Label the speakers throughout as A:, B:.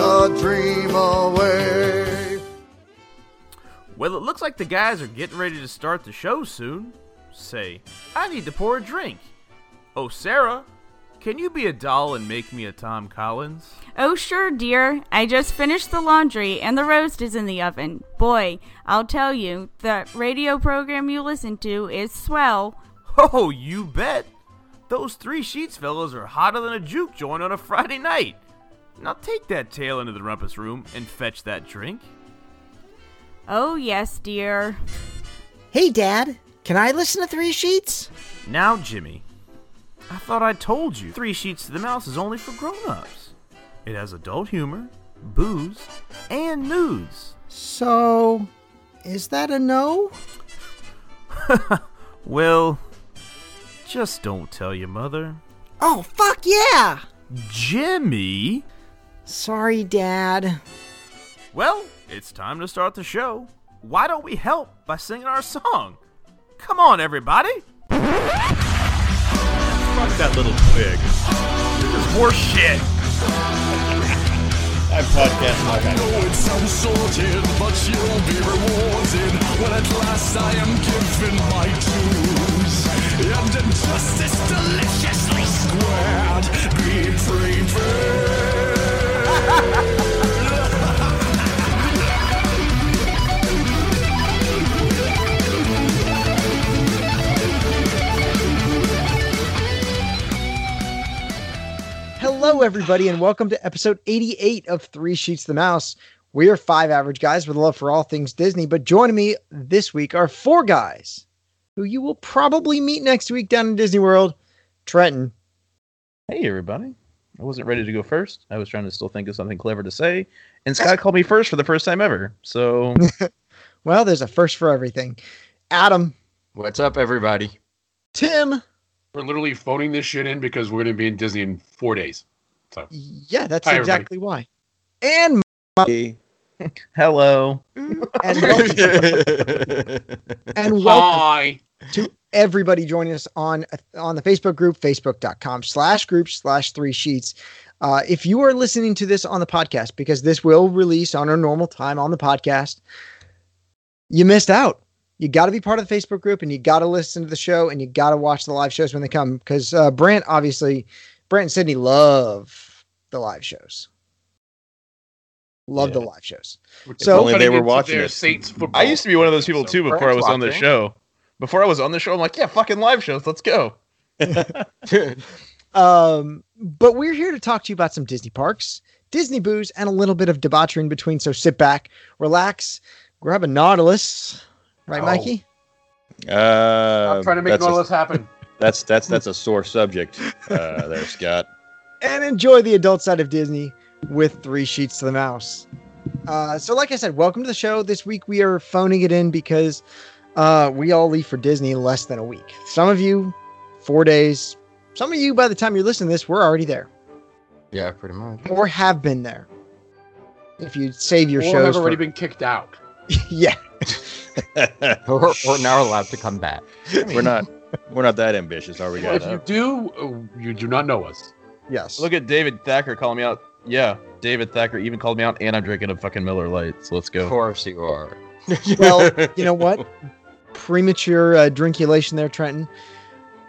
A: dream away.
B: Well, it looks like the guys are getting ready to start the show soon. Say, I need to pour a drink. Oh, Sarah, can you be a doll and make me a Tom Collins?
C: Oh, sure, dear. I just finished the laundry and the roast is in the oven. Boy, I'll tell you, the radio program you listen to is swell.
B: Oh, you bet. Those three sheets fellas are hotter than a juke joint on a Friday night. Now take that tail into the rumpus room and fetch that drink.
C: Oh, yes, dear.
D: Hey, Dad, can I listen to Three Sheets?
B: Now, Jimmy, I thought I told you Three Sheets to the Mouse is only for grown-ups. It has adult humor, booze, and nudes.
D: So, is that a no?
B: Well, just don't tell your mother.
D: Oh, fuck yeah!
B: Jimmy?
D: Sorry, Dad.
B: Well, it's time to start the show. Why don't we help by singing our song? Come on, everybody!
E: Fuck that little pig.
B: This is more shit!
E: I'm podcasting like I
F: know it sounds sorted, but you'll be rewarded when at last I am given my dues. And injustice deliciously squared, be prepared.
D: Hello, everybody, and welcome to episode 88 of Three Sheets to the Mouse. We are five average guys with a love for all things Disney, but joining me this week are four guys who you will probably meet next week down in Disney World. Trenton,
G: Hey, everybody. I wasn't ready to go first. I was trying to still think of something clever to say. And Scott called me first for the first time ever. So,
D: well, there's a first for everything. Adam,
H: What's up, everybody?
D: Tim,
I: We're literally phoning this shit in because we're going to be in Disney in four days.
D: yeah, that's
I: Hi, everybody.
D: exactly why. And
G: hello.
D: and welcome, and welcome
I: Hi.
D: everybody joining us on on the Facebook group, facebook.com slash group slash three sheets. Uh, if you are listening to this on the podcast, because this will release on our normal time on the podcast, you missed out. You got to be part of the Facebook group and you got to listen to the show and you got to watch the live shows when they come. Because uh, Brant, obviously, Brant and Sydney love the live shows. Love the
G: Yeah.
D: live shows.
I: If
D: So-
G: only they were
I: gets
G: watching
I: their
G: it.
I: Saints football.
G: I used to be one of those people,
I: So-
G: too, before I was on the
H: watching.
G: show. Before I was on the show, I'm like, yeah, fucking live shows. Let's go.
D: Um, but we're here to talk to you about some Disney parks, Disney booze, and a little bit of debauchery in between. So sit back, relax, grab a Nautilus, right,
I: Oh.
D: Mikey?
E: Uh,
I: I'm trying to make
E: that's
I: all
E: a,
I: this happen.
E: that's that's that's a sore subject uh, there, Scott.
D: And enjoy the adult side of Disney with three sheets to the mouse. Uh, so, like I said, welcome to the show. This week we are phoning it in because uh, we all leave for Disney in less than a week. Some of you, four days. Some of you, by the time you're listening to this, we're already there
H: yeah, pretty much.
D: or have been there. If you save your
I: or
D: shows,
I: have already
D: for-
I: been kicked out.
D: yeah.
E: we're
H: Or, or now allowed to come back.
E: not we're not that ambitious, are we
I: if
E: guys?
I: you do, uh, you do not know us.
D: Yes.
G: Look at David Thacker calling me out. Yeah, David Thacker even called me out, and I'm drinking a fucking Miller Lite. So let's
H: Of
G: go. Uh,
H: course you are.
D: well, you know what? Premature uh, drinkulation there, Trenton.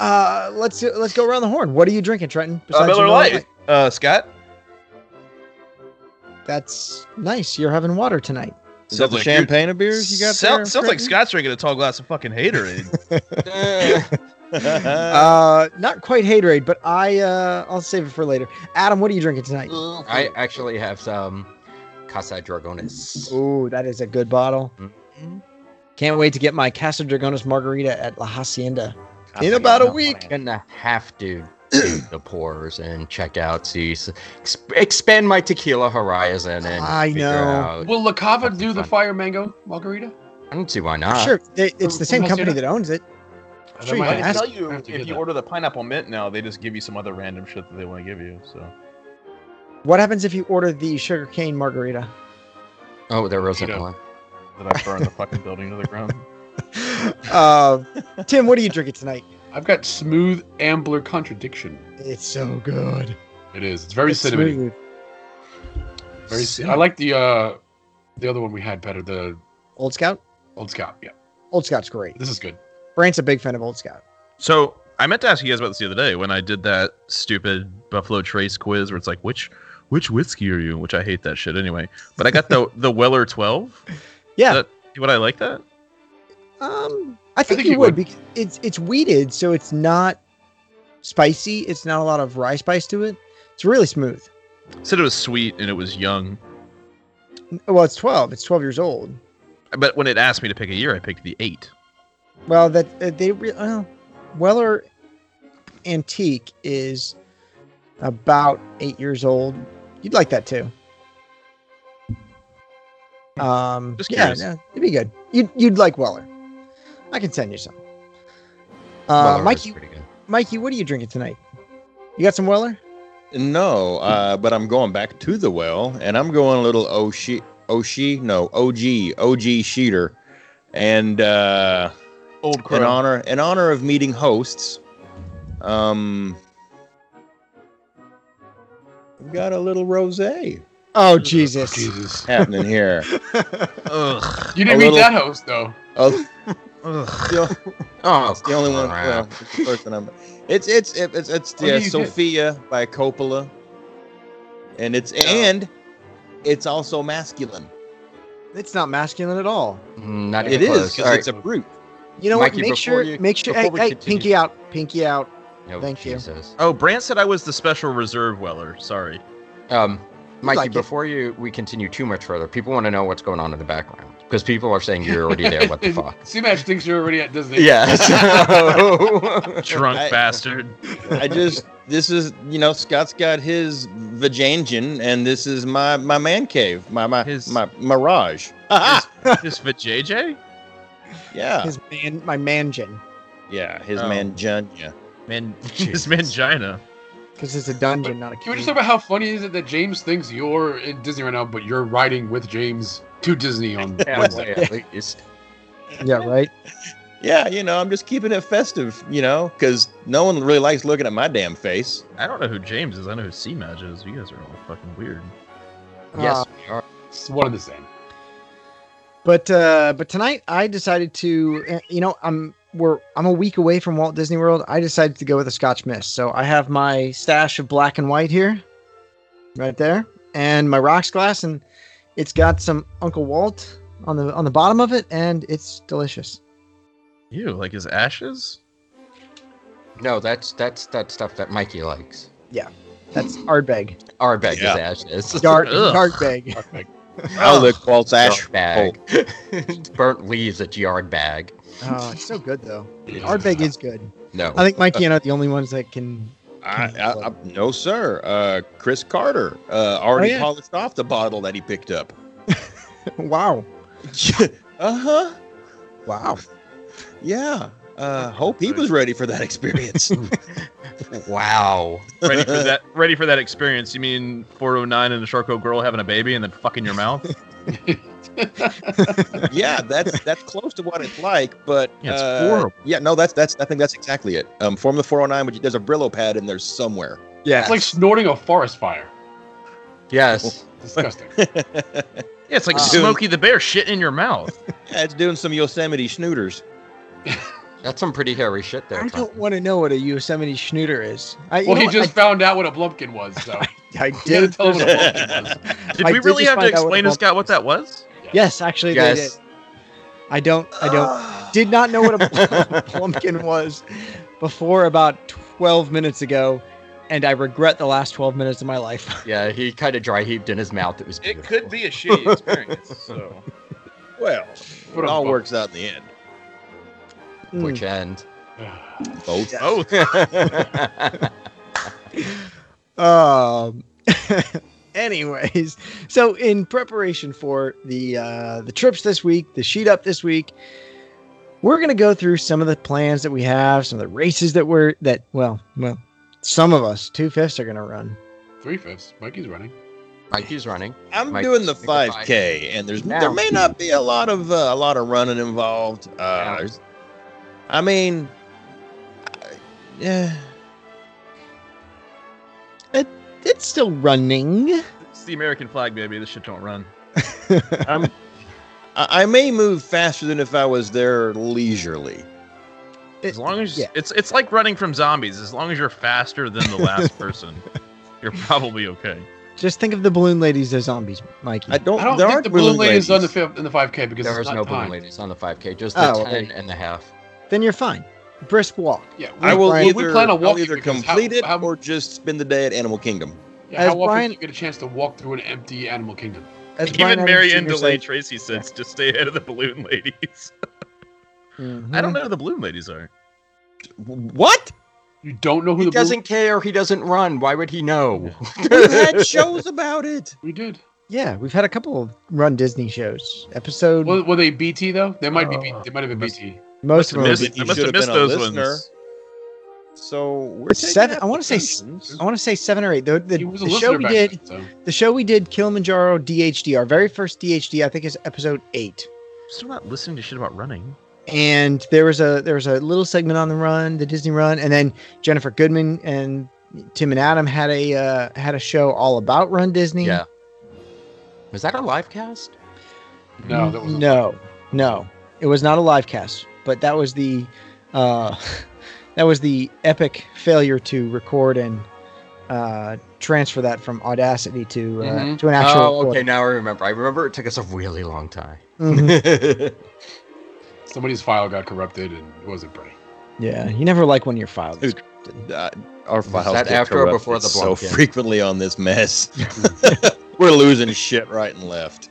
D: Uh, let's let's go around the horn. What are you drinking, Trenton?
G: Uh,
D: your
G: Miller Lite. Uh, Scott?
D: That's nice. You're having water tonight.
E: Is that the
G: like
E: champagne of
G: you-
E: beers you got
G: Sounds-
E: there?
G: sounds like Scott's drinking a tall glass of fucking haterade.
D: Uh, not quite haterade, but I uh, I'll save it for later. Adam, what are you drinking tonight?
H: I actually have some Casa Dragones.
D: Ooh, that is a good bottle.
H: Mhm.
D: Can't wait to get my Casa Dragonas margarita at La Hacienda. In
H: I'm
D: about a
H: gonna-
D: week.
H: gonna have to do the pours and check out these, exp- expand my tequila horizon and
D: I
H: figure
D: know.
H: out-
I: Will La Cava
H: That's
I: do the
H: fun.
I: fire mango margarita?
H: I don't see why not.
D: sure, they, it's the
I: Who-
D: same
I: who has
D: company
I: it?
D: that owns it.
I: I
D: Sure, you
I: might
D: can
I: have
D: ask
I: to-
G: tell you
I: I have
G: if
I: to
G: you
I: get that.
G: order the pineapple mint now, they just give you some other random shit that they want to give you. So
D: What happens if you order the sugarcane margarita?
H: Oh, there wasn't
I: Mojito.
H: one.
G: that I burn the fucking building to the ground.
D: Uh, Tim, what are you drinking tonight?
I: I've got smooth ambler contradiction.
D: It's so good.
I: It is. It's very
D: It's
I: cinnamony.
D: smooth.
I: Very se- I like the uh the other one we had better, the
D: Old Scout.
I: old scout. Yeah.
D: Old Scout's great.
I: This is good.
D: Brant's a big fan of Old Scout.
G: So I meant to ask you guys about this the other day when I did that stupid Buffalo Trace quiz where it's like which which whiskey are you? Which I hate that shit anyway. But I got the the Weller twelve.
D: Yeah.
G: That- would I like that?
D: Um, I think,
I: think
D: you
I: you
D: would. Because it's it's weeded, so it's not spicy. It's not a lot of rye spice to it. It's really smooth.
G: said it was sweet and it was young.
D: Well, it's twelve. It's twelve years old.
G: But when it asked me to pick a year, I picked the eight.
D: Well, that uh, they re- uh, Weller Antique is about eight years old. You'd like that too. Um,
G: Just
D: yeah,
G: curious.
D: yeah, it'd be good. You'd you'd like Weller. I can send you some. Uh,
H: Well, it's
D: Mikey,
H: pretty good.
D: Mikey, what are you drinking tonight? You got some Weller?
E: No, uh, but I'm going back to the well, and I'm going a little Oshi, Oshi, no, OG, OG Sheeter, and uh,
G: Old
E: in honor in honor of meeting hosts, um, I've got a little rosé
D: Oh Jesus!
I: Jesus.
E: happening here.
G: Ugh.
I: You didn't
E: A
I: meet
E: little-
I: that host though.
E: Oh,
G: Ugh.
E: still-
H: Oh,
E: It's the only one.
H: crap.
E: Well, it's the first one I'm. It's it's it- it's it's
I: Oh, yeah,
E: the uh,
I: you did.
E: Sophia by Coppola, and it's and it's also masculine.
D: It's not masculine at all.
H: Mm, Not
E: It
H: even
E: is
H: close. All
E: because
H: right.
E: it's a brute.
D: You know
H: Mikey,
D: what? Make
H: before
D: sure,
H: you-
D: make sure. Hey,
H: before we
D: hey,
H: continue-
D: pinky out, pinky out.
H: Oh,
D: Thank you.
H: Jesus.
G: Oh, Brant said I was the special reserve Weller. Sorry.
H: Um, Mikey,
D: like it.
H: before you we continue too much further, people want to know what's going on in the background because people are saying you're already there. What the fuck?
I: C Match thinks you're already at Disney.
E: Yeah.
H: So-
G: Drunk
E: I-
G: bastard.
E: I just this is you know Scott's got his vajangian and this is my my man cave my my
G: His-
E: my mirage.
G: This for JJ?
H: Uh.
E: yeah.
D: His man, my manjin,
E: yeah. His
G: Oh.
E: man Jun. Yeah.
G: Man, his mangina.
D: because it's a dungeon, not a
I: Can
D: cave.
I: we just talk about how funny is it that James thinks you're in Disney right now, but you're riding with James to Disney on Wednesday?
H: Halfway, at least.
D: yeah, right.
E: Yeah. You know I'm just keeping it festive. You know because no one really likes looking at my damn face.
G: I don't know who James is. I know who C Madge is. You guys are all fucking weird.
H: Yes,
D: Uh,
H: we are.
I: It's one of the same.
D: but uh, but tonight I decided to. uh, You know, I'm we're I'm a week away from Walt Disney World. I decided to go with a Scotch Mist. So I have my stash of black and white here, right there, and my rocks glass, and it's got some Uncle Walt on the on the bottom of it, and it's delicious.
G: You like his ashes?
H: No, that's that's that stuff that Mikey likes.
D: That's Ardbeg,
H: Our bag
E: Yeah.
H: is ashes.
D: dark
G: Ugh.
D: dark bag.
I: Perfect.
E: I'll lick Walt's ash.
H: Dark
E: oh.
H: bag. Burnt leaves at yard bag.
D: Oh, it's so good though. Ardbeg is good.
H: No.
D: I think Mikey and I are the only ones that can.
E: I, I, I, no, sir. Uh, Chris Carter uh, already
D: Oh, yeah.
E: polished off the bottle that he picked up.
D: Wow.
E: uh huh.
D: Wow.
E: Yeah. Uh, hope he was ready for that experience.
H: wow.
G: Ready for that? Ready for that experience? You mean 409 and the Sharko girl having a baby and then fucking your mouth?
E: yeah, that's that's close to what it's like, but
G: Yeah, it's
E: uh,
G: horrible.
E: Yeah, no, that's that's I think that's exactly it. Um, form the 409, but you- there's a Brillo pad in there somewhere.
D: Yeah.
I: It's like snorting a forest fire.
H: Yes.
I: Disgusting.
G: Yeah, it's like
D: Uh,
G: Smokey the Bear shitting in your mouth.
E: Yeah, it's doing some Yosemite schnooters.
H: That's some pretty hairy shit there.
D: I
H: Tom.
D: don't want to know what a Yosemite schnooter is. I, you
I: Well,
D: know
I: he
D: what?
I: just found out what a blumpkin was, so
D: I, I
I: you had to
D: did.
I: tell him what a blumpkin was.
G: Did
D: I
G: we
D: did
G: really
D: just find
G: have to
D: out what
G: explain
D: the
G: to Scott what that was?
D: Yes, actually, they
H: Yes.
D: did. I don't. I don't. Did not know what a pumpkin was before about 12 minutes ago, and I regret the last 12 minutes of my life.
H: Yeah, he kind of dry heaped in his mouth. It was. Beautiful.
G: be a shitty experience. So
E: Well,
I: What
E: it
I: a
E: all
I: bummer.
E: works out in the end.
D: Mm.
H: Which end?
E: Both.
G: oh,
D: Um. anyways, so in preparation for the uh, the trips this week, the sheet up this week, we're gonna go through some of the plans that we have, some of the races that we're that well, well, some of us two fifths are gonna run.
I: Three fifths. Mikey's running.
H: Mikey's running.
E: I'm
H: Mike,
E: doing the
H: make a five.
E: 5K, and there's
H: Now.
E: there may not be a lot of uh, a lot of running involved.
H: Now.
E: Uh, there's- I mean, I- yeah,
D: It's still running.
E: it's
G: It's the American flag, baby. This shit don't run.
E: I'm, I I may move faster than if I was there leisurely.
G: As long as
D: yeah.
G: it's it's like running from zombies. As long as you're faster than the last person, you're probably okay.
D: Just think of the balloon ladies as zombies, Mikey.
E: I don't.
I: I don't
E: there
I: think
E: aren't
I: the balloon lady is on the
E: ladies.
I: fi- in the five k because
H: There
I: there's
H: was
I: not
H: no
I: time.
H: balloon ladies on the 5K, just
D: Oh,
H: the
D: well, there
H: 10
D: you-
H: and a half.
D: then you're fine. Brisk walk.
I: Yeah, we,
E: I will
D: Brian-
I: we,
E: either,
I: we plan on
E: I'll
I: walking
E: either
I: because
E: complete
I: how,
E: it
I: how,
E: or just spend the day at Animal Kingdom.
I: yeah,
D: as
I: how often
D: Brian-
I: do you get a chance to walk through an empty animal kingdom?
D: As Brian
G: Even
D: Adams
G: Mary Ann
D: Jr.
G: Delay
D: said-
G: Tracy says to stay ahead of the balloon ladies.
D: Mhm.
G: I don't know who the balloon ladies are.
E: What?
I: You don't know who
H: He
I: the
H: doesn't care. He doesn't run. Why would he know?
E: We've had shows about it.
I: balloon. We did.
D: Yeah, we've had a couple of run Disney shows. Episode
I: Were, were they BT though? They might be. B-
D: Oh.
I: they might have been BT.
D: most of them.
G: Missed-
D: were-
E: But you
G: I must have
E: should have
G: missed
E: been a
G: those
E: listener.
G: ones.
E: So we're
D: It's
E: taking
D: seven- I wanna say s- oh.
E: applications.
D: I want to say seven or eight. The, the,
I: he was a
D: the
I: listener
D: show we
I: back
D: did,
I: then, so.
D: the show we did, Kilimanjaro DHD, our very first DHD, I think is episode eight.
G: Still not listening to shit about running.
D: and there was a there was a little segment on the run, the Disney run, and then Jennifer Goodman and Tim and Adam had a uh, had a show all about Run Disney.
H: yeah. Was that a live cast?
I: No, that wasn't.
D: no, no, it was not a live cast, but that was the uh, that was the epic failure to record and uh, transfer that from Audacity to uh,
I: Mhm.
D: to an actual.
H: oh, okay.
D: recording.
H: Now I remember. I remember it took us a really long time.
D: Mhm.
I: Somebody's file got corrupted and it wasn't pretty.
D: Yeah, you never like when your files.
E: Dude. Uh, our files
H: that
E: get
H: after or
E: corrupted
H: before the
E: so
H: Blumpkin?
E: frequently on this mess. we're losing shit right and left.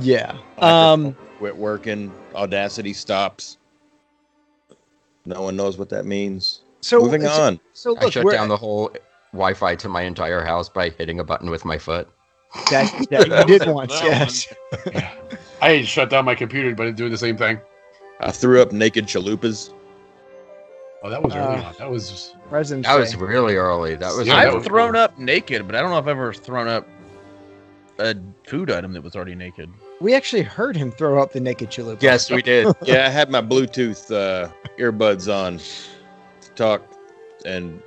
D: Yeah. Um.
E: Quit working. Audacity stops. No one knows what that means.
D: So
E: Moving
D: so-
E: on.
D: So look,
H: I shut
D: we're-
H: down the whole Wi-Fi to my entire house by hitting a button with my foot.
D: that, that you did once. Yes.
I: I shut down my computer, but it's doing the same thing.
E: I threw up naked chalupas.
I: Oh, that was early
D: Uh,
I: on. That was just,
D: President's
H: That was
D: Day.
H: really early. That was.
I: Yeah,
H: like-
I: that
G: I've
I: was
G: thrown
I: cool.
G: up naked, but I don't know if I've ever thrown up a food item that was already naked.
D: We actually heard him throw up the naked chalupa.
H: yes, we did.
E: Yeah, I had my Bluetooth uh, earbuds on to talk, and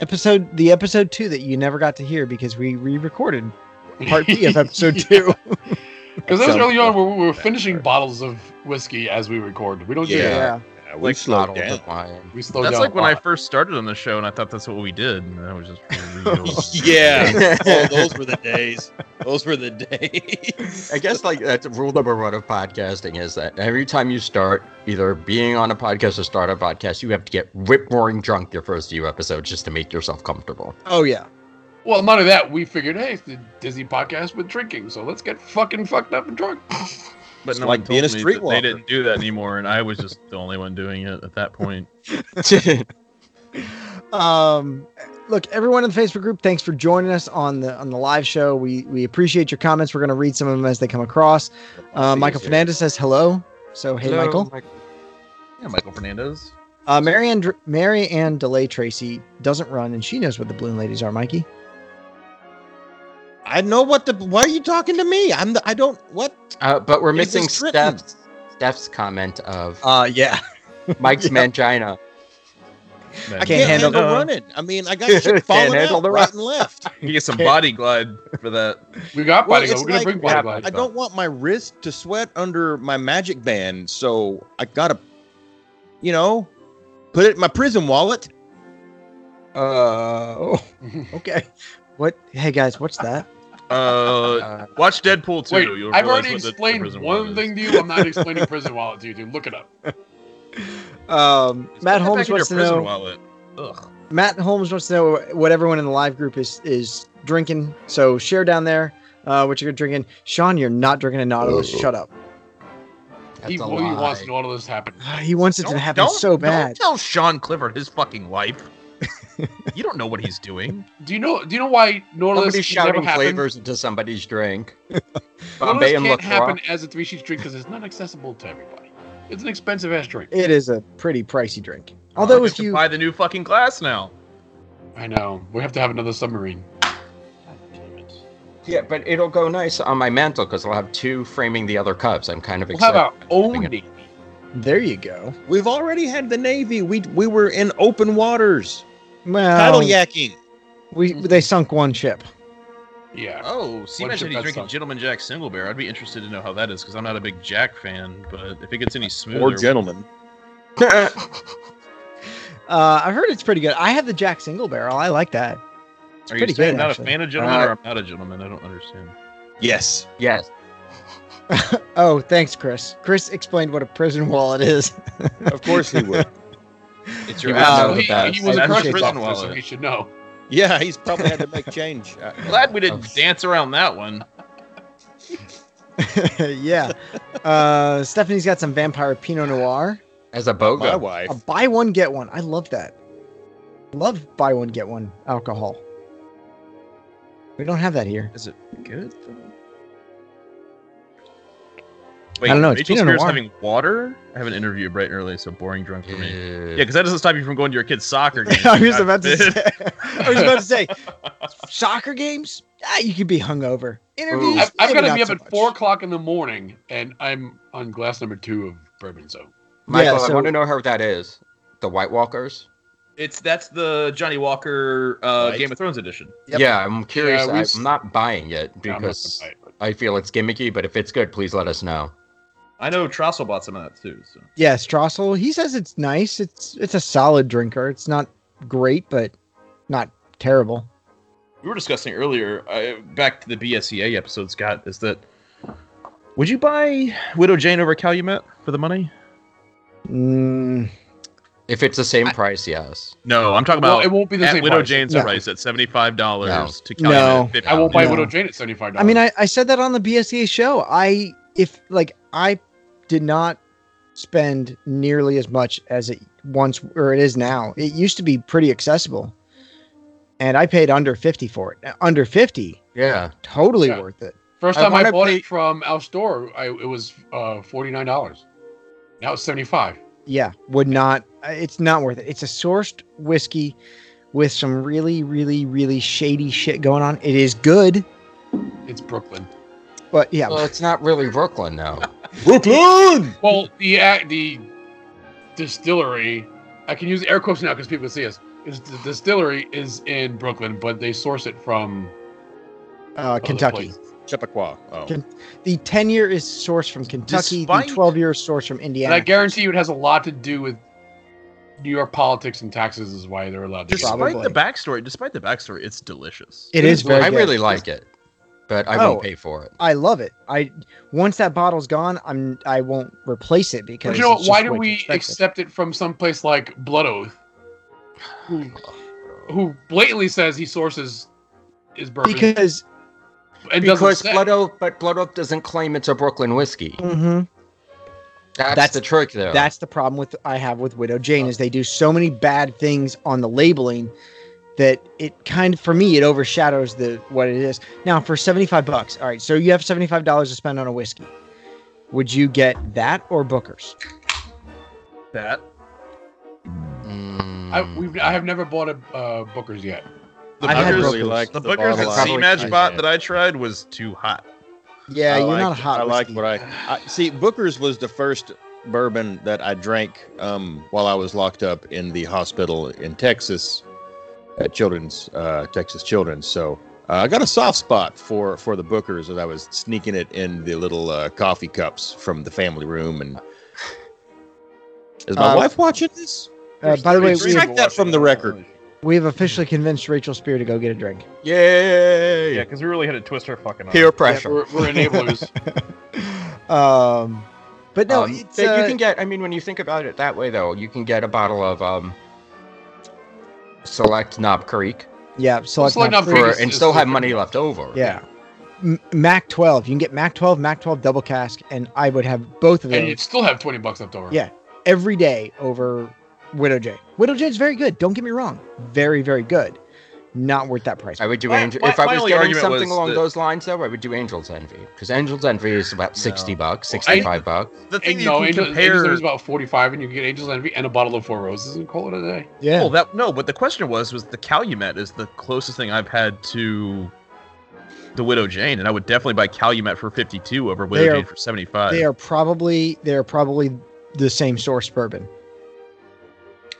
D: Episode the episode two that you never got to hear because we re-recorded part B of episode two.
I: because that was
E: Sounds
I: early on
E: good.
I: where we were finishing bottles of whiskey as we record. We don't do
E: Yeah.
I: that.
E: uh, we
H: Like
E: slowed
H: bottles
E: down.
H: of wine.
I: We slow
G: that's
I: down.
G: like
I: a
G: when I
I: lot.
G: first started on the show, and I thought that's what we did. And I was just
E: Yeah, oh, those were the days. Those were the days.
H: I guess like that's rule number one of podcasting is that every time you start either being on a podcast or start a podcast, you have to get rip roaring drunk your first few episodes just to make yourself comfortable.
D: Oh yeah.
I: Well, none of that. We figured, hey, it's the Disney podcast with drinking, so let's get fucking fucked up and drunk.
G: But
E: It's
G: no
E: like
G: one told
E: being a
G: me that
E: streetwalker.
G: They didn't do that anymore, and I was just the only one doing it at that point.
D: Um look, everyone in the Facebook group, thanks for joining us on the on the live show. We we appreciate your comments. We're gonna read some of them as they come across. Uh, Michael Fernandez says hello. So hey
H: Hello,
D: Michael.
G: Yeah, Michael Fernandez.
D: Uh, Mary Ann Dr- Mary Ann Delay Tracy doesn't run and she knows what the balloon ladies are, Mikey.
E: I know what the. Why are you talking to me? I'm. The, I don't. What?
H: Uh, but we're
E: Is
H: missing
E: this written?
H: Steph's, Steph's comment of
D: Uh yeah.
H: Mike's mangina. Uh,
E: I
G: Man,
E: can't,
D: can't
E: handle,
D: handle-
E: running. I mean, I got shit
H: Can't
E: falling
H: handle
E: out
H: the
E: right and left.
G: You get some body glide for that.
I: We got
E: Well,
I: body
E: it's
I: glide. We're gonna
E: like-
I: bring body
E: I
I: glide.
E: don't want my wrist to sweat under my magic band, so I gotta, you know, put it in my prison wallet.
D: Uh okay. What hey guys, what's that?
G: Uh,
H: Uh,
G: watch Deadpool 2.
I: Wait,
G: You'll
I: I've
G: realize
I: already
G: what the- the
I: explained
G: prison wall
I: one
G: is.
I: thing to you. I'm not explaining prison wallet to you, dude. Look it up.
D: Um
G: Just
D: Matt
G: put it
D: Holmes
G: back in your
D: wants to
G: prison
D: know
G: wallet. Ugh.
D: Matt Holmes wants to know what everyone in the live group is is drinking. So share down there uh, what you're drinking. Sean, you're not drinking a Nautilus. Shut up.
H: that's
I: He
H: a
I: really
H: lie.
I: wants to know all of this happened.
D: Uh, he wants it to happen so bad.
G: Don't tell Sean Clifford his fucking life. you don't know what he's doing.
I: Do you know? Do you know why
H: Somebody's
I: Nautilus can never
H: shouting
I: happen?
H: flavors into somebody's drink.
I: Nautilus
H: Bombay and
I: can't happen
H: LaCroix.
I: as a three sheet drink because it's not accessible to everybody. It's an expensive ass drink.
D: It is a pretty pricey drink.
G: Oh, I
D: Although
G: get
D: if
G: to
D: you
G: buy the new fucking glass now.
I: I know. We have to have another submarine. God damn it.
H: Yeah, but it'll go nice on my mantle because I'll have two framing the other cups. I'm kind of
I: Well, how
H: excited.
I: about Oni?
D: there you go.
E: We've already had the Navy. We we were in open waters,
D: Well,
H: Um,
E: paddle yakking.
D: we they sunk one ship.
I: Yeah.
G: Oh, so you
I: What's your
G: mentioned he's
I: best
G: drinking
I: song?
G: Gentleman Jack Single Bear. I'd be interested to know how that is because I'm not a big Jack fan. But if it gets any smoother,
E: Or gentlemen.
D: Uh, I heard it's pretty good. I have the Jack Single Barrel. I like that.
G: are you
D: pretty
G: saying
D: good,
G: not
D: actually.
G: a fan of gentlemen
H: Uh,
G: or I'm not a gentleman? I don't understand.
E: Yes.
H: Yes.
D: Oh, thanks, Chris. Chris explained what a prison wallet is.
E: Of course he would.
G: It's
H: your You
G: your
H: would ass.
I: So
H: know
G: ass.
I: he,
H: that.
I: he was
D: I
I: a
D: appreciate
I: corrections
G: that.
I: officer, so he should know.
E: yeah, he's probably had to make change. Uh,
G: Glad we didn't dance around that one.
D: yeah. Uh, Stephanie's got some vampire Pinot Noir.
H: As a bogo.
E: my wife.
D: A buy one get one. I love that. Love buy one get one alcohol. We don't have that here.
G: Is it good? though?
D: I don't know, it's
G: Rachel
D: Pinot
G: Spears
D: Noir.
G: having water. I have an interview bright and early, so boring drunk for me. Yeah,
H: Yeah.
G: because that doesn't stop you from going to your kid's soccer game.
D: I was about to say. I was about to say, soccer games. Ah, you could be hungover. Interviews.
I: I've, I've
D: maybe
I: got to
D: not
I: be up
D: so
I: at
D: much.
I: four o'clock in the morning, and I'm on glass number two of bourbon. So
H: Michael,
D: Yeah, so-
H: I want to know how that is. The White Walkers?
G: It's that's the Johnny Walker uh,
E: Right.
G: Game of Thrones edition.
E: Yep.
H: Yeah, I'm curious.
I: Yeah, we
H: I,
I: s-
H: am not buying it
I: I'm not
H: because
I: gonna buy it,
H: I feel it's gimmicky, but if it's good, please let us know.
G: I know Trossel bought some of that too. So.
D: Yes, Drossel. He says it's nice. It's it's a solid drinker. It's not great, but not terrible.
G: we were discussing earlier uh, back to the BSEA episode, Scott, is that would you buy Widow Jane over Calumet for the money?
D: Mm,
H: If it's the same price, yes.
G: No, I'm talking
I: well,
G: about
I: it won't be the
G: at
I: same.
G: Widow
I: price.
G: Jane's
D: No.
G: price at seventy five dollars to
D: No.
G: Calumet. at $50.
I: I won't buy
D: No.
I: Widow Jane at seventy five
D: I
I: dollars.
D: mean, I, I said that on the BSEA show. I if like I did not spend nearly as much as it once or it is now. It used to be pretty accessible, and I paid under fifty for it. Under fifty,
H: Yeah.
D: totally
I: Yeah.
D: worth it.
I: first
H: I
I: time I,
H: wanna
I: bought
H: pay-
I: it from our store, I, it was uh, forty nine dollars. Now it's seventy five.
D: Yeah, would not. It's not worth it. It's a sourced whiskey with some really, really, really shady shit going on. It is good,
I: It's Brooklyn.
D: but yeah, uh,
H: Well, it's not really Brooklyn, though.
E: Brooklyn!
I: Well, the uh, the distillery, I can use air quotes now because people can see us. Is the distillery is in Brooklyn, but they source it from
D: uh,
I: other
D: Kentucky.
I: places.
E: Chappaqua. Oh.
D: Can- The ten year is sourced from Kentucky.
B: Despite-
D: the twelve year is sourced from
I: And I
D: Indiana.
I: guarantee you, it has a lot to do with New York politics and taxes. Is why they're allowed to. do
G: Despite
I: it.
D: Probably.
G: the backstory, despite the backstory, it's delicious.
D: It is very.
H: I
D: good.
H: really like it, but I
D: Oh.
H: won't pay for it.
D: I love it. I once that bottle's gone, I'm I won't replace it because
I: But you know,
D: it's
I: what, why
D: just
I: do
D: way too
I: we
D: expensive.
I: accept it from some place like Blood Oath,
D: Hmm.
I: who, who blatantly says he sources his bourbon
D: because
I: and doesn't
H: Because
I: say.
H: Blood Oath, but Blood Oath doesn't claim it's a Brooklyn whiskey.
D: mhm,
H: That's,
D: That's-
H: the trick, though.
D: that's the problem with I have with Widow Jane is they do so many bad things on the labeling that it kind of for me it overshadows the what it is. Now for seventy five bucks, all right. So you have seventy five dollars to spend on a whiskey. Would you get that or Booker's?
G: That
H: Mm.
I: I, we've, I have never bought a uh, Booker's yet.
G: the
D: I've had
G: Booker's,
D: Brooklyn.
E: really like
G: the Booker's
E: bottle
G: at
E: I-
H: Probably
G: C Match
H: tried
G: bot
E: it.
G: that I tried was too hot.
D: Yeah,
E: I
D: you're not
E: liked-
D: a hot.
E: I like
D: whiskey.
E: what I, I see. Booker's was the first bourbon that I drank um, while I was locked up in the hospital in Texas at Children's uh, Texas Children's. So uh, I got a soft spot for for the Booker's, and I was sneaking it in the little uh, coffee cups from the family room. And is my
D: Uh,
E: wife watching this?
D: Uh, by the way, we have,
E: Strike that from the record.
D: we have officially convinced Rachel Spear to go get a drink.
H: Yay!
G: Yeah, because we really had to twist her fucking. arm.
H: Peer pressure.
I: We're, we're enablers.
D: um, but no,
H: Um,
D: it's,
H: but you
D: uh,
H: can get. I mean, when you think about it that way, though, you can get a bottle of um, select Knob Creek
D: yeah. Select
I: Select
D: Knob
I: Knob
D: Creek.
H: for,
I: is-
H: and
I: is
H: still have
I: different.
H: money left over.
D: Yeah. M- Mac 12. You can get Mac 12, Mac 12 double cask, and I would have both of
I: and you
D: those
I: still have 20 bucks left over.
D: Yeah. every day over Widow Jane. Widow Jane's very good. Don't get me wrong. Very, very good. Not worth that price.
H: I would do
G: My-
H: angel
G: my-
H: if I
G: my
H: was
G: only
H: getting
G: argument
H: something
G: was
H: along
G: that-
H: those lines though. I would do Angel's Envy because Angel's Envy is about sixty bucks,
I: I-
H: sixty-five bucks.
G: The thing
I: And
G: you
I: no,
G: can
I: Angel,
G: compare.
I: Angel's Envy is about 45, and you can get Angel's Envy and a bottle of Four Roses and call it a day.
D: yeah.
G: Well, Oh, that no, but the question was was the Calumet is the closest thing I've had to the Widow Jane, and I would definitely buy Calumet for fifty two over Widow
D: They are-
G: Jane for seventy five.
D: they are probably they are probably the same source bourbon.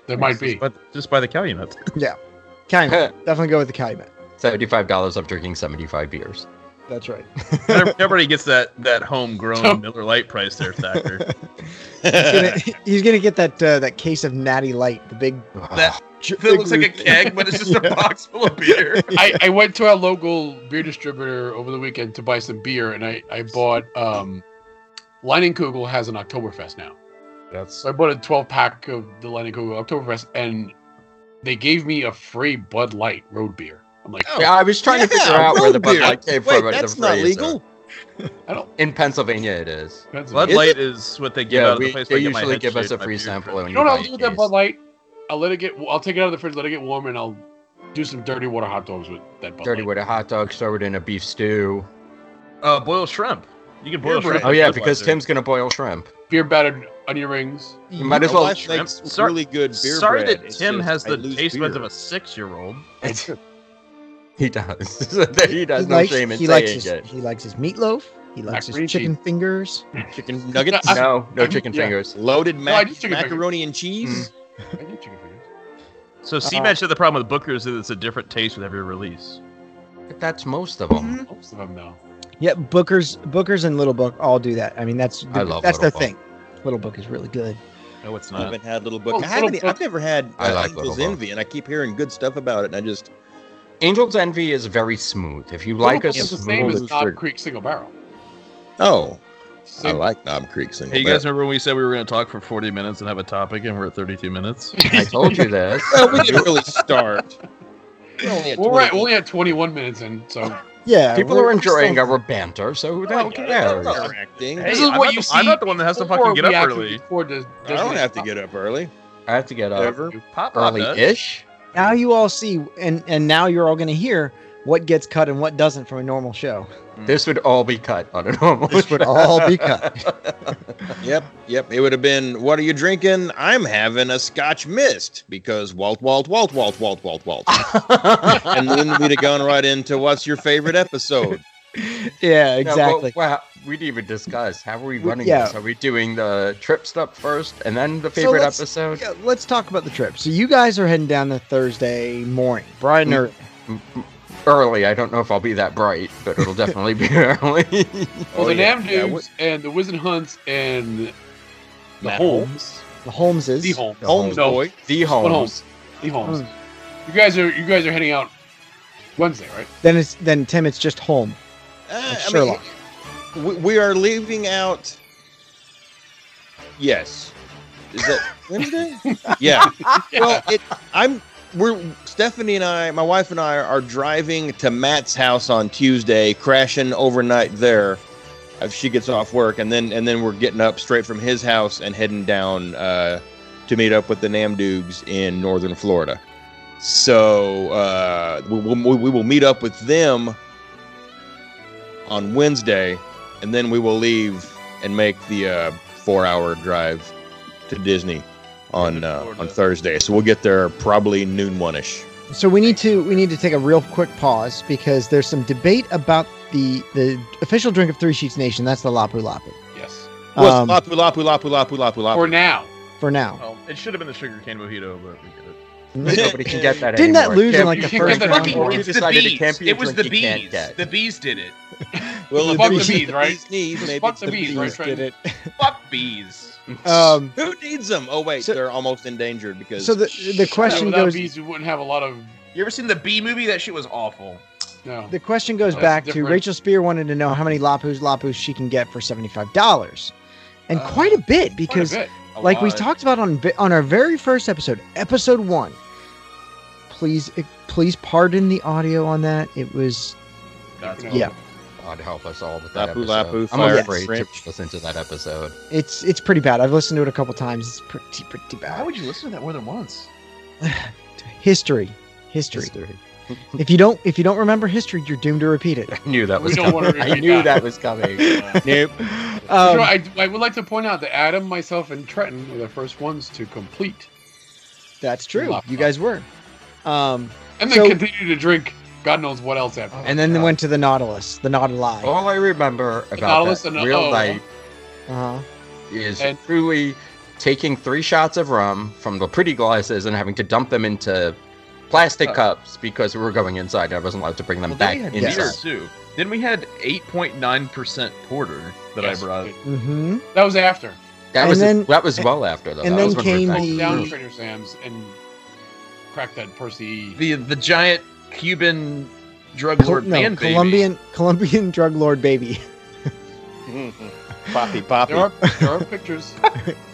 I: There might be.
G: but just by the Calumet.
D: Calumet. Definitely go with the Calumet.
H: Seventy-five dollars. I'm drinking seventy-five beers.
D: That's right.
G: Everybody gets that that homegrown Miller Lite price there, Thacker.
D: Gonna- he's gonna get that uh, that case of Natty Light, the big.
G: That- That looks like a keg, but it's just a box full of beer.
I: I, I went to our local beer distributor over the weekend to buy some beer, and I, I bought um, Leinenkugel has an Oktoberfest now.
H: That's
I: So I bought a 12 pack of the Leinenkugel Oktoberfest, and they gave me a free Bud Light road beer. I'm
G: Oh.
I: like,
H: yeah. I was trying to figure out where the Bud Light came
E: oh, Wait,
H: from. but
E: That's
H: the
E: not
H: phrase, uh,
E: legal.
I: I don't.
H: In Pennsylvania, it is.
I: That's
G: Bud
I: amazing.
G: Light is what they give
H: Yeah,
G: out
H: we,
G: of the place.
H: they
G: where I get my
H: usually
G: head
H: give us
G: shaved
H: a
G: by
H: free
G: beer.
H: sample. when
I: You know what
H: buy
I: I'll
H: a
I: do with that
H: case.
I: Bud Light? I'll let it get. I'll take it out of the fridge, let it get warm, and I'll do some dirty water hot dogs with that Bud
H: Dirty
I: Light.
H: with a hot dog, throw it in a beef stew.
G: Uh, boil shrimp. You can boil
I: Yeah,
G: shrimp.
H: Oh
G: with
H: yeah,
G: Budweiser.
H: because Tim's gonna boil shrimp.
I: Beer battered onion rings.
H: You might
E: My
H: as well.
E: wife
G: shrimp.
E: makes
G: Sorry-
E: really good beer
G: Sorry
E: bread.
G: that
E: It's
G: Tim
E: just
G: has
E: I
G: the
E: lose
G: taste
E: beer.
G: buds of a six-year-old.
H: He does. he does.
D: he
H: no
D: likes,
H: shame in
D: he likes
H: saying
D: his
H: it.
D: he likes his meatloaf. He likes
I: Macaroni
D: his chicken fingers.
E: chicken nuggets,
I: I-
H: No, no
I: I'm-
H: chicken
I: yeah.
H: fingers.
E: loaded
I: No, I
E: mac-
I: did chicken Mm-hmm.
E: macaroni and cheese.
I: I did chicken fingers.
G: So C-Match said the problem with Booker is that it's a different taste with every release.
H: But that's most of them.
I: Most of them though.
D: Yeah, Booker's Booker's and Little Book all do that. I mean, that's
H: I love
D: that's
H: Little
D: their
H: Book.
D: thing. Little Book is really good.
G: No, it's
E: I
G: not.
E: haven't had Little Book.
I: Well,
E: I haven't, e-
I: Little Book-
E: I've never had
H: I
E: uh,
H: like
E: Angel's
H: Little Book.
E: Envy, and I keep hearing good stuff about it. And I just
H: Angel's Envy is very smooth. If you like a
I: It's the same
H: smooth,
I: as
E: smooth
I: Knob
E: fruit.
I: Creek single barrel.
E: oh, I
I: Same-
E: like Knob Creek single.
G: Hey, you
E: barrel.
G: guys remember when we said we were going to talk for 40 minutes and have a topic, and we're at 32 minutes?
H: I told you this.
E: well, we didn't really start. We're only at
I: Well, right.
E: 20.
I: We only had 21 minutes in, so
D: Yeah,
H: People
D: we're-
H: are
D: we're
H: enjoying
D: still-
H: our banter, so
I: Oh
H: who the hell
E: Yeah,
H: cares?
E: that's not acting.
G: Hey,
I: this is
G: I'm
I: what
G: not
I: you
G: the-
I: see.
G: I'm not the one that has to
I: before
G: fucking get
I: we
G: up
I: actually
G: early.
I: record this-
E: I don't have to get up early.
H: I have to get up
E: Ever.
G: Pop
H: early-ish.
D: Now you all see, and and now you're all gonna hear what gets cut and what doesn't from a normal show.
H: This would all be cut on a normal.
D: This would all be cut.
E: Yep, yep. It would have been, what are you drinking? I'm having a Scotch Mist because Walt, Walt, Walt, Walt, Walt, Walt, Walt. and then we'd have gone right into what's your favorite episode?
D: yeah,
H: No, well,
D: exactly.
H: wow, we didn't even discuss how are we running
D: yeah.
H: this. Are we doing the trip stuff first and then the
D: So
H: favorite
D: let's-
H: episode?
D: Yeah, let's talk about the trip. So you guys are heading down the Thursday morning, bright and
H: Mm.
D: early.
H: Early. I don't know if I'll be that bright, but it'll definitely be early.
I: Well,
E: Oh,
I: the
E: yeah.
I: Nam
E: Yeah,
I: dudes and the Wizen Hunts and the
E: Matt
I: Holmes,
D: The Holmeses.
I: the Holmes,
E: Holmes
I: no,
E: boy.
H: the
I: What
H: home.
I: Holmes? the Holmes. You guys are you guys are heading out Wednesday, right?
D: Then it's then Tim. It's just home.
E: Uh, I mean,
D: Sherlock.
E: we, we are leaving out. Yes. Is that Wednesday? yeah. Well, it, I'm. We're Stephanie and I, my wife and I, are driving to Matt's house on Tuesday, crashing overnight there. If she gets off work, and then and then we're getting up straight from his house and heading down uh, to meet up with the Namdoogs in northern Florida. So uh, we, we, we will meet up with them on Wednesday, and then we will leave and make the uh, four-hour drive to Disney on uh, on Thursday. So we'll get there probably noon one-ish.
D: So we need to we need to take a real quick pause because there's some debate about the the official drink of Three Sheets Nation. That's the lapu lapu.
I: Yes.
E: Well,
D: Um,
E: it's lapu lapu lapu lapu lapu lapu.
I: For now,
D: for now.
G: Well, it should have been the sugar cane mojito, but we get it.
H: Nobody can get that.
D: Didn't that
H: anymore.
D: lose in,
H: Can't
D: like,
H: be
D: the
H: drinking
D: first
H: it
D: round?
H: anymore.
D: Fucking-
H: We decided it can't be a drink you can't get.
G: bees did it.
E: Well,
I: Fuck the bees, right?
E: Sneeze,
I: Just
E: maybe
I: fuck
E: it's
I: the bees, right? Trent?
D: it.
G: Fuck bees.
D: Um,
E: Who needs them? Oh wait,
D: So-
E: they're almost endangered because
D: so the the
I: Yeah,
D: question
I: without
D: goes
I: bees, you wouldn't have a lot of
G: You ever seen the bee movie? That shit was awful.
I: no.
D: the question goes
I: That's
D: back to
I: different.
D: Rachel Spear wanted to know how many lapus lapus she can get for seventy five dollars, and
I: Uh,
D: quite a bit
I: Quite a
D: because
I: bit.
G: A
D: like we
G: lot.
D: talked about on vi- on our very first episode, episode one. Please, eh, please pardon the audio on that. It was
G: God's
I: You
G: will.
I: know,
D: yeah.
H: God help us all with that
E: Lapu
H: episode.
E: Lapu,
H: I'm
E: Fire
H: afraid
E: French.
H: to listen to that episode.
D: it's it's pretty bad. I've listened to it a couple times. It's pretty pretty
G: Why
D: bad.
G: would you listen to that more than once?
D: History, history. If you don't if you don't remember history, you're doomed to repeat it.
H: I knew that
I: We
H: was
I: don't
H: coming.
I: wanna
H: I
I: repeat
H: knew
I: that.
H: that was coming.
E: nope.
I: You know,
D: Um,
I: I, I would like to point out that Adam, myself, and Trenton were the first ones to complete
D: that's true. You guys were. Um,
I: and then
D: So-
I: continue to drink God knows what else after.
D: and then they went to the Nautilus, the Nautili.
H: All I remember about
I: Nautilus
H: that
I: and the
H: real
I: O.
H: night
D: Uh-huh.
H: is
I: And-
H: truly taking three shots of rum from the pretty glasses and having to dump them into plastic
G: cups.
H: cups because we were going inside. and I wasn't allowed to bring them
G: Uh. Well,
H: back
G: then we had
H: inside.
G: beer too. Then we had 8.9% porter that
I: Yes.
G: I brought.
D: Mm-hmm.
I: That was after.
H: That
D: And
H: was
D: then-
H: that was well after though.
D: and
H: that
D: then
H: was when we were
D: came
H: back
D: the-
H: in
I: Down
H: group.
I: Trader Sam's and crack that Percy.
G: The the giant Cuban drug
D: Col-
G: lord man
D: no,
G: baby.
D: Colombian Colombian drug lord baby.
E: Poppy, poppy.
I: There are there are pictures.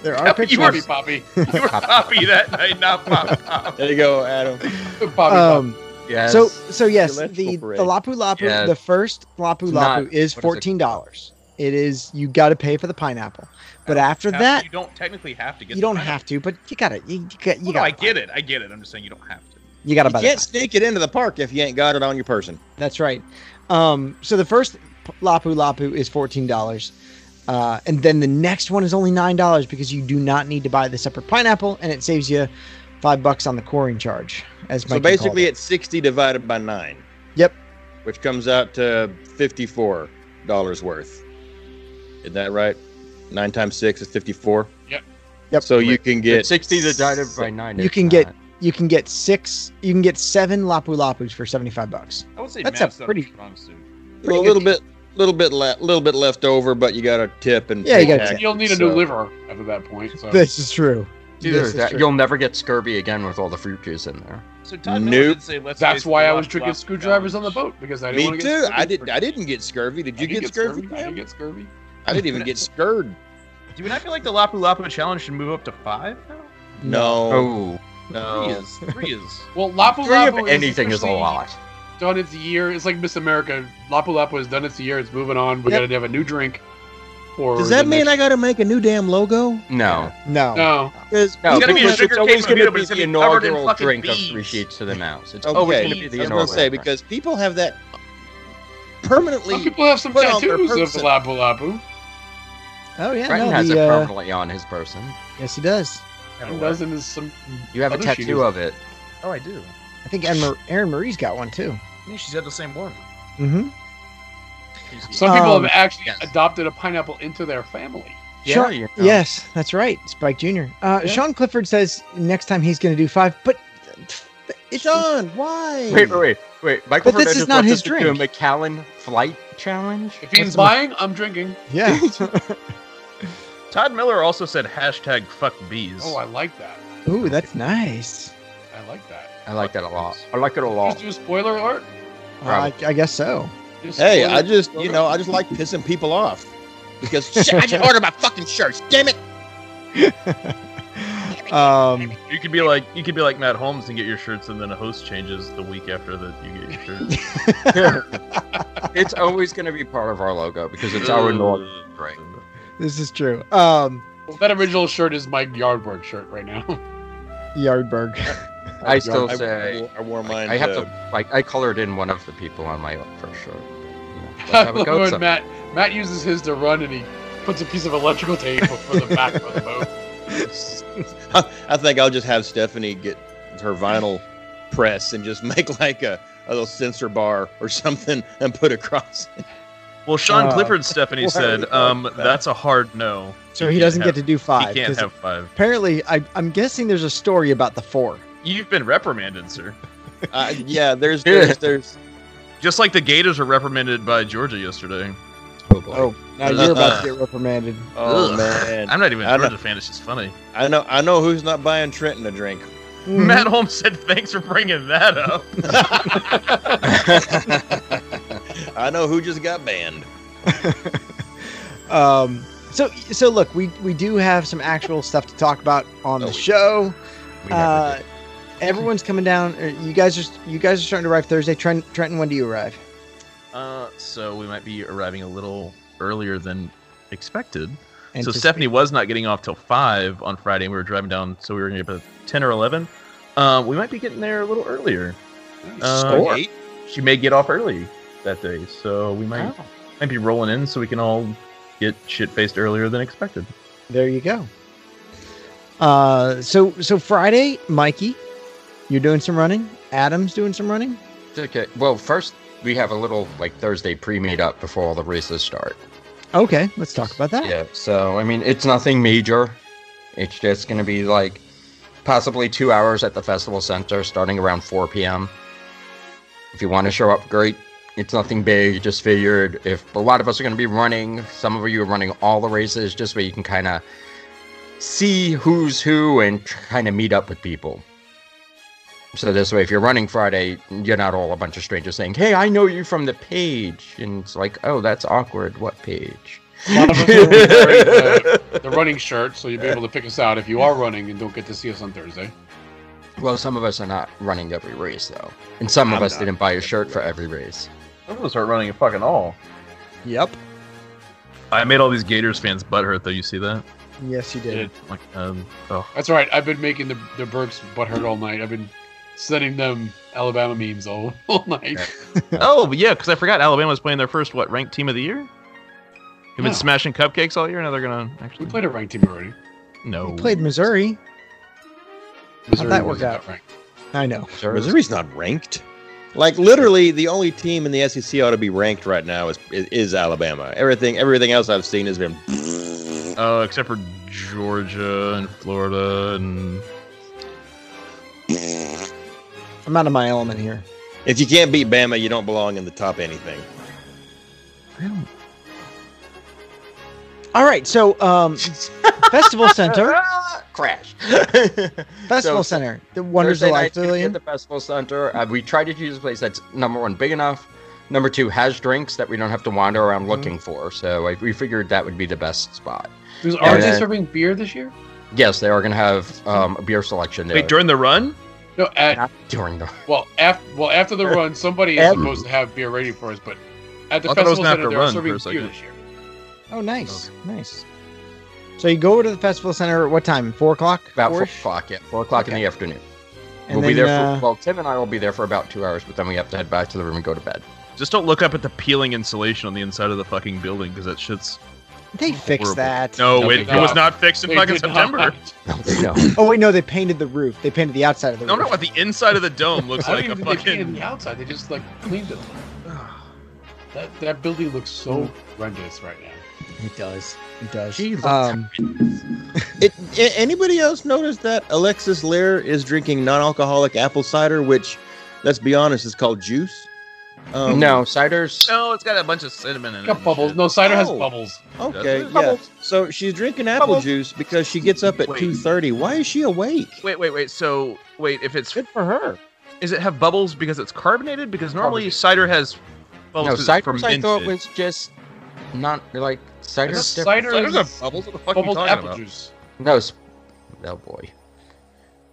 D: There
G: Yeah,
D: are
G: but you
D: pictures.
G: were-
I: Poppy, Poppy,
G: You were Poppy that night, not Pop Pop.
E: There you go, Adam.
I: Poppy, Poppy.
D: Um,
H: Yes.
D: So so yes,
E: The electrical
D: the the
E: parade.
D: lapu lapu,
H: Yeah.
D: the first lapu
H: It's not-
D: lapu is
H: what is it?
D: fourteen dollars. It is you got to pay for the pineapple, but after that
G: you don't technically have to get.
D: you don't have to. But you got to you, you got you
G: no,
D: got.
G: I get it. I get it. I'm just saying you don't have to.
D: You got to
E: You
D: buy. the
E: can't sneak it into the park if you ain't got it on your person.
D: That's right. Um, so the first p- lapu lapu is fourteen dollars, uh, and then the next one is only nine dollars because you do not need to buy the separate pineapple, and it saves you five bucks on the coring charge. As
E: So
D: Mikey
E: basically,
D: called it.
E: it's 60 divided by 9.
D: Yep.
E: Which comes out to $54 worth. Isn't that right? 9 times 6 is 54.
I: Yep.
D: Yep.
E: So you can
H: But
E: get
H: sixty divided by nine.
D: You
H: is
D: can get-
H: not-
D: you can get six, you can get seven lapu lapus for seventy five bucks.
G: I would say
D: That's a
G: Matt's not
D: pretty-
G: strong suit.
E: a little bit, little bit, le- little bit left over, but you got a tip and
D: Yeah, you
E: pay
D: gotta
E: tax,
D: tip.
I: You'll need a new
E: so-
I: liver after that point. So
D: This is true.
H: Either
D: This is
H: that-
D: true.
H: you'll never get scurvy again with all the fruit juice in there.
G: So Todd Miller
E: Nope.
G: did say, "Let's."
I: that's
G: face
I: why
G: the
I: I was
G: last
I: drinking
G: last
I: screwdrivers on the
G: challenge.
I: boat because I didn't
E: Me
I: want to
E: too.
I: get.
E: I did. I didn't get scurvy. Did you get, scurvy?
I: I didn't
E: Pam?
I: get scurvy.
E: I didn't even get scurred.
G: Do you not feel like the Lapu Lapu challenge should move up to five now?
E: No,
H: Oh,
G: Three
E: no.
G: is three is.
I: Well, Lapu
H: three of
I: Lapu is
H: anything is a
I: officially
H: lot.
I: Done its year. It's like Miss America. Lapu Lapu has done its year. It's moving on. We
D: Yep.
I: gotta have a new drink. Or
E: Does that
I: the
E: mean
I: next-
E: I got to make a new damn logo?
H: No,
D: No.
I: No.
E: Because
H: no,
G: It's gonna be a
H: because
G: sugar
H: it's always
G: cane
H: gonna
G: mojito, but
H: be
G: it's
H: the
G: gonna be covered in
H: inaugural
G: fucking
H: drink
G: bees.
H: of three sheets to the mouse. It's
E: okay,
H: always gonna be the
E: I was gonna
H: inaugural.
E: say
H: drink.
E: because people have that permanently.
I: Some people have some
E: put on their
I: tattoos of
E: person.
I: Lapu Lapu.
D: Oh yeah,
H: Brenton
D: no,
H: has
D: the,
H: it
D: uh,
H: permanently on his person.
D: yes he does.
I: And doesn't is some.
H: You have a
I: other
H: tattoo
I: shoes.
H: of it.
G: Oh, I do.
D: I think Erin Mar- Erin Marie's got one too.
G: I think she's had the same one.
D: Mm-hmm.
I: Some people
D: Um,
I: have actually
H: yes.
I: adopted a pineapple into their family.
H: Yeah,
D: Sean-
H: you know.
D: Yes, that's right, Spike Jr. Uh, Sean Clifford says next time he's going to do five, but it's
E: Sean, why?
H: Wait, wait, wait, wait. Michael
D: But this
H: Fernandez
D: is not
H: wants
D: his
H: us to do a McAllen flight challenge.
I: If he's
D: What's the-
I: buying, I'm drinking. Oh,
D: Yeah,
G: Todd Miller also said hashtag fuck bees.
I: Oh, I like that.
D: ooh, that's nice.
I: I like that.
H: I like that a lot. I like it a
E: Oh.
H: lot.
I: Just do a spoiler alert.
D: Uh, I, I guess so.
I: Just
E: Hey,
I: spoiler-
E: I just you know I just like pissing people off because shit, I just ordered my fucking shirts. Damn it!
D: um,
G: You could be like you could be like Matt Holmes and get your shirts, and then a host changes the week after that you get your shirts.
H: it's always going to be part of our logo because it's our normal drink.
D: this is true. Um,
I: that original shirt is my yard work shirt right now.
D: Yardberg. Oh,
H: I still
E: I,
H: say
E: I wore mine.
H: I have
E: uh,
H: to like I colored in one of the people on my first shirt. You know, that's
I: I
H: how it
I: love
H: goes
I: when Matt Matt uses his to run and he puts a piece of electrical tape over the back of the boat.
E: I think I'll just have Stephanie get her vinyl press and just make like a, a little sensor bar or something and put across. it.
G: Well, Sean
D: Uh,
G: Clifford, Stephanie
E: why are we
G: said,
E: talking
G: um,
E: about that?
G: "That's a hard no."
D: So he doesn't get to do five.
G: He can't
D: 'cause
G: have five.
D: apparently, I, I'm guessing there's a story about the four.
G: You've been reprimanded, sir.
E: Uh, yeah, there's there's, there's
G: Just like the Gators were reprimanded by Georgia yesterday.
H: Oh, boy.
D: Oh, now you're about to get reprimanded.
E: oh
G: Ugh.
E: man.
G: I'm not even a
E: I know.
G: Georgia fan. It's just funny.
E: I know I know who's not buying Trenton a drink.
D: Mhm.
G: Matt Holmes said, "Thanks for bringing that up."
E: I know who just got banned.
D: Um, so so look, we we do have some actual stuff to talk about on
E: Oh,
D: the
E: we-
D: show.
H: We never
D: Uh,
H: did.
D: everyone's coming down. Uh, You guys are you guys are starting to arrive Thursday. Trent, Trenton, when do you arrive?
G: Uh, so we might be arriving a little earlier than expected.
D: And
G: so
D: just-
G: Stephanie was not getting off till five on Friday. and We were driving down, so we were gonna get up at ten or eleven. Uh, we might be getting there a little earlier. Uh,
E: Score.
G: She may get off early that day, so we
H: Oh.
G: might
D: Oh.
G: might be rolling in, so we can all get shit faced earlier than expected.
D: there you go. Uh, so so Friday, Mikey, you're doing some running. Adam's doing some running.
H: okay. Well, first we have a little like Thursday pre meetup before all the races start.
D: Okay, let's talk about that.
H: Yeah. So I mean, it's nothing major. It's just going to be like possibly two hours at the festival center starting around 4 p.m. If you want to show up, great. It's nothing big. Just figured if a lot of us are going to be running, some of you are running all the races, just so you can kind of see who's who and kind of meet up with people. So this way, if you're running Friday, you're not all a bunch of strangers saying, "Hey, I know you from the page," and it's like, "Oh, that's awkward. What page?"
I: A lot of us are wearing the, the running shirt, so you'll be able to pick us out if you are running and don't get to see us on Thursday.
H: Well, some of us are not running every race though, and some of
G: I'm
H: us
G: not.
H: didn't buy a shirt for every race.
G: I'm gonna start running a fucking all.
D: Yep.
G: I made all these Gators fans butthurt though. You see that?
D: Yes, you did.
G: Like, um, oh,
I: That's right. I've been making the the Burks butthurt all night. I've been sending them Alabama memes all, all night.
G: oh, but yeah, because I forgot Alabama was playing their first what ranked team of the year. They've
I: Yeah.
G: been smashing cupcakes all year. Now they're gonna actually
I: We played a ranked team already.
G: no.
D: We played Missouri.
I: Missouri
D: that work
I: wasn't
D: out?
I: ranked.
D: I know.
E: Missouri's not ranked. Like literally, the only team in the SEC ought to be ranked right now is is, is Alabama. Everything everything else I've seen has been.
G: Oh, except for Georgia and Florida and
D: I'm out of my element here.
E: If you can't beat Bama, you don't belong in the top anything.
D: All right, so um, Festival Center,
H: Crash.
D: Festival
H: So-
D: Center, the Wonders of
H: Thursday
D: Life
H: night's gonna be
D: Pavilion.
H: at the festival center. Uh, we try to choose a place that's number one big enough, number two has drinks that we don't have to wander around
D: Mm-hmm.
H: looking for. So like, we figured that would be the best spot.
I: Because Are
H: Yeah.
I: they serving beer this year?
H: Yes, they are going to have um, a beer selection there.
G: wait during the run.
I: No. At,
H: Not during the
I: well, after well after the run, somebody is
D: Ab-
I: supposed to have beer ready for us. But at the
G: I thought it was an
I: festival center,
G: after
I: they're
G: run
I: serving
G: for a
I: beer
G: second.
I: this year.
D: Oh, nice, nice. So you go to the Festival Center at what time? Four o'clock.
H: about four
D: Four-ish?
H: o'clock. Yeah, four o'clock in
D: Okay.
H: the afternoon.
D: And
H: we'll be
D: then,
H: there. For,
D: uh,
H: well, Tim and I will be there for about two hours, but then we have to head back to the room and go to bed.
G: Just don't look up at the peeling insulation on the inside of the fucking building because that shit's
D: They fixed
G: horrible.
D: that.
G: no.
I: No,
G: it,
I: they
G: it was
I: don't.
G: not fixed in
I: They
G: fucking
I: did not.
G: September.
H: no,
D: Oh wait, no, they painted the roof. They painted the outside of the
G: No,
D: roof.
G: no, what the inside of the dome looks
I: I don't
G: like a
I: even think they painted
G: fucking.
I: the outside. They just like cleaned it. That that building looks so
G: Hmm.
I: horrendous right now.
D: It does. It does.
H: Gee, look.
D: um,
E: It, a- anybody else notice that Alexis Lear is drinking non-alcoholic apple cider, which, let's be honest, is called juice? Um,
H: no ciders.
G: No, it's got a bunch of cinnamon in it.
I: Got
G: and
I: bubbles.
G: shit.
I: No, cider has
E: Oh.
I: bubbles.
E: Okay.
G: Does it?
E: Yeah. So she's drinking apple
G: Bubbles.
E: juice because she gets up at
G: Wait.
E: two thirty. Why is she awake?
G: Wait, wait, wait. So, wait, if it's
E: Good for her.
G: is it have bubbles because it's carbonated? Because normally cider has bubbles.
H: No
G: 'cause it's
H: ciders. I thought
G: fermented.
H: was just not like
I: It's
H: ciders. different.
I: Cider
G: Cider's
I: is
G: not bubbles. What the fuck are you
I: bubbled
G: talking
I: apple
G: about?
I: juice.
H: No. s- Oh boy.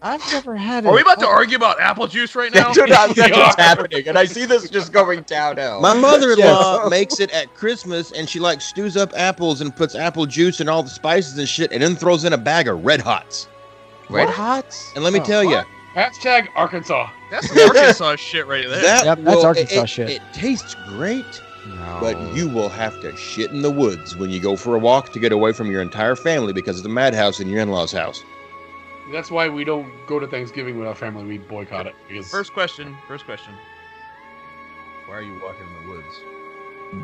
D: I've never had.
G: Are we
D: an-
G: about to argue about apple juice right now?
H: That's what I'm- that's
I: Yeah.
H: what's happening, and I see this just going
G: Oh.
H: downhill.
E: My mother-in-law
D: Yes.
E: makes it at Christmas, and she like stews up apples and puts apple juice and all the spices and shit, and then throws in a bag of Red Hots.
H: Red Hots.
E: And let me
D: Oh,
E: tell you,
I: Hashtag Arkansas.
G: That's some Arkansas shit right there.
E: that
D: Yep, that's
E: will-
D: Arkansas
E: it,
D: shit.
E: It tastes great,
H: No.
G: Oh.
E: but you will have to shit in the woods when you go for a walk to get away from your entire family because it's a madhouse in your in-laws' house.
I: That's why we don't go to Thanksgiving with our family. We boycott it because
G: First question. First question. Why are you walking in the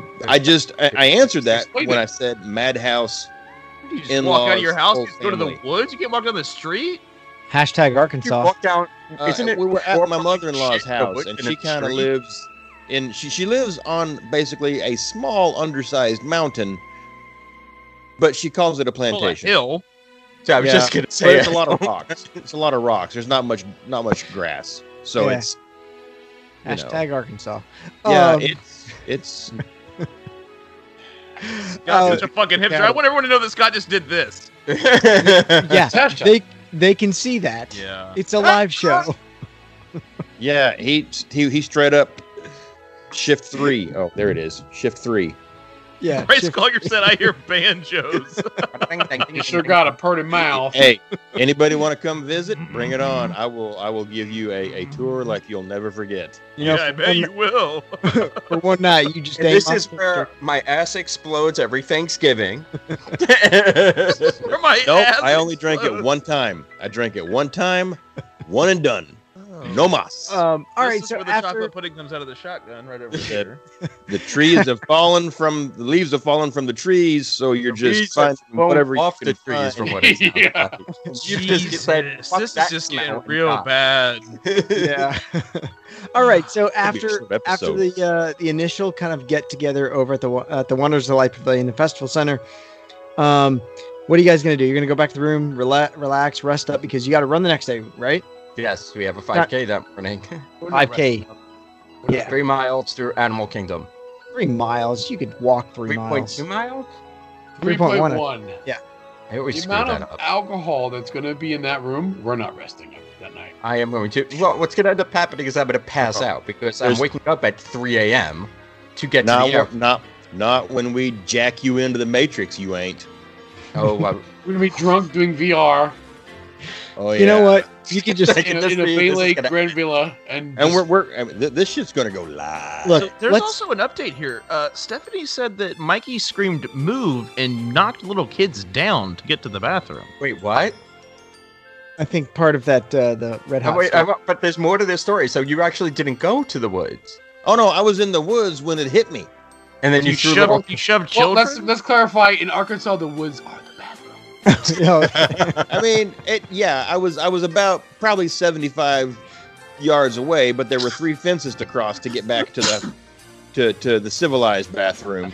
G: woods?
E: I just I, I answered that
I: Explain
E: when
I: it.
E: I said madhouse.
G: You just walk out of your
E: In-laws,
G: house.
E: whole
G: You just go to the
E: family.
G: woods. You can't walk down the street.
D: Hashtag
H: You
D: Arkansas.
H: walk down.
E: Uh,
H: Isn't it
E: we were at
H: more
E: my
H: fucking
E: mother-in-law's
H: shit in the
E: house,
H: woods
E: and
H: than
E: she
H: a
E: kind of
H: tree?
E: lives in she she lives on basically a small, undersized mountain, but she calls it a
G: Well, a
E: plantation.
G: hill.
H: So I was
E: Yeah.
H: just gonna
E: But
H: say
E: it's a lot of rocks. It's a lot of rocks. There's not much not much grass, so
D: Yeah.
E: it's you know.
D: Hashtag Arkansas.
E: yeah,
D: Um,
E: it's it's
G: God's
D: uh,
G: such a fucking hipster.
H: yeah.
G: I want everyone to know that Scott just did this.
H: it.
D: yeah,
I: Tasha.
D: they they can see that.
G: Yeah.
D: It's a live show.
E: yeah. He he he straight up shift three. Oh, there it is. Shift three.
D: Yeah.
G: Bryce
D: shift-
G: Collier said, "I hear banjos."
I: you sure got a purty mouth.
E: Hey, anybody want to come visit? Bring it on. I will I will give you a, a tour like you'll never forget.
D: You know,
G: yeah, I
D: for,
G: bet
D: one,
G: you will.
D: for one night, you just
H: And
D: ain't
H: this
D: on
H: is
D: the
H: where
D: picture.
H: my ass explodes every Thanksgiving.
G: Where my
E: Nope,
G: ass
E: I only drank it
G: explodes.
E: one time. I drank it one time, one and done. No mas.
D: Um, all right,
G: This is
D: so
G: where the
D: after
G: chocolate pudding comes out of the shotgun right over here.
E: the trees have fallen from the leaves have fallen from the trees, so you're just finding whatever
H: off
E: you
H: the
E: can
H: trees
E: find.
H: from what it's
I: Yeah.
H: You just get said,
G: Jesus,
H: "Fuck
G: this is
H: that
G: just
H: mountain
G: getting real
H: top."
G: bad.
D: yeah. All right. So
E: be a
D: after
E: short
D: after
E: episode.
D: the uh, the initial kind of get together over at the Wo- at the Wonders of the Light Pavilion, the Festival Center, um, what are you guys gonna do? You're gonna go back to the room, relax, relax, rest up because you got to run the next day, right?
H: Yes, we have a 5K that morning.
D: Five K. Yeah,
H: Three miles through Animal Kingdom.
D: three miles. You could walk three, miles.
H: 3.2 miles?
D: 3.1.
I: Three point one.
H: I always
I: The
H: screw
I: amount
H: that
I: of
H: up.
I: alcohol that's going to be in that room, we're not resting up that night.
H: I am going to. Well, what's going to end up happening is I'm going to pass out because I'm
E: Oh. There's-
H: waking up at 3 a.m. to get to
E: Not,
H: the airport.
E: when- not, not when we jack you into the matrix, you ain't.
H: Oh, well,
I: We're going to be drunk doing VR
E: Oh yeah.
D: You know what? You could just
H: Like,
I: in a,
H: this
I: in a
H: is- this is
I: Baylake
H: gonna-
I: Grand Villa,
E: And
I: and, just-
E: we're we're I mean, th- this shit's gonna go live.
D: Look,
G: So there's
D: let's-
G: also an update here. Uh, Stephanie said that Mikey screamed "move" and knocked little kids down to get to the bathroom.
H: wait, what?
D: I think part of that uh, the red
H: Oh,
D: hot.
H: wait,
D: stuff.
H: I- but there's more to this story. So you actually didn't go to the woods.
E: Oh no, I was in the woods when it hit me.
H: And then you,
G: You
H: threw
G: shoved,
H: little-
G: you shoved
I: well,
G: children.
I: let's let's clarify. In Arkansas, the woods are the bathroom.
D: You know,
E: I mean, it yeah, I was I was about probably 75 yards away, but there were three fences to cross to get back to the to to the civilized bathroom.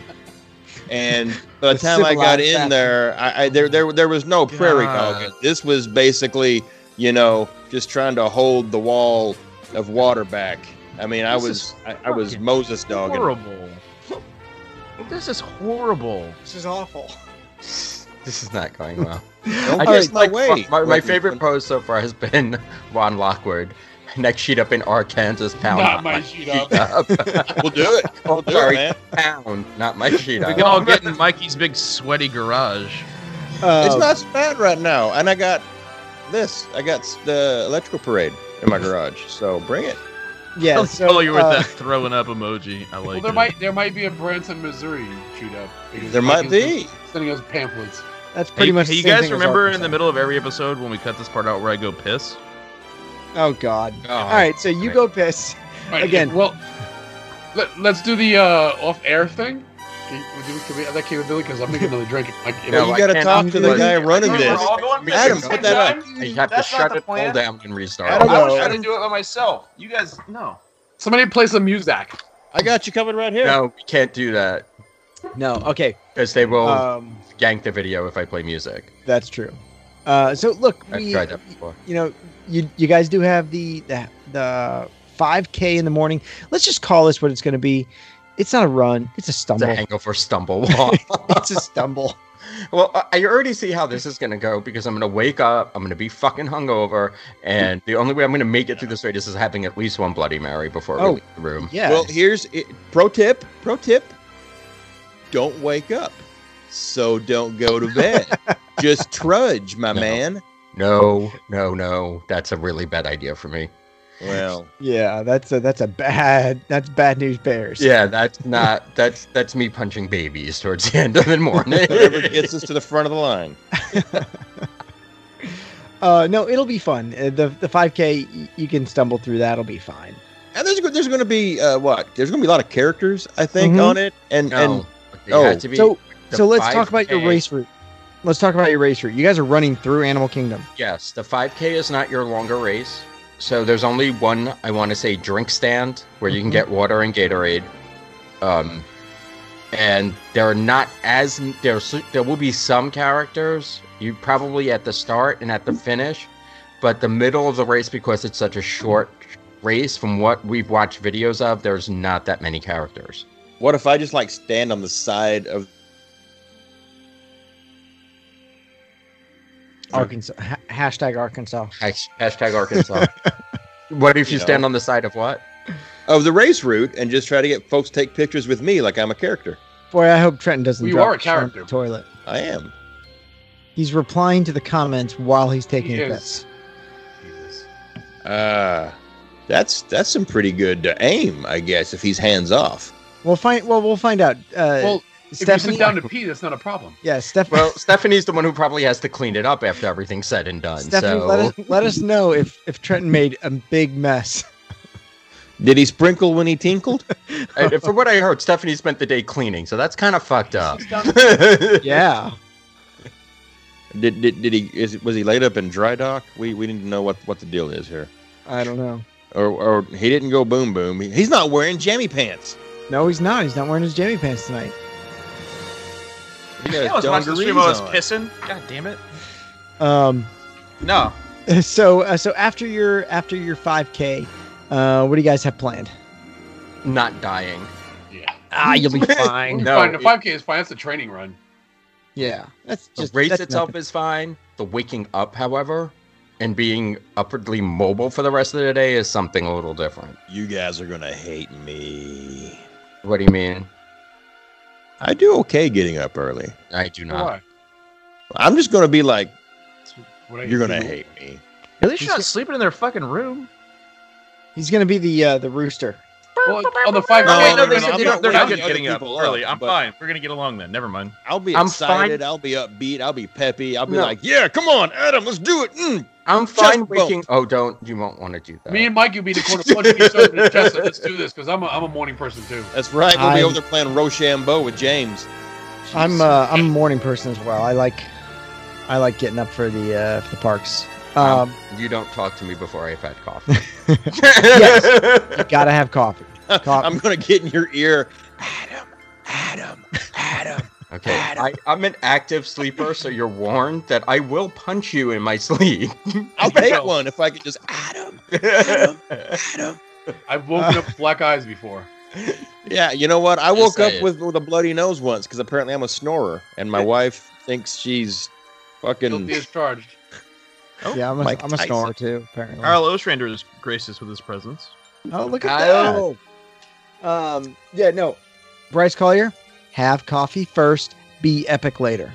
E: And by the
D: The
E: time I got
D: civilized
E: in
D: bathroom.
E: there, I, I there there there was no prairie
G: God.
E: dog. This was basically, you know, just trying to hold the wall of water back. I mean, I
G: This
E: was
G: is
E: I, I was
G: fucking
E: Moses dogging.
G: horrible. This is horrible.
D: this is awful.
H: this is not going well.
E: Don't
H: I
E: piss
H: just
E: my
H: like
E: way.
H: my, my
E: When-
H: favorite
E: when-
H: pose so far has been Ron Lockwood, neck sheet up in Arkansas, pound
I: Not my sheet up.
E: We'll do it.
H: oh,
E: We'll do it,
H: sorry,
E: man.
H: pound, not my sheet
G: We
H: up.
G: can all get in Mikey's big sweaty garage.
D: Uh,
E: It's not so bad right now, and I got this. I got s- the electrical parade in my garage, so bring it.
D: yeah.
G: I'll
D: So,
G: follow you with
D: uh,
G: that throwing up emoji. I
I: Well,
G: like
I: there
G: it.
I: might there might be a Branson, Missouri shoot up. because
E: There might
I: Arkansas is
E: be.
I: sending us pamphlets.
D: That's pretty
G: Hey,
D: much.
G: hey,
D: the
G: you
D: same
G: guys
D: thing as
G: remember in
D: Arkansas.
G: the middle of every episode when we cut this part out where I go piss?
D: Oh God.
H: Oh,
D: All right. So you
H: okay.
D: go piss.
I: All right,
D: Again.
I: well, let, us do the uh, off-air thing. Can, can we, can we have that capability? Because I'm making another drink. Like, if
H: No,
E: you
H: I
E: gotta
H: can't
E: talk to the
H: unplug
E: guy
H: it.
E: running
H: I
E: this.
H: can't
E: We're
H: unplug it.
E: Adam, put that up.
H: I have to shut it all down and restart.
E: Adam,
B: I
E: No,
B: was trying
E: Adam-
B: to do it by myself. You guys, no.
I: somebody play some music.
E: I got you covered right here.
H: No, we can't do that
D: No. Okay.
H: because they will
E: Uh,
D: Um.
H: yank the video if I play music.
D: That's true. Uh, so look,
H: I've
D: we,
H: tried that before.
D: you know, you you guys do have the the the 5K in the morning. Let's just call this what it's going to be. It's not a run. It's a
H: It's a
D: stumble.
H: hangover stumble walk.
D: it's a stumble.
H: Well, I- I already see how this is going to go because I'm going to wake up, I'm going to be fucking hungover, and the only way I'm going to make it through this raid is having at least one Bloody Mary before
D: Oh.
H: we leave the room.
D: Yeah.
E: Well, here's it. pro tip. Pro tip. Don't wake up. So don't go to bed. Just trudge, my
H: No.
E: man.
H: No, no, no. That's a really bad idea for me.
E: Well,
D: yeah. That's a that's a bad that's bad news bears.
H: Yeah, that's not that's that's me punching babies towards the end of the morning.
E: whatever gets us to the front of the line.
D: Uh, no, it'll be fun. Uh, the the 5K y- you can stumble through that. It'll be fine.
E: And there's go- there's going to be uh, what? There's going to be a lot of characters, I think,
D: Mhm.
E: on it. And
H: no,
E: and
H: it
E: oh,
H: had to be
D: So
H: the
D: so let's talk about your
H: 5K.
D: race route. Let's talk about your race route. You guys are running through Animal Kingdom.
H: Yes, the 5K is not your longer race. So there's only one, I want to say, drink stand where you can
D: Mhm.
H: get water and Gatorade. Um, and there are not as there's there will be some characters you probably at the start and at the finish, but the middle of the race because it's such a short race. From what we've watched videos of, there's not that many characters.
E: what if I just like stand on the side of Sure.
D: Arkansas. Ha- hashtag Arkansas.
H: Hash- Hashtag Arkansas. what if you,
E: You
H: stand
E: know.
H: on the side of what?
E: of the race route and just try to get folks to take pictures with me like I'm a character.
D: Boy, I hope Trenton doesn't.
I: You
D: drop
I: are a
D: shit on
I: character.
D: the Toilet.
E: I am.
D: He's replying to the comments while he's taking
I: He
D: a piss.
I: is.
E: Uh that's that's some pretty good uh, aim, I guess, if he's hands off.
D: We'll find. Well, we'll find out. Uh,
I: Well, if you sit down to pee, that's not a problem.
D: yeah, Steph-
H: Well, Stephanie's the one who probably has to clean it up after everything's said and done.
D: Stephanie,
H: so
D: let us let us know if if Trenton made a big mess.
E: Did he sprinkle when he tinkled?
H: And from what I heard, Stephanie spent the day cleaning, so that's kind of fucked up.
D: Yeah,
E: Did, did, did he is was he laid up in dry dock? We we didn't know what, what the deal is here.
D: I don't know.
E: Or or he didn't go boom boom. He- he's not wearing jammy pants.
D: No, he's not. He's not wearing his jammy pants tonight.
E: He
G: I
E: got
G: was
E: his
G: watching the stream while I was
E: dungarees on.
G: pissing. God damn it.
D: Um,
G: No.
D: so uh, so after your after your 5K, uh, what do you guys have planned?
H: Not dying.
I: Yeah.
H: Ah, you'll be fine.
I: We're fine. The 5K is fine. That's a training run.
D: Yeah, that's
H: The
D: just
H: race
D: that's
H: itself
D: nothing.
H: is fine. The waking up, however, and being upwardly mobile for the rest of the day is something a little different.
E: You guys are gonna hate me.
H: What do you mean?
E: I do okay getting up early.
H: I do not.
I: Why?
E: I'm just gonna be like,
I: What I-
E: you're gonna hate me.
G: At least you're
D: He's
G: not sleeping in their fucking room.
D: He's gonna be the uh, the rooster.
I: Well, on the 5K,
E: No,
G: Wait, no,
E: no, no,
G: they
E: no,
G: said
E: I'm
G: they
E: not
G: don't- they're
E: worried
G: not
E: about
G: good
E: the
G: getting
E: other
G: up
E: people up,
G: early. I'm
E: but-
G: fine. We're gonna get along then. Never mind.
E: I'll be
H: I'm
E: excited.
H: fine.
E: I'll be upbeat. I'll be peppy. I'll be
H: No.
E: like, yeah, come on, Adam, let's do it. Mm.
H: I'm
E: Just
H: fine
E: both.
H: waking. Oh, don't you won't want to do that.
I: Me and Mike, you be the corner punching each other in the chest. like, Let's do this because I'm a, I'm a morning person too.
E: That's right. We'll
D: I'm-
E: be over there playing Rochambeau with James.
D: I'm uh, I'm a morning person as well. I like I like getting up for the uh, for the parks. Um,
H: you don't talk to me before I've had coffee.
D: you gotta have coffee. Cop-
E: I'm gonna get in your ear, Adam, Adam, Adam.
H: Okay, I, I'm an active sleeper, so you're warned that I will punch you in my sleep.
E: I'll take one if I could just Adam, Adam, Adam.
I: I've woken up with black eyes before.
E: Yeah, you know what? I woke up
H: saying.
E: with, with a bloody nose once because apparently I'm a snorer, and my wife thinks she's
I: Guilty
E: fucking.
I: as charged.
D: yeah, I'm a,
E: Oh, Mike
D: I'm a
E: Tyson.
D: snorer too. Apparently.
G: Carl Ostrander is gracious with his presence.
D: Oh, look at
H: Kyle.
D: that. Um, yeah, no. Bryce Collier, have coffee first, be epic later.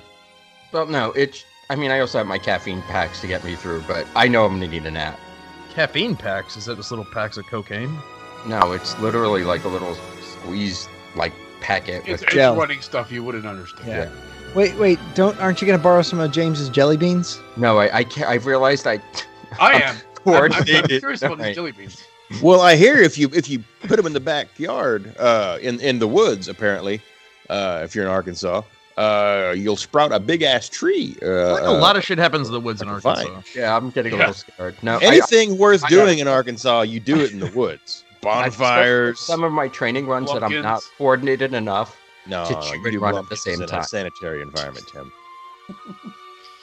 H: well, no, it's. I mean, I also have my caffeine packs to get me through, but I know I'm gonna need a nap.
G: Caffeine packs. Is that just little packs of cocaine?
H: No, it's literally like a little squeeze, like packet
I: It's,
H: with.
I: it's
D: Gel.
I: running stuff you wouldn't understand.
D: Yeah. Wait, wait, don't aren't you gonna borrow some of James's jelly beans?
H: No, I, I can't. I've realized I
I: I am. I'm, I'm
H: coordinated.
I: curious about
H: Right.
I: these jelly beans.
E: well, I hear if you if you put them in the backyard, uh, in in the woods, apparently, uh, if you're in Arkansas, uh, you'll sprout a big ass tree.
G: I
E: Uh,
G: feel like a lot of shit happens in the woods in
E: Fine.
G: Arkansas.
H: Yeah, I'm getting a little scared. No, I,
E: anything worth
H: I-
E: doing in Arkansas, you do it in the woods.
H: I-
E: Bonfires.
H: Some of my training runs that I'm not
I: Pumpkins.
H: coordinated enough.
E: No,
H: to
E: no,
H: chew
E: you
H: and
E: do
H: run at the
E: Blumpkins
H: same
E: in
H: time.
E: a sanitary environment, Tim.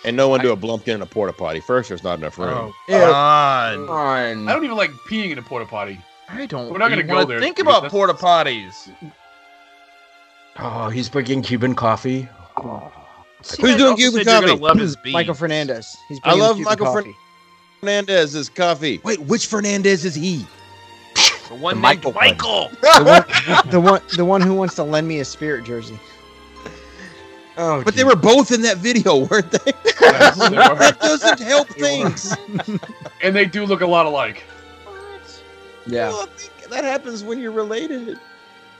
E: and no one do a blumpkin in a porta potty. First, there's not enough room.
G: Oh,
H: Ew. Come
G: God.
H: on.
I: I don't even like peeing in a porta potty.
G: I don't
I: We're not gonna
G: even
I: go
G: wanna
I: there,
G: Think
I: dude.
G: about
I: That's-
G: porta potties.
H: Oh, he's bringing Cuban coffee.
E: Who's doing Cuban coffee?
G: Love his beans.
D: Michael Fernandez. He's
E: I
D: bringing
E: love
D: Cuban
E: Michael Fern-
D: coffee.
E: Fernandez is coffee. Wait, which Fernandez is he?
G: The one
H: The
G: named
H: Michael one.
G: Michael.
D: the one the one who wants to lend me a spirit jersey.
H: Oh,
E: But they were both in that video, weren't they?
I: Yes, they were.
E: that doesn't help
I: They were.
E: things.
I: and they do look a lot alike.
D: Yeah.
E: Well, I think that happens when you're related.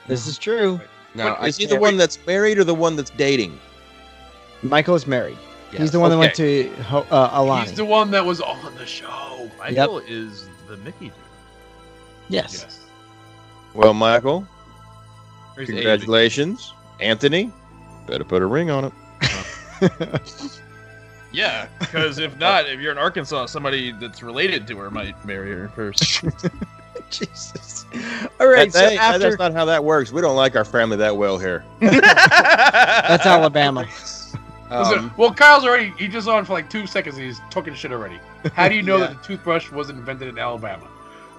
D: This is true.
H: No,
E: What-
H: I
E: is he the
H: can't-
E: one that's married or the one that's dating?
D: Michael is married.
H: Yes.
D: He's the one that went to Ho- uh, Alani.
I: He's the one that was on the show.
G: Michael is the Mickey dude.
D: yes.
I: Yes.
E: Well, Michael,
G: Or he's the Asian dude.
E: congratulations. Anthony, better put a ring on it.
G: Yeah, because if not, if you're in Arkansas, somebody that's related to her might marry her first.
D: Jesus. All right.
E: That- hey,
D: so after
E: That's not how that works. We don't like our family that well here.
D: that's Alabama.
I: Listen,
H: Um,
I: well, Kyle's already, he just on for like two seconds and he's talking shit already. How do you know that the toothbrush wasn't invented in Alabama?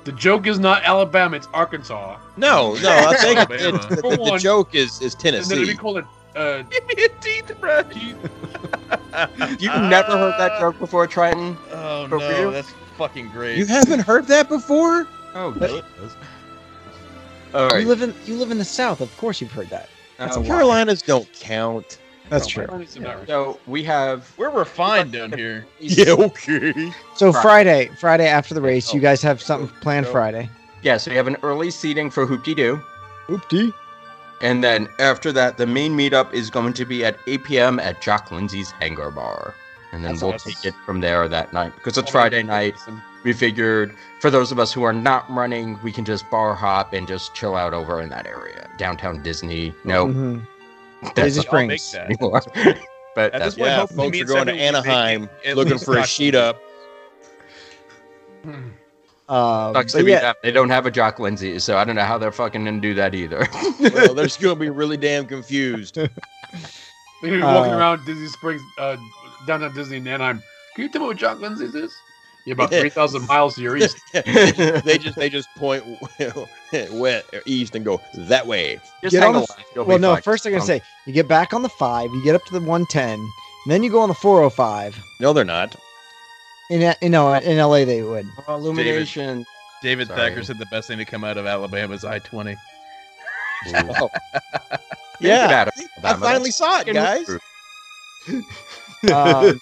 I: The joke is not Alabama, it's Arkansas.
E: No, no, I think it,
G: Alabama.
E: the,
I: For
E: the- the
I: one.
E: joke is is
I: And then we
E: Tennessee.
I: call it, uh,
G: Give me a teeth brush.
H: You've never heard that joke before, Triton?
G: Oh
H: For
G: no,
H: real?
G: that's fucking great.
E: You haven't heard that before?
H: Oh,
D: But-
H: all
D: You live in you live in the South. Of course, you've heard that.
H: That's
E: Carolinas don't count.
D: That's
I: oh, my God, it's not right.
H: So we have.
G: We're refined down here.
E: okay.
D: So
H: Friday.
D: Friday, Friday after the race,
H: Oh.
D: you guys have something planned
H: Oh.
D: Friday.
H: Yeah, so we have an early seating for Hoop Doo.
D: Oopty.
H: And then after that, the main meetup is going to be at 8 p.m. at Jock Lindsay's Hangar Bar. And then
E: That's
H: we'll
E: awesome.
H: take it from there that night because it's Friday night. We figured for those of us who are not running, we can just bar hop and just chill out over in that area. Downtown Disney. No,
D: Mhm.
H: that's
D: Disney
H: not
G: I'll make
D: Springs.
G: that.
H: anymore. but
G: At
H: that's
G: this point,
E: yeah,
G: hopefully
E: folks
G: me
E: are
G: and
E: going to
G: Stephanie will be
E: Anaheim
G: making at
E: looking
G: least
E: for a
G: Jock
E: sheet up.
I: Hmm.
D: Um,
H: sucks
D: but
H: to be
D: yeah,
H: them. They don't have a Jock Lindsay, so I don't know how they're fucking gonna do that either.
E: Well, they're just going to be really damn confused.
I: They're gonna be walking
D: Uh,
I: around Disney Springs, uh, downtown Disney in Anaheim. Can you tell me what Jock Lindsay's is? You're about
E: Yeah.
I: three thousand miles to your east.
E: they just they just point west or east and go that way.
H: Just
D: Get on
H: hang
D: the-
H: a line, you'll be
D: well, no.
H: fine.
D: First, I'm gonna
H: Um,
D: say you get back on the five, you get up to the 110, and then you go on the 405.
E: No, they're not.
D: In you know in LA they would.
H: oh, illumination.
G: David
H: Sorry.
G: Thacker said the best thing to come out of Alabama is I twenty.
H: Ooh. Get
E: Yeah,
H: out of
E: I
H: Alabama.
E: finally saw it,
H: That's
E: guys.
H: true.
D: um,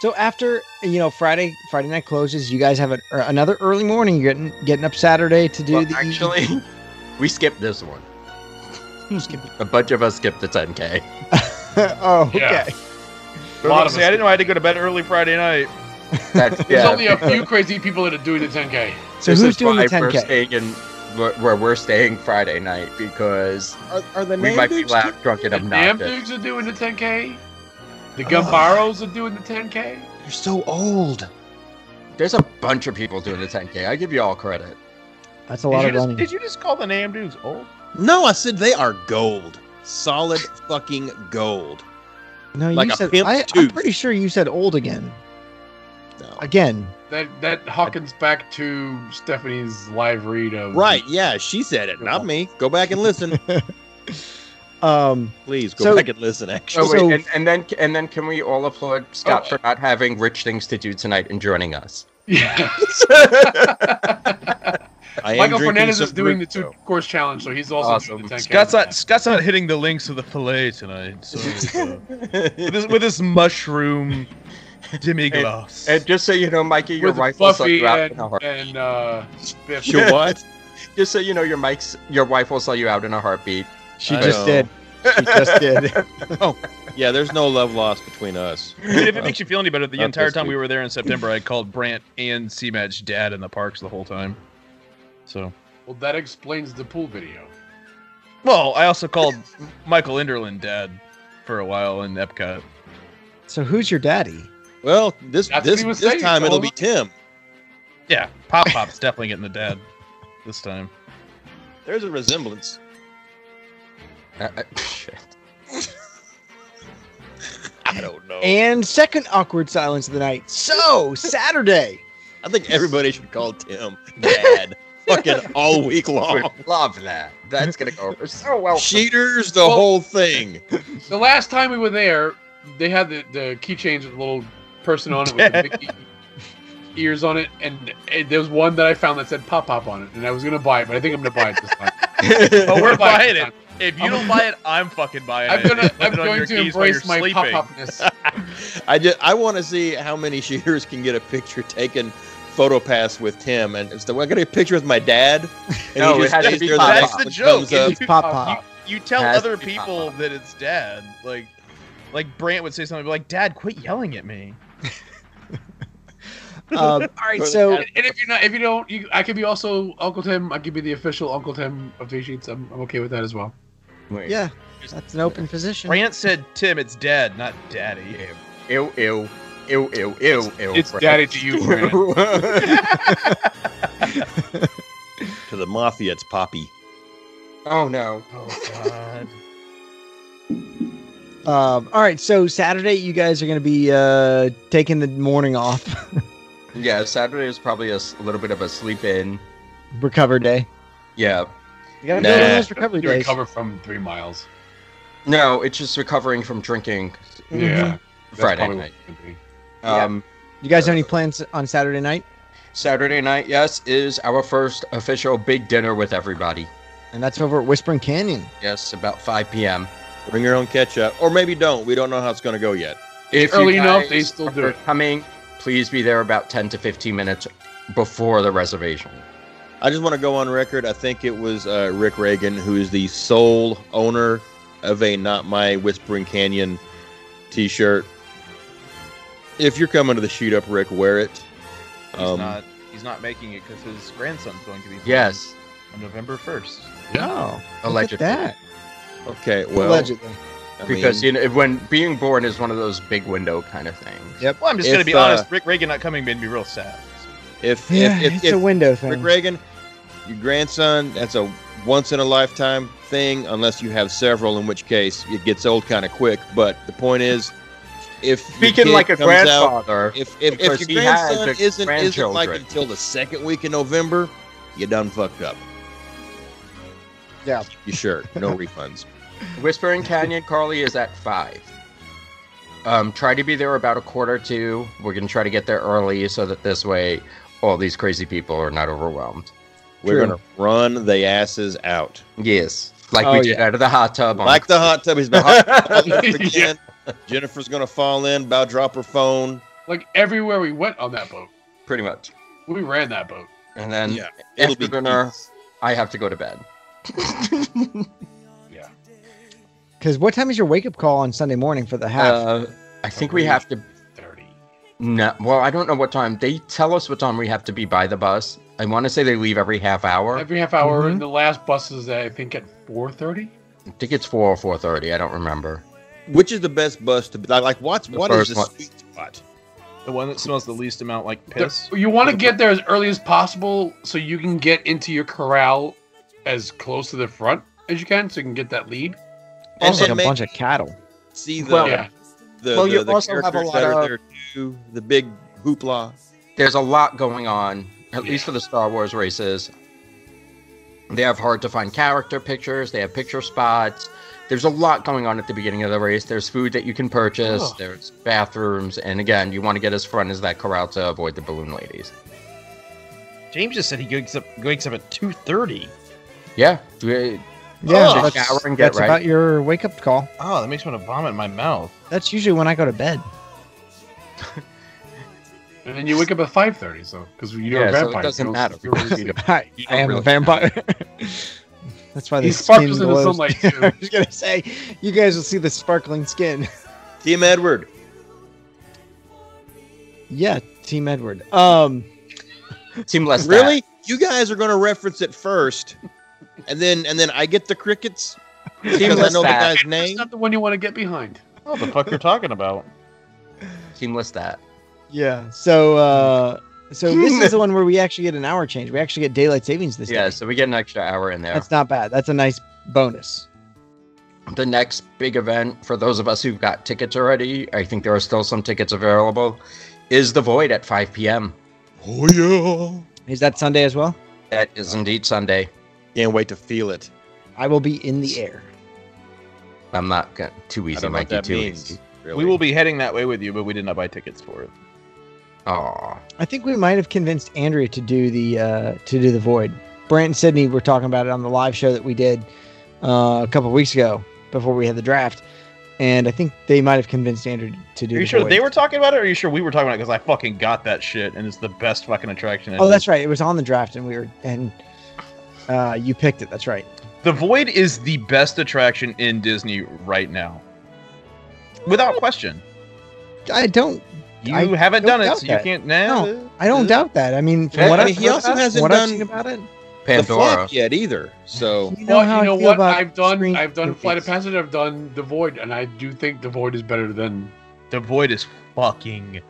D: so after you know Friday Friday night closes, you guys have an, er, another early morning. You're getting getting up Saturday to do
H: Well,
D: the
H: actually, we skipped this one. a bunch of us skipped the 10k.
D: oh okay.
I: Yeah.
G: I
I: A lot of
G: I
I: us-
G: didn't know I had to go to bed early Friday night.
H: That's,
I: There's
H: yeah,
I: only a few crazy people that are doing the 10K.
D: So who's
H: this is
D: doing the
H: why we're
D: 10k?
H: staying in- where, where we're staying Friday night because
E: Are, are the
H: we
E: name
H: might be
E: dudes
H: loud, drunk, and
I: The damn
H: obnoxious. Oh.
I: dudes are doing the 10K. The Gumbaros are doing the 10K.
E: too- They're so old.
H: There's a bunch of people doing the 10k. I give you all credit.
D: That's a
G: Did
D: lot
G: you,
D: of
G: just,
E: Hmm.
D: running.
G: did you just call the name dudes old?
E: No, I said they are gold. Solid fucking gold.
D: no,
E: like
D: you
E: a
D: said
E: pimp's
D: I, I'm
E: tooth.
D: pretty sure you said old again.
E: No.
D: Again,
I: That that harkens back to Stephanie's live read of
E: Right, yeah, she said it, not me. Go back and listen.
D: um,
E: Please go
D: So-
E: back and listen, actually.
H: Oh, wait,
D: So-
H: and, and then and then can we all applaud Scott for not having rich things to do tonight and joining us?
I: Yeah.
E: I am
I: Michael
E: drinking
I: Fernandez
E: some
I: is doing the
E: root,
I: two
E: though.
I: course challenge, so he's also
H: Awesome.
I: doing the 10K.
G: Scott's not Scott's not hitting the links of the fillet tonight. So, uh, with, this, with this mushroom demi glace.
H: And just so you know, Mikey, your
I: With
H: wife will sell
I: Buffy
H: you out in
I: and,
H: a heart.
I: and uh, Biff.
E: Sure, what?
H: Just so you know, your Mike's your wife will sell you out in a heartbeat.
D: she
E: I
D: just
E: know.
D: did. She just did.
E: Yeah, there's no love lost between us.
G: if it makes you feel any better, the
E: Not
G: entire
E: this
G: time we
E: week.
G: were there in September, I called Brant and C Match Dad in the parks the whole time. So,
I: Well, that explains the pool video.
G: well, I also called Michael Enderlin Dad for a while in Epcot.
D: So who's your daddy?
E: Well, this
I: That's what
E: this
I: he was
E: this
I: saying,
E: time it'll be
I: Colin.
E: Tim.
G: Yeah, Pop Pop's definitely getting the dad this time.
E: There's a resemblance.
H: Uh, uh, shit.
E: I don't know.
D: And second awkward silence of the night. So Saturday.
E: I think everybody should call Tim Dad fucking all week
H: Would
E: long.
H: love that. That's gonna go over so
E: Oh.
H: well.
E: Cheaters the
I: Well-
E: whole thing.
I: The last time we were there, they had the, the keychains with a little person on it with the Mickey ears on it, and, and there was one that I found that said Pop Pop on it, and I was gonna buy it, but I think I'm gonna buy it this time.
G: But we're
I: I'm gonna buy
G: buying
I: this
G: it.
I: time.
G: If you don't buy it, I'm fucking buying
I: I'm
G: it.
I: gonna
G: Put
I: I'm
G: it on
I: going
G: your
I: to
G: keys while you're
I: embrace my
G: sleeping.
I: Pop Popness.
E: I just I want to see how many cheaters can get a picture taken photo pass with Tim and it's the well, I got a picture with my dad and
H: No, it has to
E: stays
H: be
E: there,
H: Pop Pop.
G: That's
E: next
G: the
E: one
G: joke.
E: comes up.
G: You-
D: Pop pop.
G: you tell
H: Has
G: other
H: to be
G: people
H: Papa.
G: that it's dad. Like, like Brant would say something be like, "Dad, quit yelling at me."
D: Um, all right. So
I: And, and if you're not, if you don't, you, I could be also Uncle Tim. I could be the official Uncle Tim of T sheets. I'm, I'm okay with that as well.
H: Wait.
D: yeah, that's an open position.
G: Brant said, "Tim, it's dad, not daddy."
H: Ew, ew, ew, ew, ew, ew.
I: It's
H: Brad.
I: daddy to you, Brandon.
E: To the mafia, it's Poppy.
H: oh no.
G: Oh God.
D: Um, all right. So Saturday, you guys are going to be uh, taking the morning off,
H: Yeah, Saturday is probably a s- little bit of a sleep in.
D: recover day.
H: Yeah.
D: You got to build on
E: Nah.
D: those recovery
I: You
D: days.
I: recover from three miles.
H: No, it's just recovering from drinking
D: Mhm.
I: That's
H: Friday
I: probably
H: night.
I: what it would be.
D: Yeah.
H: Um,
D: You guys have any plans on Saturday night?
H: Saturday night, yes, is our first official big dinner with everybody.
D: And that's over at Whispering Canyon.
H: Yes, about 5 p.m.
E: Bring your own ketchup, or maybe don't. We don't know how it's going to go yet.
H: If
I: Early
H: you
I: enough,
H: guys
I: they still do
H: are
I: it.
H: Coming, please be there about 10 to 15 minutes before the reservation.
E: I just want to go on record. I think it was uh, Rick Reagan who is the sole owner of a "Not My Whispering Canyon" T-shirt. If you're coming to the shoot up, Rick, wear it.
J: He's
E: Um,
J: not. He's not making it because his grandson's going to be born
H: Yes.
J: on November first.
D: Oh, look at
H: Allegedly.
D: that.
E: Okay, well,
D: Allegedly.
E: I
H: Because
E: mean,
H: you know, when being born is one of those big window kind of things.
D: Yep.
J: Well, I'm just
E: If,
J: gonna be
E: uh,
J: honest. Rick Reagan not coming made me real sad.
E: if
D: Yeah,
E: if, if,
D: it's
E: if
D: a window
E: Rick
D: thing.
E: Reagan, your grandson, that's a once in a lifetime thing, unless you have several, in which case it gets old kind of quick. But the point is, if your
H: Speaking
E: kid
H: like a
E: comes out-
H: grandfather,
E: if if,
H: Because
E: if
H: he
E: your
H: has
E: grandson
H: the
E: isn't isn't like
H: grandchildren.
E: until the second week in November, you done fucked up.
D: Yeah.
E: You sure? No refunds.
H: Whispering Canyon Carly is at five. Um, try to be there about a quarter to. We're gonna try to get there early so that this way, all these crazy people are not overwhelmed.
E: We're
D: True.
E: gonna run the asses out.
H: Yes, like
D: Oh,
H: we did out of the hot tub. On
E: Like the hot tub. He's been hot tub all over again. Jennifer's gonna fall in, about drop her phone.
I: Like everywhere we went on that boat,
H: pretty much.
I: we ran that boat.
H: And then
E: Yeah,
H: after
E: It'll be
H: dinner, I have to go to bed.
D: Because what time is your wake up call on Sunday morning for the half?
H: Uh, I think we have to.
I: Thirty.
H: No, well, I don't know what time they tell us what time we have to be by the bus. I want to say they leave every half hour.
I: Every half hour,
H: Mm-hmm.
D: Mhm.
I: and the last bus is I think at four thirty.
H: I think it's four or four thirty. I don't remember.
E: Which is the best bus to be like? like What's
H: The
E: what is
H: first
E: the
H: one.
E: sweet spot?
J: The one that smells the least amount like piss.
I: You want to get there as early as possible so you can get into your corral as close to the front as you can, so you can get that lead.
E: And-
D: also,
E: and
D: a
E: make-
D: bunch of cattle.
E: see the
H: Well,
I: yeah.
E: the,
H: well,
E: the,
H: you
E: the
H: also have a
E: characters
H: lot
E: that are
H: of-
E: there too. The big hoopla.
H: There's a lot going on, at least for the Star Wars races. They have hard to find character pictures. They have picture spots. There's a lot going on at the beginning of the race. There's food that you can purchase.
I: Oh.
H: There's bathrooms, and again, you want to get as front as that corral to avoid the balloon ladies.
J: James just said he wakes up wakes up at two thirty.
H: Yeah, we-
D: Yeah,
H: Just
D: that's,
H: shower and get
D: that's
H: right.
D: about your wake up call.
J: Oh, that makes me want to vomit in my mouth.
D: That's usually when I go to bed.
I: And then you wake up at five thirty, so because you're
H: Yeah,
I: a
H: so it
I: vampire.
H: doesn't
I: you're-
H: matter.
I: you're always asleep.
D: I,
H: You
D: I
H: don't
D: am
H: really
D: a vampire. that's why
I: He
D: the
I: sparkles
D: skin
I: in the
D: glows.
I: sunlight, too.
D: I was gonna say, you guys will see the sparkling skin.
E: Team Edward.
D: yeah, Team Edward. Um,
H: Team less than.
E: really? You guys are going to reference it first, and then and then I get the crickets
H: Team
E: because I
H: less
E: know the
H: that.
E: guy's
I: That's
E: name.
I: not the one you want to get behind.
J: Oh, the fuck you're talking about?
H: Team less that.
D: yeah. So, uh, so this is the one where we actually get an hour change. We actually get daylight savings this
H: Yeah,
D: day.
H: so we get an extra hour in there.
D: That's not bad. That's a nice bonus.
H: the next big event for those of us who've got tickets already, I think there are still some tickets available, is The Void at 5 p.m.
E: Oh yeah!
D: Is that Sunday as well?
H: That is indeed Sunday.
E: Can't wait to feel it.
D: I will be in the air.
H: I'm not gonna, too
E: I
H: easy,
E: don't know what
H: Mikey.
E: that
H: too
E: means.
H: easy.
E: Really.
J: We will be heading that way with you, but we did not buy tickets for it.
H: Aw.
D: I think we might have convinced Andrea to do the uh, to do the void. Brant and Sydney were talking about it on the live show that we did uh, a couple weeks ago before we had the draft, and I think they might have convinced Andrew to do.
J: Are you
D: the
J: sure
D: void.
J: they were talking about it? Or are you sure we were talking about it? Because I fucking got that shit, and it's the best fucking attraction.
D: Oh, that's right. It was on the draft, and we were and uh, you picked it. That's right.
J: The Void is the best attraction in Disney right now, without question.
D: I don't
J: You
D: I
J: haven't
D: don't
J: done it,
D: doubt
J: so
D: that.
J: you can't. Nah,
D: No, I don't doubt that. I mean, from
E: Yeah,
D: what
E: I
D: I
E: mean, Uh, he also hasn't
D: what I've
E: done-
D: seen about it.
E: the
H: Pandora.
E: flock yet either. So
D: You
I: Well,
D: how
I: you
D: I
I: know
D: feel
I: what?
D: about
I: I've done
D: screen
I: I've done Flight of
D: movies.
I: Passage, I've done The Void, and I do think The Void is better than
J: The Void is fucking.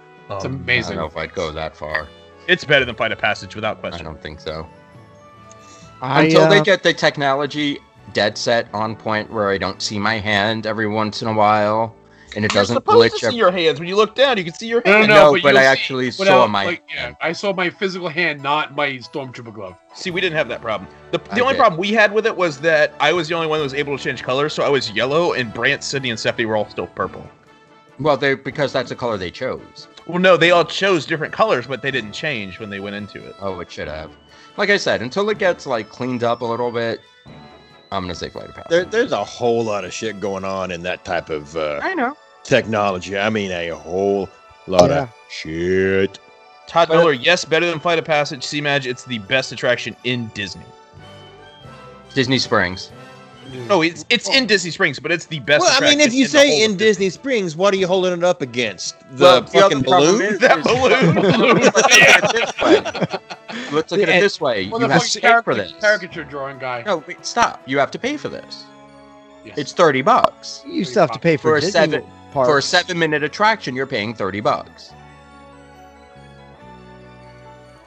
J: amazing.
H: Oh, I
I: it's
H: don't
I: amazing.
H: know if I'd go that far.
J: It's better than Flight of Passage without
H: I
J: question.
H: don't think so.
D: I,
H: Until they
D: uh,
H: get the technology dead set on point where I don't see my hand every once in a while and it
J: You're
H: doesn't
J: supposed
H: glitch.
J: to see
H: every-
J: your hands when you look down. You can see your
I: No,
J: hands.
I: no, no,
H: No,
I: but,
H: but
I: you'll
H: I
I: see-
H: actually
I: but
H: saw
I: I'll-
H: my
I: like, yeah, I saw my physical hand, not my stormtrooper glove.
J: See, we didn't have that problem. The,
H: I
J: the only
H: did.
J: problem we had with it was that I was the only one that was able to change colors, so I was yellow, and Brant, Sydney, and Stephanie were all still purple.
H: Well, they because that's the color they chose.
J: Well, no, they all chose different colors, but they didn't change when they went into it.
H: Oh, it should have. Like I said, until it gets like cleaned up a little bit, I'm gonna say flight of passage.
E: there, there's a whole lot of shit going on in that type of uh,
H: I know.
E: technology. I mean, a whole lot
D: Yeah.
E: of shit.
G: Todd Miller, yes, better than Flight of Passage, Sea Mag. It's the best attraction in Disney.
H: Disney Springs.
G: No, it's it's in Disney Springs, but it's the best.
E: Well, I
G: attraction
E: mean, if you
G: the whole
E: say
G: of
E: in Disney Springs, what are you holding it up against? The
H: Well, the
E: fucking
H: other problem
E: balloon?
H: is-
G: that balloon,
H: Let's look at it this way.
I: Well,
H: you
I: the
H: have to
I: fucking
H: pay for
I: caricature-
H: this.
I: caricature drawing guy.
H: No, wait, stop. You have to pay for this.
I: Yes.
H: It's thirty bucks
D: You still have to pay for,
H: For a
D: Disney
H: seven-
D: Park.
H: for a seven-minute attraction. You're paying thirty bucks.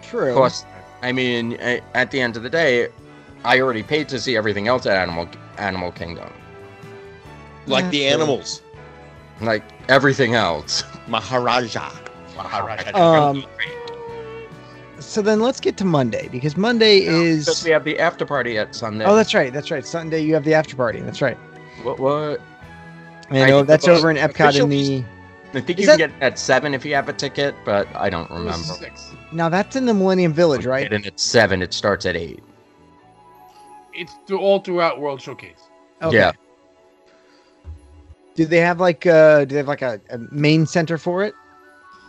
D: True.
H: Of course, I mean, a- at the end of the day, I already paid to see everything else at Animal Animal Kingdom,
E: Like
D: Yeah,
E: the
D: sure.
E: animals.
H: like everything else.
E: Maharaja.
D: Um, so then let's get to Monday because Monday
H: Because
D: is.
H: we have the after party at Sunday.
D: Oh, that's right. That's right. Sunday you have the after party. That's right.
H: what? what?
D: I
H: I
D: know
H: think
D: that's
H: the
D: over in Epcot in the.
H: I
D: Is
H: think you
D: that-
H: can get it at seven if you have a ticket, but I don't
I: It was
H: remember.
I: six.
D: Now that's in the Millennium Village, right?
H: And it's seven. It starts at eight.
I: It's through, all throughout World Showcase.
D: Okay.
H: Yeah.
D: Do they have like uh? Do they have like a, a main center for it?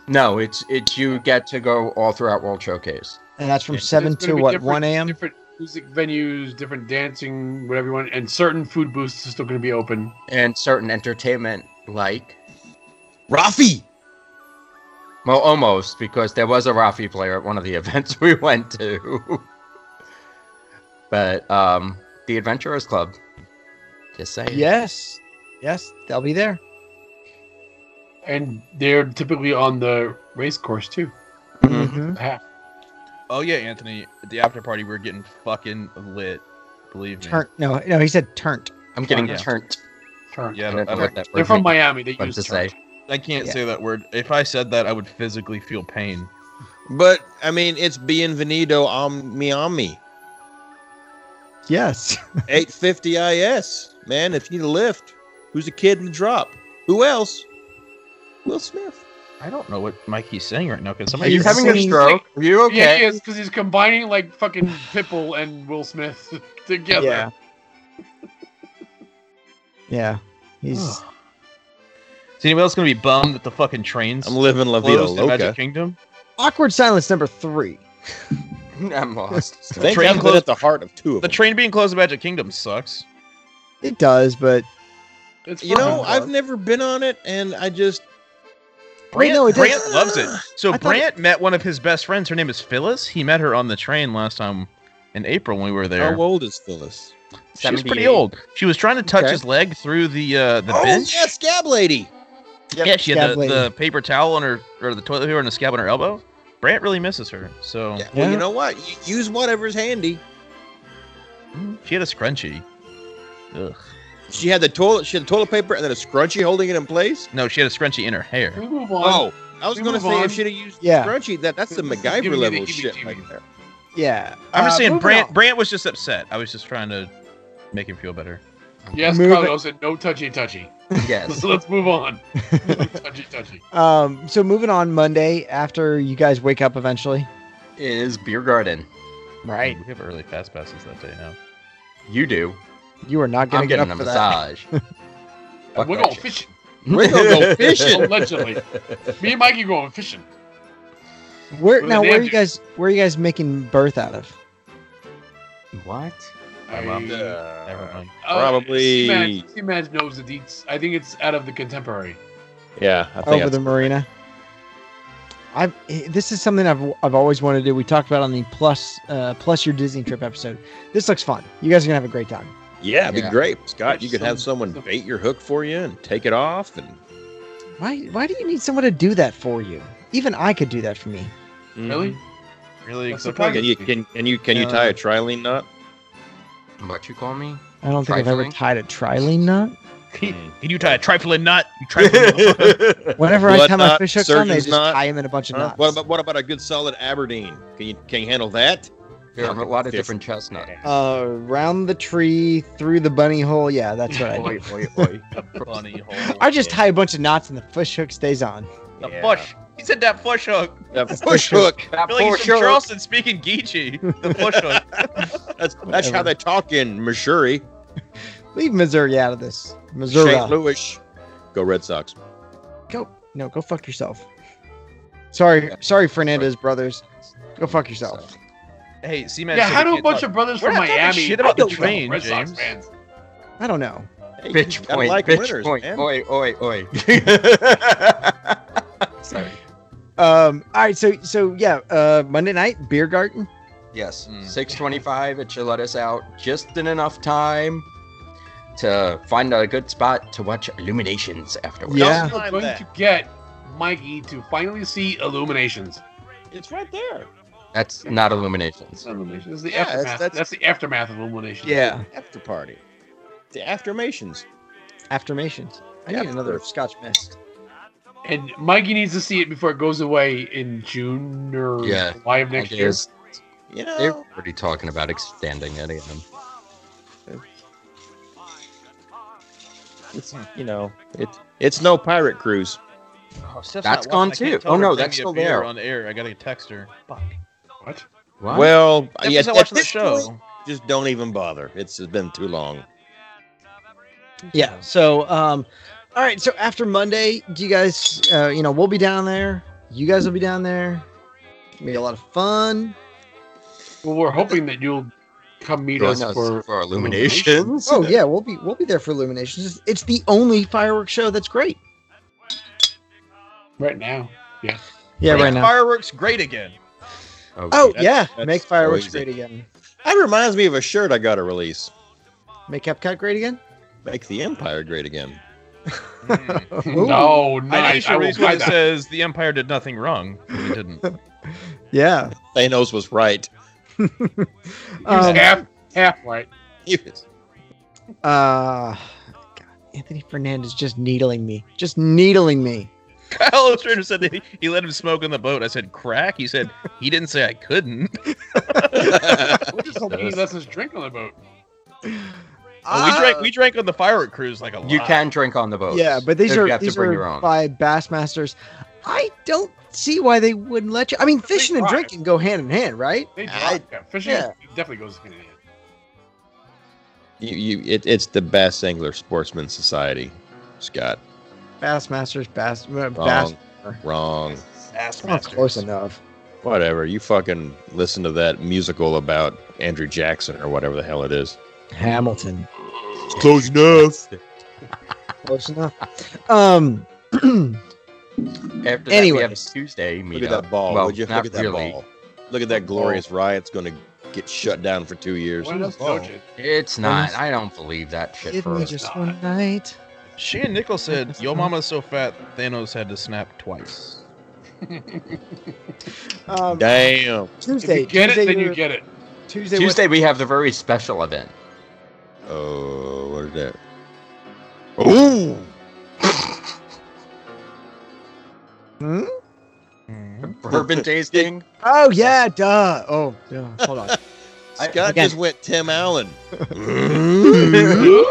H: No, it's it's you get to go all throughout World Showcase.
D: And that's from
H: Yeah.
D: seven
I: There's gonna
D: to
I: be
D: what
I: different-
D: one a.m.
I: Different music venues, different dancing, whatever you want, and certain food booths are still going to be open.
H: and certain entertainment like
E: Rafi!
H: well almost because there was a rafi player at one of the events we went to but um the adventurers club just saying
D: Yes. Yes, they'll be there.
I: And they're typically on the race course too.
D: Mm-hmm.
I: Half.
G: Oh yeah, Anthony. At the after party, we were getting fucking lit. Believe me.
D: Turnt. No, no, he said turnt.
H: i'm getting
G: Yeah.
H: turned
I: Turn.
G: Yeah, I
H: I don't
G: don't, I,
H: know
G: don't,
H: what that
I: They're
H: word
I: from
H: means.
I: Miami. They
H: What
I: use
H: to
I: turn.
H: say
G: I can't
D: Yeah.
G: say that word. If I said that, I would physically feel pain.
E: But, I mean, it's Bienvenido a Miami.
D: Yes.
E: 850 IS. Man, if you need a lift, who's a kid in the drop? Who else? Will Smith.
G: I don't know what Mikey's saying right now because
H: are
G: somebody.
H: you
D: He's
H: having a
D: singing-
H: stroke are you okay
I: Yeah, he is because he's combining like fucking Pitbull and Will Smith together.
D: Yeah. Yeah. He's
G: Is anybody else gonna be bummed that the fucking trains
E: I'm living La Vida
G: closed in Magic
E: Loca.
G: Kingdom?
D: awkward silence number three.
H: i'm lost
E: I think
G: Train
E: I've been
G: closed-
E: at the heart of two of
G: The
E: them.
G: train being closed in Magic Kingdom sucks.
D: It does, but
I: It's
E: you know,
I: fun.
E: I've never been on it, and I just
D: Wait,
G: Brant,
D: no, it
G: Brant
E: doesn't-
G: loves it. So
D: I thought-
G: Brant met one of his best friends. Her name is Phyllis. He met her on the train last time in April when we were there.
E: how old is Phyllis?
G: She was pretty
H: 78.
G: old. She was trying to touch
E: Okay.
G: his leg through the uh, the
E: oh,
G: bench.
E: yeah, scab lady.
G: yeah, she had
D: Scab
G: the,
D: lady.
G: the paper towel on her or the toilet paper and a scab on her elbow. Brant really misses her. So
E: Yeah, Well,
D: Yeah.
E: you know what? You use whatever's handy.
G: she had a scrunchie. Ugh.
E: She had the toilet. She had the toilet paper and then a scrunchie holding it in place.
G: No, she had a scrunchie in her hair.
I: Can we move on.
E: Oh, I was
I: We
E: going to
I: move
E: say
I: on.
E: if she'd have used
D: Yeah.
E: scrunchie, that that's the
I: This is
E: MacGyver
I: giving me the
E: level shit right
I: heebie-jeebies.
E: there.
D: yeah.
G: I'm just
D: Uh,
G: saying
D: moving
G: Brant
D: on.
G: Brant was just upset. I was just trying to make him feel better.
I: yes,
D: Move it.
I: Carlos said no touchy touchy.
H: yes
I: So let's move on. No touchy touchy.
D: Um, so moving on Monday after you guys wake up eventually.
H: it is beer garden
D: Right.
G: We have early fast passes that day now.
H: you do
D: You are not gonna
H: i'm
D: get
H: getting
D: up
H: a
D: for that.
H: massage Fuck
I: We're
H: that
I: going
H: shit.
I: fishing.
E: We're gonna go fishing.
I: Allegedly. Me and Mikey going fishing.
D: Where
I: With
D: now where
I: an
D: are
I: Andrew.
D: you guys where are you guys making birth out of?
H: what
I: I-
G: Never mind.
I: Uh,
E: Probably-
I: C-Mag C-Mag knows the deets. I think it's out of the contemporary.
E: Yeah, I
D: over Oh, the marina. I've eh, this is something I've I've always wanted to do. We talked about it on the plus uh, plus your Disney trip episode. This looks fun. You guys are gonna have a great time.
E: yeah, it'd be
H: Yeah.
E: great, Scott.
I: There's
E: You could have
I: some-
E: someone
I: some-
E: bait your hook for you and take it off, and
D: Why why do you need someone to do that for you? Even I could do that for me.
I: Really?
G: Really?
I: That's
G: except-
I: the point.
E: Can you can, can you can you tie
D: Uh,
E: a trilene knot?
H: what you call me
D: I don't think I've ever
H: Trifling?
D: tied a trilene knot.
G: Can you tie a trifling knot? You trifling knot.
D: Whenever I
E: Blood
D: tie my
E: knot,
D: fish hooks on, they
E: surgeon's
D: just
E: knot.
D: tie them in a bunch of
E: Huh?
D: knots.
E: What about what about a good solid Aberdeen? Can you can you handle that?
H: there are a lot of different
E: Nah.
H: chestnuts
D: uh, round the tree, through the bunny hole? Yeah, that's what I do.
H: Oi, oi, oi.
G: Bunny hole.
D: I just tie a bunch of knots and the fish hook stays on.
G: The
E: Yeah.
G: bush. He said that bush hook.
E: That push hook.
G: I
H: That
G: feel like
H: poor
G: he's from
H: shark.
G: Charleston speaking Geechee. The bush hook.
E: That's that's how
D: Whatever.
E: they talk in Missouri,
D: Leave Missouri out of this. Missouri.
E: St. Louis. Go Red Sox.
D: Go. No, go fuck yourself. Sorry, sorry, Fernandez brothers. Go fuck yourself.
G: Hey, C-Man.
I: Yeah,
G: said
I: how
G: we
I: do a
G: can't
I: bunch
G: talk-
I: of brothers
G: We're
I: from
G: not talking
I: Miami
G: shit about the
I: fucking become
G: train,
I: Red
G: James.
I: Sox fans?
D: I don't know.
E: Hey, you
H: Bitch
E: gotta
H: point,
E: like
H: bitch
E: winners,
H: point,
E: man.
H: oi, oi, oi. Sorry.
D: Um, all right, so so yeah, uh, Monday night beer garden.
H: Yes,
G: Mm.
H: 625 it should let us out just in enough time to find a good spot to watch Illuminations afterwards.
D: Yeah.
I: We're
E: Time
I: going
E: that.
I: to get Mikey to finally see Illuminations.
E: It's right there.
H: That's not Illuminations.
I: It's not Illuminations. This is the
E: Yeah, that's-
I: aftermath.
E: that's-
I: That's, the aftermath of Illuminations.
E: After party. The aftermations.
D: affirmations. I need
E: Yeah.
D: another Scotch mist.
I: And Mikey needs to see it before it goes away in June or
H: Yeah,
I: July of next year.
H: Ideas.
E: You
H: They're
E: know.
H: already talking about extending it again.
E: It's, you know. It, it's no pirate cruise.
G: Oh, Steph's
H: That's
G: not
H: gone
G: watching. I
H: too.
G: can't tell
H: Oh,
G: her
H: no,
G: to bring
H: that's
G: me a
H: still
G: beer
H: there.
G: On air, I gotta text her. Fuck.
I: What?
H: What?
E: Well,
G: Steph's
E: yes,
G: not
E: at
G: watching the
E: this
G: show.
E: point, just don't even bother. It's been too long.
D: Yeah. So, um, all right. So after Monday, do you guys, uh, you know, we'll be down there. You guys will be down there. It'll be a lot of fun.
I: Well, we're hoping that you'll come meet us
H: Join us
I: for
H: for Illuminations.
D: Oh yeah, we'll be we'll be there for Illuminations. It's- It's the only fireworks show that's great.
I: right now.
D: Yeah,
H: right
D: right now.
H: now.
G: Fireworks great again.
H: Oh,
D: Oh
E: That's-
D: yeah,
E: that's
D: make fireworks
E: crazy.
D: great again.
E: That reminds me of a shirt I got to release.
D: Make Epcot great again.
E: Make the Empire great again.
G: Mm.
D: Ooh.
I: No, no,
G: I
I: I,
G: need
I: I
G: to
I: will
G: release one
I: buy
G: that
I: that.
G: says the Empire did nothing wrong. It didn't.
D: Yeah.
E: Thanos was right.
I: He was
D: Um,
I: half, half right.
E: He was-
D: uh, God, Anthony Fernandez just needling me, just needling me.
G: Kyle Stranger said that he, he let him smoke on the boat. I said crack. He said he didn't say I couldn't.
I: We're just hoping he lets us drink on the boat.
G: Well, we drank. We drank on the firework cruise like a lot.
H: You can drink on the boat.
D: Yeah, but these
H: you
D: are
H: have
D: these
H: to bring
D: are
H: your own.
D: by Bassmasters. I don't see why they wouldn't let you. I mean, fishing and
I: drive.
D: drinking go hand in hand, right?
I: They drive.
E: I-
I: yeah, fishing
D: yeah.
I: definitely goes hand in hand.
E: you, you, it, it's the Bass Angler Sportsman Society, Scott.
D: Bassmasters, Bass, uh, Bass,
E: Wrong. Wrong.
D: It's not close enough.
E: Whatever. You fucking listen to that musical about Andrew Jackson or whatever the hell it is.
D: Hamilton,
E: Close enough.
D: close enough. Um,
H: After that, we have a
D: anyways.
H: Tuesday meetup.
E: Look at that ball.
H: Well,
E: would you?
H: not
E: Look at that
H: really.
E: ball. Look at that glorious riot's going to get shut down for two years.
I: When does
E: Oh.
I: Doja-
H: It's not.
D: Yes.
H: I don't believe that shit
D: give
H: for
D: me
H: us.
D: just one night.
G: Shane Nichols said, "Yo, mama's so fat, Thanos had to snap twice."
D: Um,
E: Damn.
I: If
D: Tuesday,
I: you get
D: Tuesday,
I: it, then you
D: we're-
I: get it.
D: Tuesday. we're-
H: Tuesday, we have the very special event.
E: Oh, what is that? Oh,
D: Hmm?
H: Bourbon tasting.
D: Oh yeah, duh. Oh, duh. hold on.
E: Scott
D: again.
E: just went Tim Allen.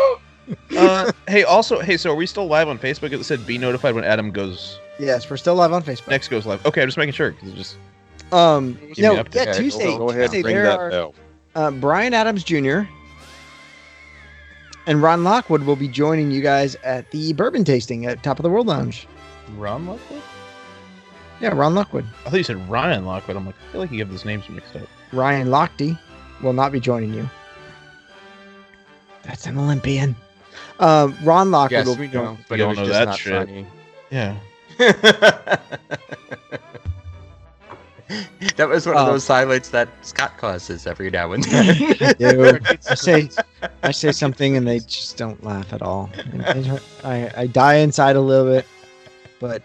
G: uh, hey, also, hey, so are we still live on Facebook? It said be notified when Adam goes
D: Yes, we're still live on Facebook.
G: next goes live. Okay, I'm just making sure. 'cause it Just
D: Um,
G: Give
D: no,
G: me
D: yeah,
G: up to
H: that.
D: Tuesday.
H: Go-
E: Go ahead
D: Tuesday,
E: and ring
D: there
E: that
D: are-
E: bell.
D: uh, Brian Adams Jr. and Ron Lockwood will be joining you guys at the bourbon tasting at Top of the World Lounge.
G: Ron Lockwood.
D: Yeah, Ron Lockwood.
G: I thought you said Ryan Lockwood. I'm like, I feel like you have those names mixed up.
D: Ryan Lochte will not be joining you. That's an Olympian. Um, Ron Lockwood
H: Yes,
D: will
H: we
D: be joining.
H: know, but
G: You
H: it
G: all
H: was
G: know
H: just
G: that
H: not
G: shit.
H: funny.
G: Yeah.
H: that was one
D: Oh.
H: of those highlights that Scott causes every now and then.
D: I say, I say something and they just don't laugh at all. And it hurt- I, I die inside a little bit, but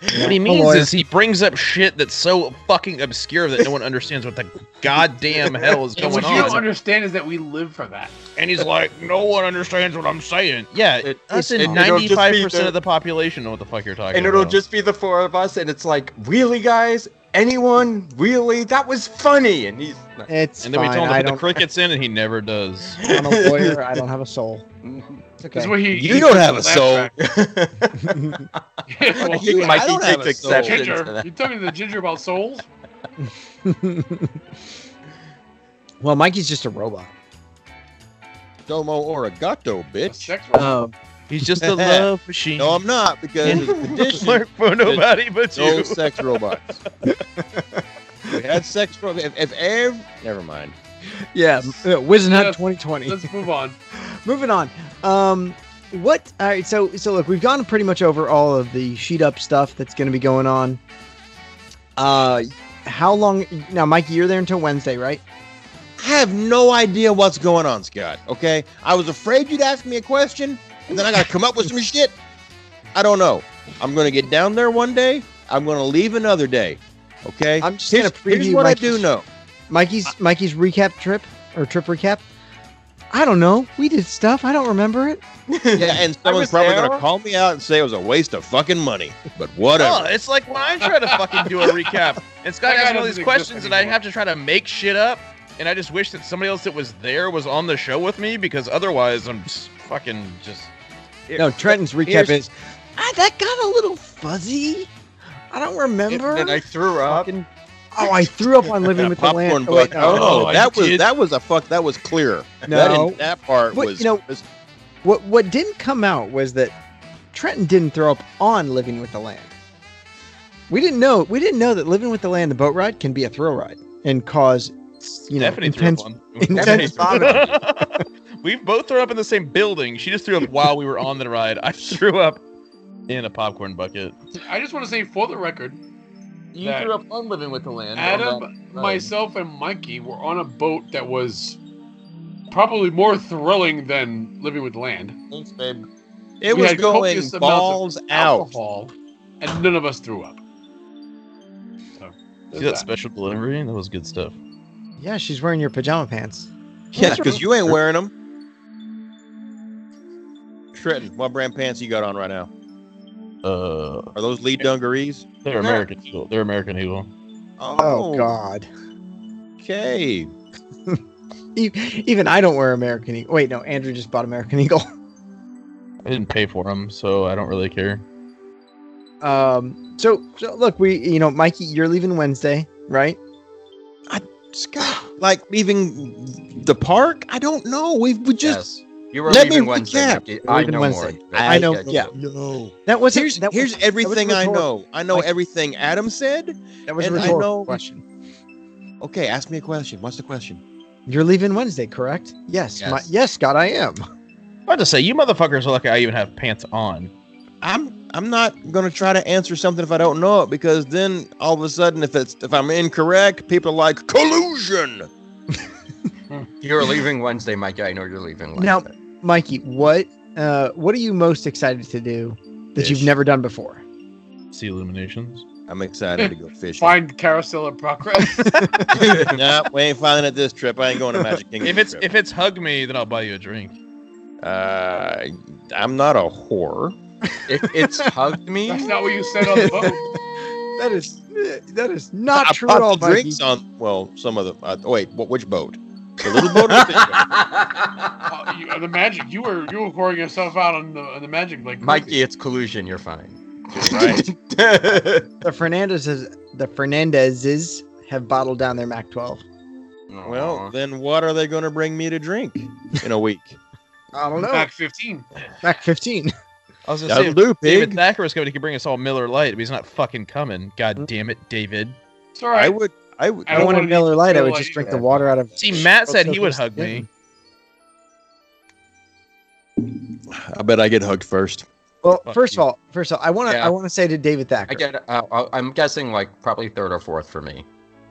G: What he
D: I'm a
G: means
D: lawyer.
G: is he brings up shit that's so fucking obscure that no one understands what the goddamn hell is
I: And
G: going
I: what you don't
G: on.
I: understand is that we live for that.
G: And he's like, no one understands what I'm saying. Yeah,
H: It-
G: that's
H: it's-
G: in
H: it'll just be
G: 95%
H: the-
G: of the population know what the fuck you're talking
H: and it'll
G: about.
H: just be the four of us, and it's like, really, guys? Anyone? Really? That was funny. And he's like,
D: it's
G: And then we
D: fine.
G: tell him to
D: I
G: put the
D: don't.
G: crickets in, and he never does.
D: I'm a lawyer. I don't have a soul. It's
I: This
D: okay.
I: is where he,
E: You
I: he
E: don't
I: took
E: have a
I: the laugh
E: soul.
I: track. Yeah, well,
H: you
E: I
H: might
E: don't have
H: take
E: a soul.
H: exception to
I: ginger.
H: that.
I: You talking to the ginger about souls?
D: well, Mikey's just a robot.
E: Domo Origato, bitch.
I: Sex robot.
D: Um,
G: He's just a love machine.
E: No, I'm not because it's conditioned
G: Mark for nobody but
E: no
G: you.
E: sex robots. we had sex robots. If, if ev- never mind.
D: Yeah, uh,
I: Yeah.
D: Wizenhut 2020.
I: Let's move on.
D: Moving on. Um, what? All right. So, so look, we've gone pretty much over all of the sheet up stuff that's going to be going on. Uh, how long? Now, Mike, you're there until Wednesday, right?
E: I have no idea what's going on, Scott. Okay, I was afraid you'd ask me a question, and then I got to come up with some shit. I don't know. I'm gonna get down there one day. I'm gonna leave another day. Okay.
D: I'm just
E: Here's,
D: gonna preview
E: here's what I
D: Mikey's,
E: do know.
D: Mikey's Mikey's recap trip or trip recap. I don't know. We did stuff. I don't remember it.
E: Yeah, and someone's
G: was
E: probably
G: there.
E: gonna call me out and say it was a waste of fucking money. But
G: Oh,
E: whatever.
G: it's like when I try to fucking do a recap. And Scott
I: That guy
G: got all
I: doesn't
G: these
I: exist
G: questions, and I
I: anymore.
G: have to try to make shit up. And I just wish that somebody else that was there was on the show with me because otherwise I'm just fucking just.
D: No, Trenton's recap
E: Here's-
D: is ah, that got a little fuzzy. I don't remember.
H: And I threw up.
D: oh, I threw up on living with the
E: popcorn
D: land. Oh,
E: bucket.
D: wait,
E: Oh,
D: no.
E: no,
G: Oh,
E: that
G: you
E: was
G: kid.
E: that was a fuck. That was clear. that,
D: No.
E: didn't- that part
D: But,
E: was.
D: you know- What what didn't come out was that Trenton didn't throw up on Living with the Land. We didn't know we didn't know that Living with the Land, the boat ride, can be a thrill ride and cause you know
G: Stephanie threw
D: intense.
G: up on.
D: intense
G: Stephanie threw up. we both threw up in the same building. She just threw up while we were on the ride. I threw up in a popcorn bucket.
I: I just want to say for the record,
B: You
I: That-
B: grew up on living with the land. on that-
I: Adam, myself, and Mikey were on a boat that was probably more thrilling than living with land.
B: Thanks, babe.
E: it
I: we
E: was
I: had
E: going
I: copious amounts of
E: balls out.
I: Alcohol, and none of us threw up.
G: See
I: So, there's
G: that
I: that.
G: special delivery? That was good stuff.
D: Yeah, she's wearing your pajama pants.
E: Yeah, because you ain't wearing them. Trenton, what brand pants you got on right now?
G: Uh,
E: Are those Lee dungarees?
G: they're American Eagle. They're American Eagle.
D: Oh, God.
E: Okay.
D: E- Even I don't wear American Eagle. Wait, no, Andrew just bought American Eagle.
G: I didn't pay for them, so I don't really care.
D: Um, so, so look, we you know, Mikey, you're leaving Wednesday, right?
E: Scott, like leaving the park? I don't know. We we just
H: yes. You were
E: Let me
H: leaving Wednesday.
E: recap.
H: Mickey.
D: We're
H: I
D: leaving
H: know
D: Wednesday.
H: more.
D: I know-
H: get you.
D: yeah.
E: no.
D: That wasn't
E: Here's
D: that was-
E: here's
D: that was
E: everything I
D: rhetorical-
E: know. I know
D: Like-
E: everything Adam said.
D: That was a
E: and I
D: rhetorical
E: know-
D: question.
E: Okay, ask me a question. What's the question?
D: You're leaving Wednesday, correct? Yes. Yes, my,
H: Yes.
D: yes Scott, I am.
G: About to say, you motherfuckers are lucky I even have pants on.
E: I'm I'm not gonna try to answer something if I don't know it because then all of a sudden if it's if I'm incorrect, people are like collusion.
H: You're leaving Wednesday, Mike. I know you're leaving Wednesday.
D: Now- Mikey, what uh, what are you most excited to do that
E: Fish.
D: you've never done before?
G: See illuminations.
E: I'm excited to go fishing.
I: Find Carousel of Progress.
E: nah, we ain't finding it this trip. I ain't going to Magic Kingdom.
G: If it's
E: trip.
G: if it's hug me, then I'll buy you a drink.
E: uh, I'm not a whore.
H: It, it's hugged me.
I: That's not what you said on the boat.
D: That is that is not
E: I
D: true at
E: popped
D: all, Mikey.
E: drinks on. Well, some of the. Uh, oh, wait, what, which boat? The little boat. Or the big boat?
I: Uh, you, the magic. You were you were pouring yourself out on the on the magic like
H: Mikey, it's collusion. You're fine.
E: Right.
D: The Fernandezes, the Fernandezes have bottled down their Mac 12.
E: Well,
H: Aw.
E: then what are they going to bring me to drink in a week?
D: I don't
I: Mac 15.
D: Mac 15.
G: I was gonna
E: That'll
G: say
E: do,
G: David
E: pig.
G: Thacker was coming, he could bring us all Miller Light, but he's not fucking coming. God damn it, David.
I: It's all
E: I
I: right.
E: would. I would.
I: I
D: I,
I: don't
D: wanted
I: want
D: Miller Light. I
I: Miller
D: would
I: Lite
D: just drink
I: either.
D: the water out of. Oh,
G: See, Matt said he would
D: Shh.
G: hug me.
E: I bet I get hugged first.
D: Well,
G: Fuck
D: first
G: you.
D: of all, first of all, I want to
H: Yeah.
D: I want to say to David Thacker.
H: I get. Uh, I- I'm guessing like probably third or fourth for me.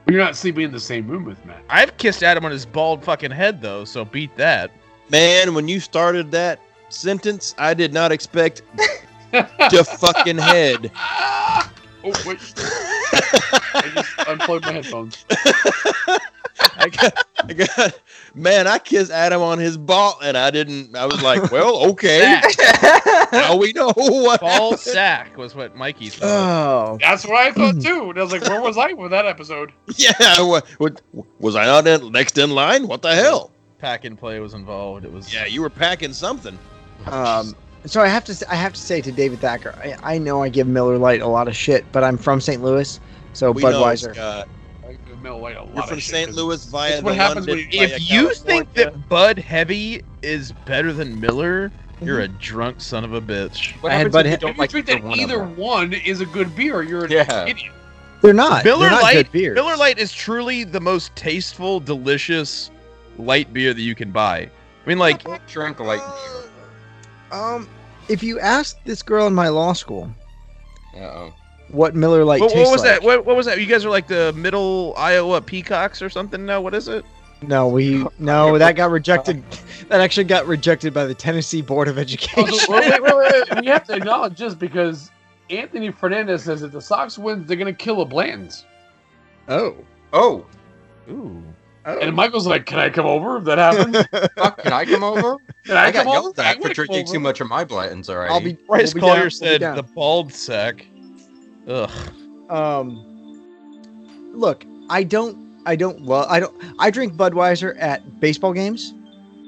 I: You're not sleeping in the same room with Matt.
G: I've kissed Adam on his bald fucking head though, so beat that.
E: Man, when you started that sentence, I did not expect to fucking head.
I: oh wait. I just unplugged my headphones.
E: I got, I got, man, I kissed Adam on his ball, and I didn't. I was like, well, okay.
G: Sack.
E: now we know what.
G: Ball sack was what Mikey thought.
D: Oh,
I: That's what I thought too. And I was like, where was I with that episode?
E: Yeah, what, what, was I not in, next in line? What the hell?
G: Pack and play was involved. It was
E: Yeah, you were packing something.
D: Um, so I have to s- I have to say to David Thacker, I, I know I give Miller Lite a lot of shit, but I'm from St. Louis, so
E: We know, uh,
D: Budweiser.
E: Scott.
I: I give Mel White a lot
E: you're
I: of
E: from
I: shit
E: St.
I: 'cause
E: Louis via
I: it's what
E: the
I: happens
E: London
I: when you-
E: via
G: if you think
E: California.
G: that Bud Heavy is better than Miller, You're a drunk son of a bitch.
H: What
D: I had
H: happens if
D: Bud-
H: you
I: If
H: don't
I: you
H: like
I: think
H: either
I: that
H: one of
I: either
H: them?
I: one is a good beer, you're an
H: Yeah.
I: idiot.
D: They're not.
G: Miller
D: They're not
G: Lite.
D: good beers.
G: Miller Lite is truly the most tasteful, delicious light beer that you can buy. I mean, like,
H: drink like
D: Um, if you asked this girl in my law school
H: Uh-oh.
D: what Miller Lite
G: what, what
D: tastes
G: was
D: like,
G: that? What, what was that? You guys are like the middle Iowa peacocks or something? No, what is it?
D: no, we no, that got rejected. that actually got rejected by the Tennessee Board of Education.
G: Oh,
I: Well, wait, wait, wait, wait. We have to acknowledge just because Anthony Fernandez says if the Sox win, they're going to kill the Bland's.
E: Oh.
H: Oh,
G: Ooh.
I: And Michael's like, "Can I come over if that happens?
H: fuck, can I come over?
I: Can
H: I,
I: I,
H: got
I: come over?
H: yelled
I: I
H: at for
I: wanna come
H: drinking too
I: over."
H: much of my Blanton's already.
D: I'll be
G: Bryce
D: we'll be down,
G: Collier
D: we'll be
G: said
D: down.
G: the bald sack. Ugh.
D: um look i don't i don't love i don't i drink budweiser at baseball games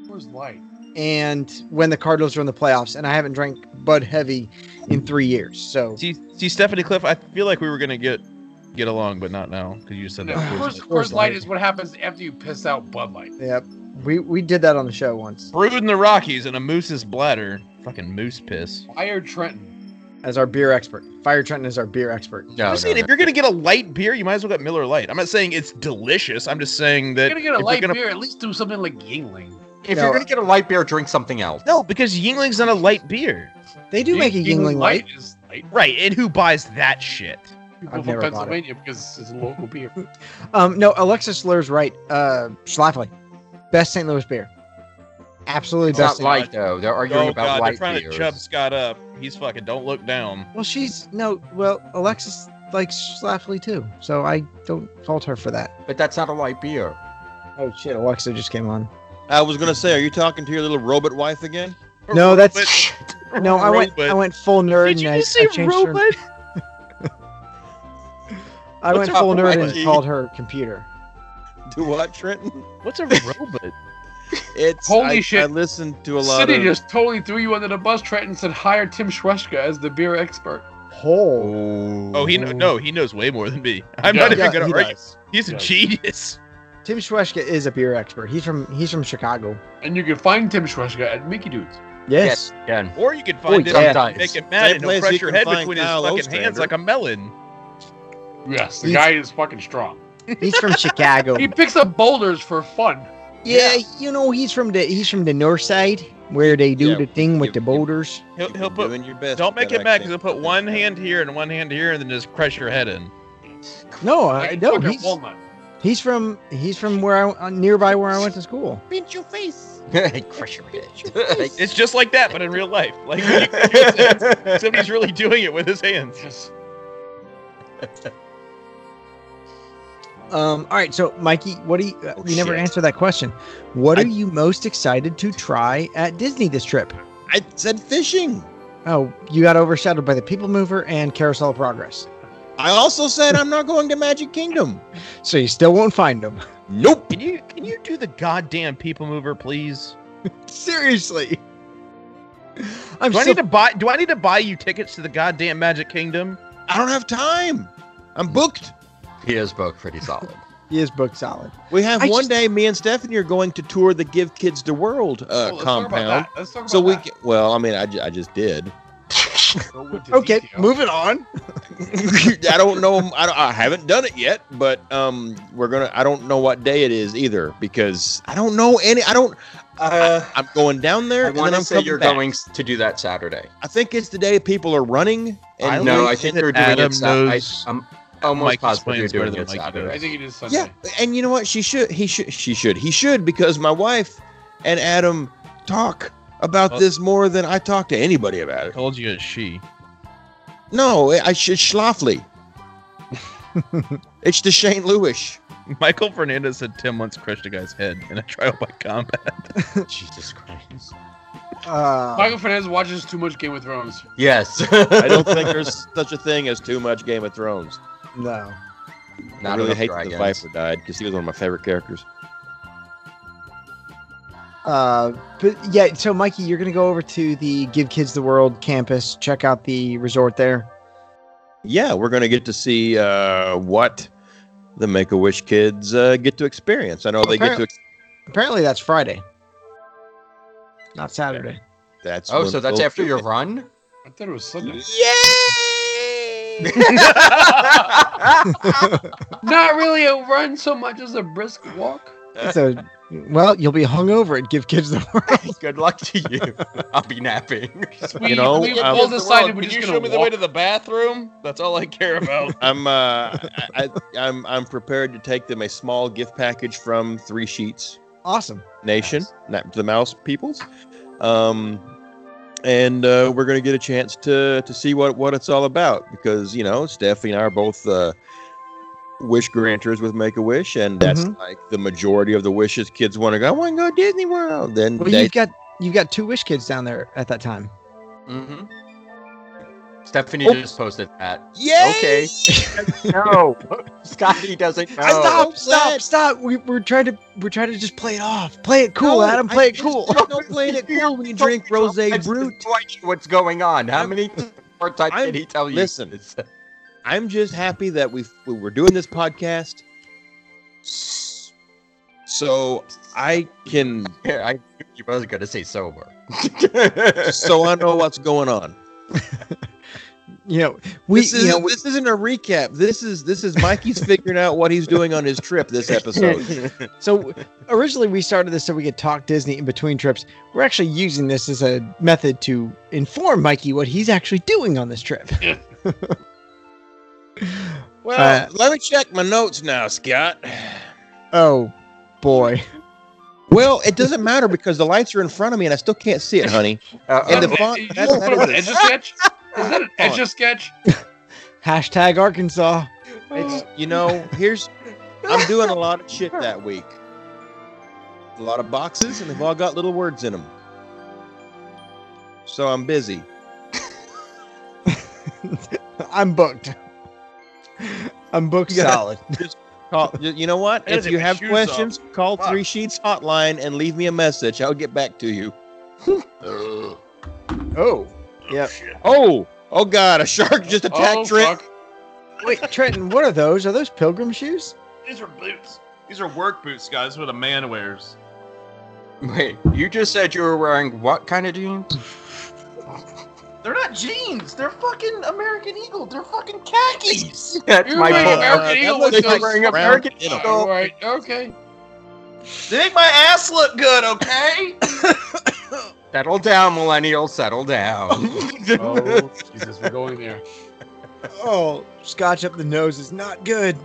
I: Coors Light.
D: and when the cardinals are in the playoffs and i haven't drank bud heavy in three years so
G: See, see, Stephanie Cliff. I feel like we were gonna get get along, but not now because you said
I: No,
G: that.
I: Coors,
D: Coors
I: Coors
D: Light.
I: Light is what happens after you piss out Bud Light.
D: yeah we we did that on the show once
G: Brewed in the Rockies in a moose's bladder. Fucking moose piss.
I: Fire Trenton.
D: as our beer expert fire trenton is our beer expert
H: No,
G: I'm
H: no,
G: just saying,
H: no.
G: if you're gonna get a light beer, you might as well get Miller Light. I'm not saying it's delicious. I'm just saying that
I: You're gonna get
G: if
I: a
G: you're
I: light
G: gonna-
I: beer. At least do something like Yingling.
H: If
D: No,
H: you're gonna get a light beer, drink something else.
J: Oh,
G: No, because Yingling's not a light beer.
D: they do make a yingling light
I: is light.
G: Right, and who buys that shit?
I: People
D: I've
I: from
D: never bought it.
I: Pennsylvania because it's a local beer.
D: um no alexis slurs right uh schlafly best st louis beer absolutely
H: It's not
D: best St. Louis.
H: light though. They're arguing
G: oh
H: about
G: god, they're
H: light
G: trying
H: beers.
G: to chub Scott up. He's fucking don't look down.
D: well she's no well alexis likes schlafly too so i don't fault her for that
H: But that's not a light beer.
D: Oh shit, Alexa just came on.
E: I was gonna say, are you talking to your little robot wife again?
D: No, that's
G: Robot.
D: no. I went. I
G: Robot.
D: went full nerd.
G: Did you
D: and
G: just
D: I,
G: say
D: I changed her-
G: robot?
D: I
G: What's
D: went
G: a
D: full nerd
E: robot?
D: and called her computer.
E: Do what, Trenton?
G: What's a robot?
E: It's
I: Holy
E: I,
I: shit.
E: I listened to a lot
I: City
E: of
I: just totally threw you under the bus, Trenton, and said hire Tim Shrushka as the beer expert.
D: Whole.
G: Oh, he kn- no, he knows way more than me. I'm not
I: Yeah,
G: even gonna
D: he
G: argue.
D: does.
G: He's a
I: Yeah.
G: genius.
D: Tim Schweshka is a beer expert. He's from he's from Chicago.
I: And you can find Tim Shrushka at Mickey Dudes.
D: Yes.
H: Again.
G: Or you could find
H: Oh,
G: him
H: yeah.
G: and make him mad
E: Same
G: and he'll
E: place
G: crush
E: you
G: your
E: can
G: head
E: find
G: between his
E: Kyle
G: fucking
E: Ostrander.
G: hands like a melon.
I: Yes, the
D: He's-
I: guy is fucking strong.
D: He's from Chicago.
I: He picks up boulders for
E: Uh,
I: fun.
D: yeah, you know he's from the he's from the north side where they do
E: Yeah,
D: the thing with
E: you-
D: the
E: you-
D: boulders.
G: He'll,
E: You've
G: he'll
E: been
G: put.
E: doing your best
G: Don't
E: with
G: make
E: that
G: him mad because he'll
E: accent.
G: put one hand here and one hand here and then just crush your head in.
D: No,
I: Like
D: I
I: a
D: no.
I: fucking
D: He's,
I: walnut.
D: he's from he's from where I uh, nearby where I went to school.
H: Crush your head.
G: It's just like that, but in real life. Like when you crush his hands, except he's really doing it with his hands.
I: Yes.
D: Um. All right. So, Mikey, what do you? Uh,
H: Oh,
D: we never
H: shit.
D: answered that question. What
E: I-
D: are you most excited to try at Disney this trip?
E: I said fishing.
D: Oh, you got overshadowed by the People Mover and Carousel of Progress.
E: I also said I'm not going to Magic Kingdom.
D: So you still won't find them.
E: Nope.
G: Can you can you do the goddamn people mover, please?
D: Seriously. I'm
G: Do I
D: still,
G: need to buy? Do I need to buy you tickets to the goddamn Magic Kingdom?
E: I don't have time. I'm booked.
H: he is both pretty solid.
D: he is book solid.
E: We have
D: I
E: one
D: just-
E: day. Me and Stephanie are going to tour the Give Kids the World uh,
I: Well, let's talk about
E: compound.
I: that. Let's talk about
E: So we,
I: that.
E: ca- well, I mean, I, ju- I just did.
I: Go into
D: Okay,
I: detail.
D: moving on.
E: I don't know. I, don't- I haven't done it yet, but um, we're gonna. I don't know what day it is either because I don't know any. I don't.
H: Uh,
E: I'm going down there
H: I
E: and then
H: want
E: I'm
H: to say
E: coming
H: you're
E: back.
H: going s- to do that Saturday.
E: I think it's the day people are running. And
G: I
H: no,
G: don't
H: I
G: think
H: think
G: that
H: you're doing
G: Adam
H: it. Sa- I,
G: knows-
H: I'm almost
G: Mike
H: positive you're
G: explains better
H: doing it
G: than Mikey
H: Saturday.
I: I think it is Sunday.
E: Yeah, and you know what? She should. He should. She should. He should because my wife and Adam talk about
G: Oh.
E: this more than I talk to anybody about it.
G: told you it's she.
E: No, I should schlafly. it's the Shane Lewis.
G: Michael Fernandez said Tim once crushed a guy's head in a trial by combat.
H: Jesus Christ.
D: Uh,
I: Michael Fernandez watches too much Game of Thrones.
H: Yes.
E: I don't think there's such a thing as too much Game of Thrones.
D: no.
H: Not
E: I really
H: enough
E: hate that the
H: dragons.
E: Viper died because he was one of my favorite characters.
D: Uh, but yeah, so Mikey, you're gonna go over to the Give Kids the World campus, check out the resort there.
E: Yeah, we're gonna get to see uh, what the Make a Wish kids uh, get to experience. I know they get to. Ex-
D: Apparently that's Friday, not Saturday.
E: That's
H: Oh,
E: when
H: so that's
E: we'll
H: after
E: do
H: your
E: it.
H: run?
I: I thought it was Sunday.
E: Yay!
I: Not really a run so much as a brisk walk.
D: So, well, you'll be hungover and give kids the world.
H: Good luck to you. I'll be napping.
I: We,
E: You know,
I: we
E: I
I: all
E: was
I: decided we're
J: Can
I: just
J: you
I: gonna
J: show me the way
I: walk.
J: to the bathroom? That's all I care about.
E: I'm uh, I, I, I'm I'm prepared to take them a small gift package from Three Sheets
D: Awesome.
E: Nation, not the Mouse Peoples, um, and uh, we're gonna get a chance to to see what what it's all about because you know Stephanie and I are both uh, wish granters with Make a Wish, and that's
D: Mhm.
E: like the majority of the wishes kids want to go. I want to go to Disney World. Then
D: Well,
E: they
D: you've got you've got two wish kids down there at that time.
H: hmm Mm-hmm. Stephanie
E: Oh.
H: just posted that.
E: Yay!
H: Okay. no, Scotty doesn't know.
D: stop! Stop! Stop! We, we're trying to we're trying to just play it off. Play it cool, Adam. Play it cool.
E: No playing it cool when you drink
H: I
E: rosé
H: just
E: brut.
H: have no idea What's going on? How
E: I'm-
H: many more times
E: I'm-
H: did he tell you?
E: listen.
H: this?
E: I'm just happy that we we were doing this podcast. S- So I can
H: Yeah, I knew you was going to say sober.
E: so I know what's going on.
D: You know, we
E: this,
D: you
E: is,
D: know we-
E: this isn't a recap. This is this is Mikey's figuring out what he's doing on his trip this episode.
D: so originally we started this so we could talk Disney in between trips. We're actually using this as a method to inform Mikey what he's actually doing on this trip.
E: Well, let me check my notes now, Scott.
D: Oh boy.
E: Well, it doesn't matter because the lights are in front of me and I still can't see it, honey. And the
I: Is that-
E: font-
I: you
E: that's
I: just put
E: better
I: an
E: than-
I: edge sketch? Is that an edge of sketch?
D: Hashtag Arkansas.
E: It's you know, here's I'm doing a lot of shit that week. A lot of boxes, and they've all got little words in them. So I'm busy.
D: I'm booked. I'm booked
E: Yeah.
D: solid.
E: Call, y- you know what?
J: That
E: If
J: is
E: you
J: a
E: have
J: shoes
E: questions, call
J: Fuck.
E: Three Sheets Hotline and leave me a message. I'll get back to you.
D: Oh. Yep.
E: Oh, oh God! A shark just attacked
I: Oh,
E: Trent.
I: fuck.
D: Wait, Trenton, what are those? Are those pilgrim shoes?
J: These are boots. These are work boots, guys. What a man wears.
H: Wait, you just said you were wearing what kind of jeans?
J: They're not jeans. They're fucking American Eagle. They're fucking khakis.
H: That's
I: You're
H: my
I: wearing
H: point.
I: American
E: Uh, that
I: Eagle
E: looks
I: with
E: like
I: those-
E: wearing American Eagle.
I: All right, okay.
J: they make my ass look good. Okay.
H: Settle down, millennial. Settle down.
I: Oh, Jesus, we're going there.
D: Oh, scotch up the nose is not good.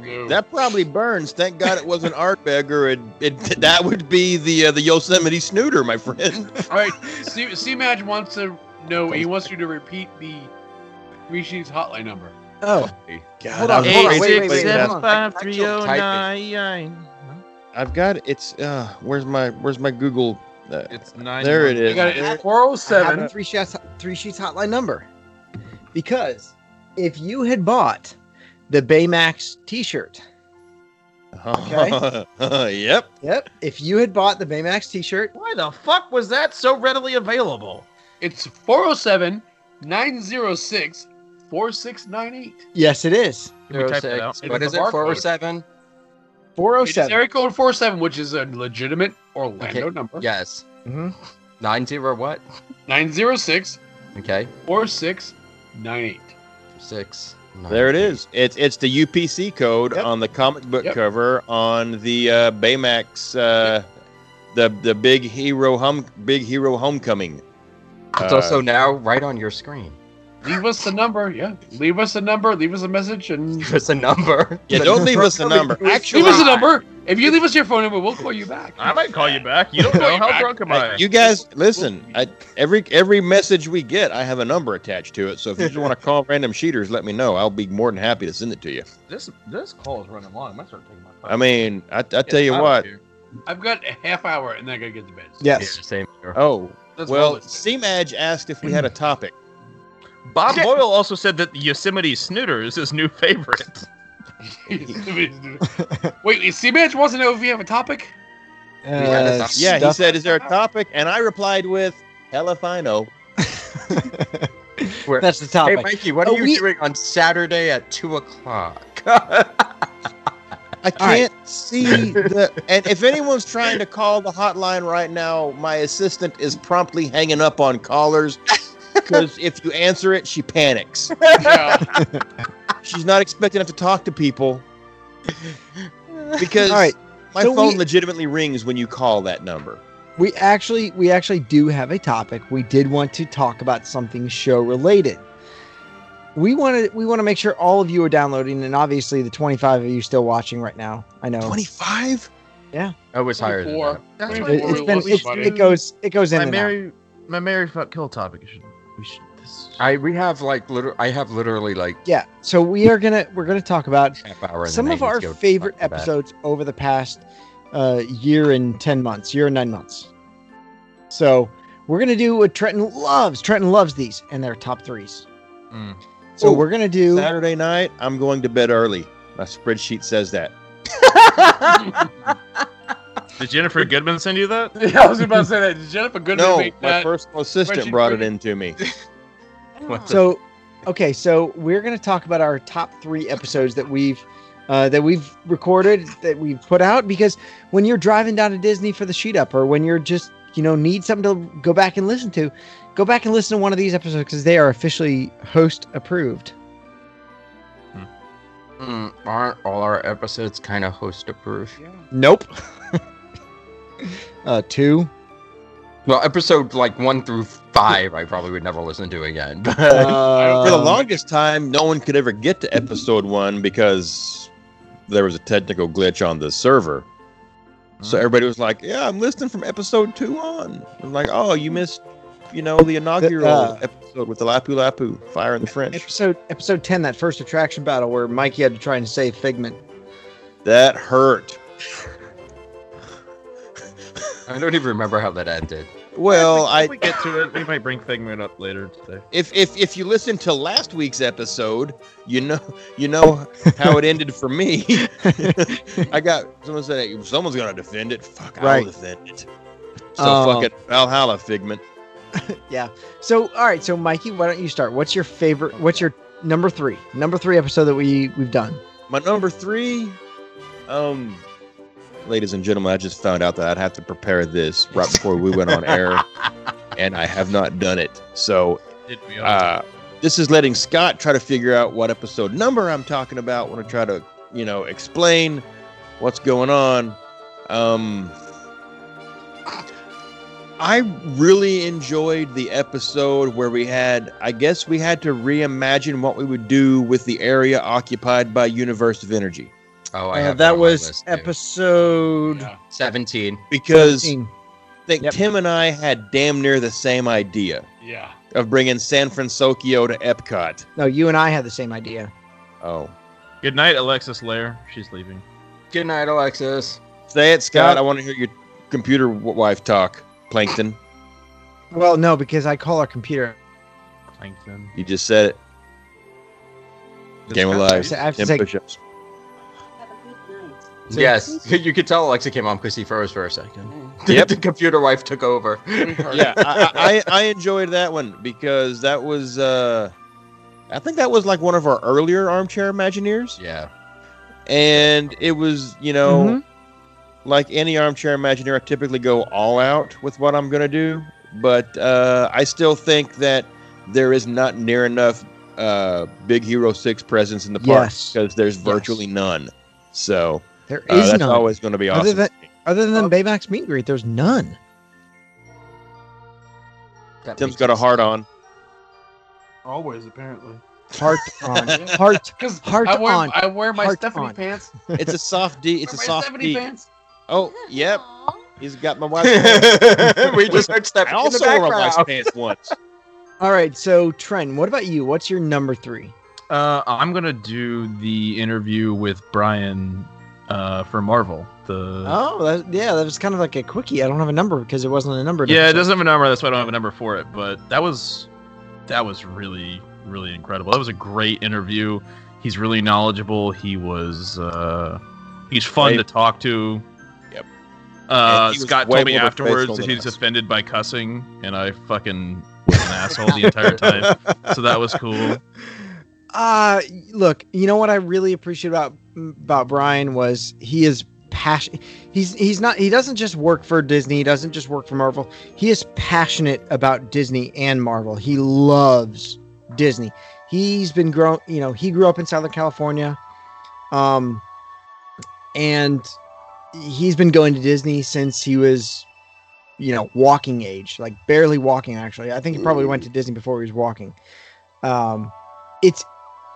I: No.
E: That probably burns. Thank God it wasn't Ardbeg, or it, it that would be the uh, the Yosemite snooter, my friend.
I: All right, C, C Madge wants to know. He wants you to repeat the Three Sheets hotline number.
D: Oh,
E: God,
D: Hold on,
E: I'm
D: hold on,
E: crazy,
D: wait, wait,
E: but
D: wait,
E: that's-
D: hold on.
J: oh
E: I've got it. it's uh where's my where's my Google uh,
G: It's nine.
E: there it
I: You
E: is.
I: got it. It's 407.
D: I have a three sheets three sheets hotline number because if you had bought the Baymax T-shirt,
E: yep.
D: yep, if you had bought the Baymax T-shirt,
J: Why the fuck was that so readily available?
I: It's 407 906 4698.
D: yes, it is
G: Can we type that
H: 06.
G: out?
H: What
I: It's
H: is it?
I: a barcode.
H: 407?
D: four oh
I: It's
D: seven.
I: area code 407, which is a legitimate Orlando
H: Okay,
I: number.
H: Yes.
D: Mhm.
H: 90 what?
I: 906
H: Okay.
I: 4698.
H: Six.
E: There it is. It's it's the UPC code
I: Yep.
E: on the comic book
I: Yep.
E: cover on the uh, Baymax uh, the the big hero hum big hero homecoming.
H: It's
E: Uh,
H: also now right on your screen.
I: Leave us the number. Yeah. Leave us a number. Leave us a message. and
H: Give us a number.
E: yeah,
D: the
E: don't leave
D: number
E: us a
D: of the
E: number.
D: UPC
E: Actually, uh,
I: Leave us a number. If you leave us your phone number, we'll call you back.
G: I might call you back. You don't know how drunk am I.
E: you guys listen. I, every every message we get, I have a number attached to it. So if you just want to call random cheaters, let me know. I'll be more than happy to send it to you.
J: This this call is running long. I might start taking my.
E: I mean, I, I tell you
J: I don't
E: what.
J: care.
I: I've got a half hour and then I got to get to bed. So
H: Yeah,
D: Yes,
H: same here.
E: Oh,
I: that's
E: well,
I: one less.
E: C-Madge asked if we had a topic.
G: Bob Boyle also said that Yosemite Snooter is his new favorite.
I: Wait, Seabatch wants to know if we have a topic.
H: had a-
D: Uh,
E: Yeah, he
D: stuff-
E: said, "Is there a topic?" And I replied with, "Hell if I know."
H: We're-
D: that's the
H: Hey,
D: topic.
H: Mikey, what
D: Oh,
H: are you
D: we-
H: doing on Saturday at 2 o'clock?
E: I
H: All right.
E: can't see the. And if anyone's trying to call the hotline right now, my assistant is promptly hanging up on callers because if you answer it, she panics.
I: Yeah.
E: She's not expecting to have to talk to people because
D: All right.
E: my
D: so
E: phone
D: we-
E: legitimately rings when you call that number.
D: We actually we actually do have a topic. We did want to talk about something show related. We want to we want to make sure all of you are downloading, and obviously the 25 of you still watching right now. I know
E: Twenty-five.
H: I was higher than
I: Before.
H: that.
G: That's
I: It-
G: what
D: it,
I: Before
D: has
I: we
D: been
I: lost
D: it's,
I: somebody.
D: it goes it goes in
G: my
D: and out.
G: Mary, my Mary fuck kill topic. Should we should this?
H: I we have like liter- I have literally like
D: Yeah, so we are gonna we're gonna talk about
H: half hour. in the
D: some of
H: making
D: our
H: to go
D: favorite
H: back to back.
D: episodes over the past uh, year and 10 months, year and nine months. So we're going to do what Trenton loves. Trenton loves these, and they're top threes.
G: Mm.
D: So
E: Ooh.
D: we're going to do.
E: Saturday night, I'm going to bed early. My spreadsheet says that.
G: Did Jennifer Goodman send you that?
I: yeah, I was about to say that. Did Jennifer Goodman
E: no,
I: make
E: my
I: that?
E: personal assistant
I: spreadsheet
E: brought
I: for
E: it
I: you?
E: in to me.
D: So, okay, so we're going to talk about our top three episodes that we've. Uh, that we've recorded, that we've put out, because when you're driving down to Disney for the sheet up, or when you're just, you know, need something to go back and listen to, go back and listen to one of these episodes because they are officially host approved.
H: Mm, aren't all our episodes kind of host approved?
D: Nope. uh, two.
H: Well, episode like one through five, I probably would never listen to again. But
I: don't-
E: Uh, For the
D: Um,
E: longest time, no one could ever get to episode one because there was a technical glitch on the server. So
D: Hmm.
E: everybody was like, "Yeah, I'm listening from episode two on." I'm like, "Oh, you missed, you know, the inaugural
D: uh,
E: episode with the Lapu Lapu fire in the French.
D: episode episode ten, that first attraction battle where Mikey had to try and save Figment.
E: That hurt."
H: I don't even remember how that ended.
E: Well,
G: If
E: I
G: we get to it, we might bring Figment up later today.
E: if if if you listen to last week's episode, you know you know how it ended for me. I got someone said "Hey, someone's gonna defend it. Fuck,
D: Right.
E: I'll defend it. So
D: Oh.
E: fuck it, Valhalla Figment.
D: So all right, so Mikey, why don't you start? What's your favorite? What's your number three? Number three episode that we we've done.
E: My number three, um, ladies and gentlemen, I just found out that I'd have to prepare this right before we went on air, and I have not done it. So
G: Did we
E: uh, this is letting Scott try to figure out what episode number I'm talking about when I try to, you know, explain what's going on. Um, I really enjoyed the episode where we had, I guess we had to reimagine what we would do with the area occupied by Universe of Energy.
H: Oh,
D: Uh,
H: I have
D: that
H: on my
D: was
H: list, too.
D: episode
I: Yeah.
H: seventeen.
E: Because I
D: 13.
E: think
D: Yep.
E: Tim and I had damn near the same idea
I: yeah.
E: of bringing San Francisco to Epcot.
D: No, you and I had the same idea.
E: Oh.
G: Good night, Alexis Lair. She's leaving.
H: Good night, Alexis.
E: Say it, Scott. I want to hear your computer w- wife talk. Plankton,
D: Well, no, because I call our computer.
G: Plankton.
E: you just said it. Game of
D: I
E: Life.
D: have to, I have to
E: 10
D: take.
E: push-ups.
H: Yes, you could tell Alexa came on because he froze for a second.
D: Mm.
E: Yep.
H: the computer wife took over.
D: Mm-hmm.
E: Yeah, I, I, I enjoyed that one because that was, uh, I think that was like one of our earlier armchair Imagineers.
H: Yeah.
E: And it was, you know,
D: Mm-hmm.
E: like any armchair Imagineer, I typically go all out with what I'm going to do. But uh, I still think that there is not near enough uh, Big Hero 6 presence in the park
D: Yes.
E: because there's virtually none. So.
D: There is
E: Uh, that's
D: none.
E: always going to be
D: Other
E: awesome.
D: than- Other than Baymax meet and greet, there's none.
H: That
E: Tim's
H: makes
E: got a
H: sense.
E: heart on.
I: Always, apparently.
D: Heart on. Heart.
I: Because
D: Heart
I: I wear,
D: on.
I: I wear my
D: Heart
I: Stephanie
D: on.
I: pants.
E: It's a soft D. It's a
I: Wear my
E: soft
I: Stephanie
E: D.
I: pants.
E: Oh, yep. He's got my wife's pants.
H: we just heard step
E: I
H: in the
E: also wore my wife's
H: background.
E: pants once.
D: All right, so Trent, what about you? What's your number three?
G: Uh, I'm gonna do the interview with Brian uh, for Marvel. The
D: Oh, that, yeah, that was kind of like a quickie. I don't have a number because it wasn't a number.
G: yeah, it doesn't have a number. That's why I don't have a number for it. But that was that was really really incredible. That was a great interview. He's really knowledgeable. He was uh, he's fun
E: Right.
G: to talk to.
E: Yep.
G: Uh,
E: And he was
G: Scott
E: way
G: told me
E: more
G: afterwards
E: professional
G: that
E: than
G: he's
E: us.
G: offended by cussing, and I fucking was an asshole the entire time. So that was cool.
D: Uh, look, you know what I really appreciate about about Brian was he is passion. He's he's not he doesn't just work for Disney. He doesn't just work for Marvel. He is passionate about Disney and Marvel. He loves Disney. He's been grown. You know, he grew up in Southern California, um, and he's been going to Disney since he was, you know, walking age, like barely walking. Actually, I think he probably went to Disney before he was walking. Um, it's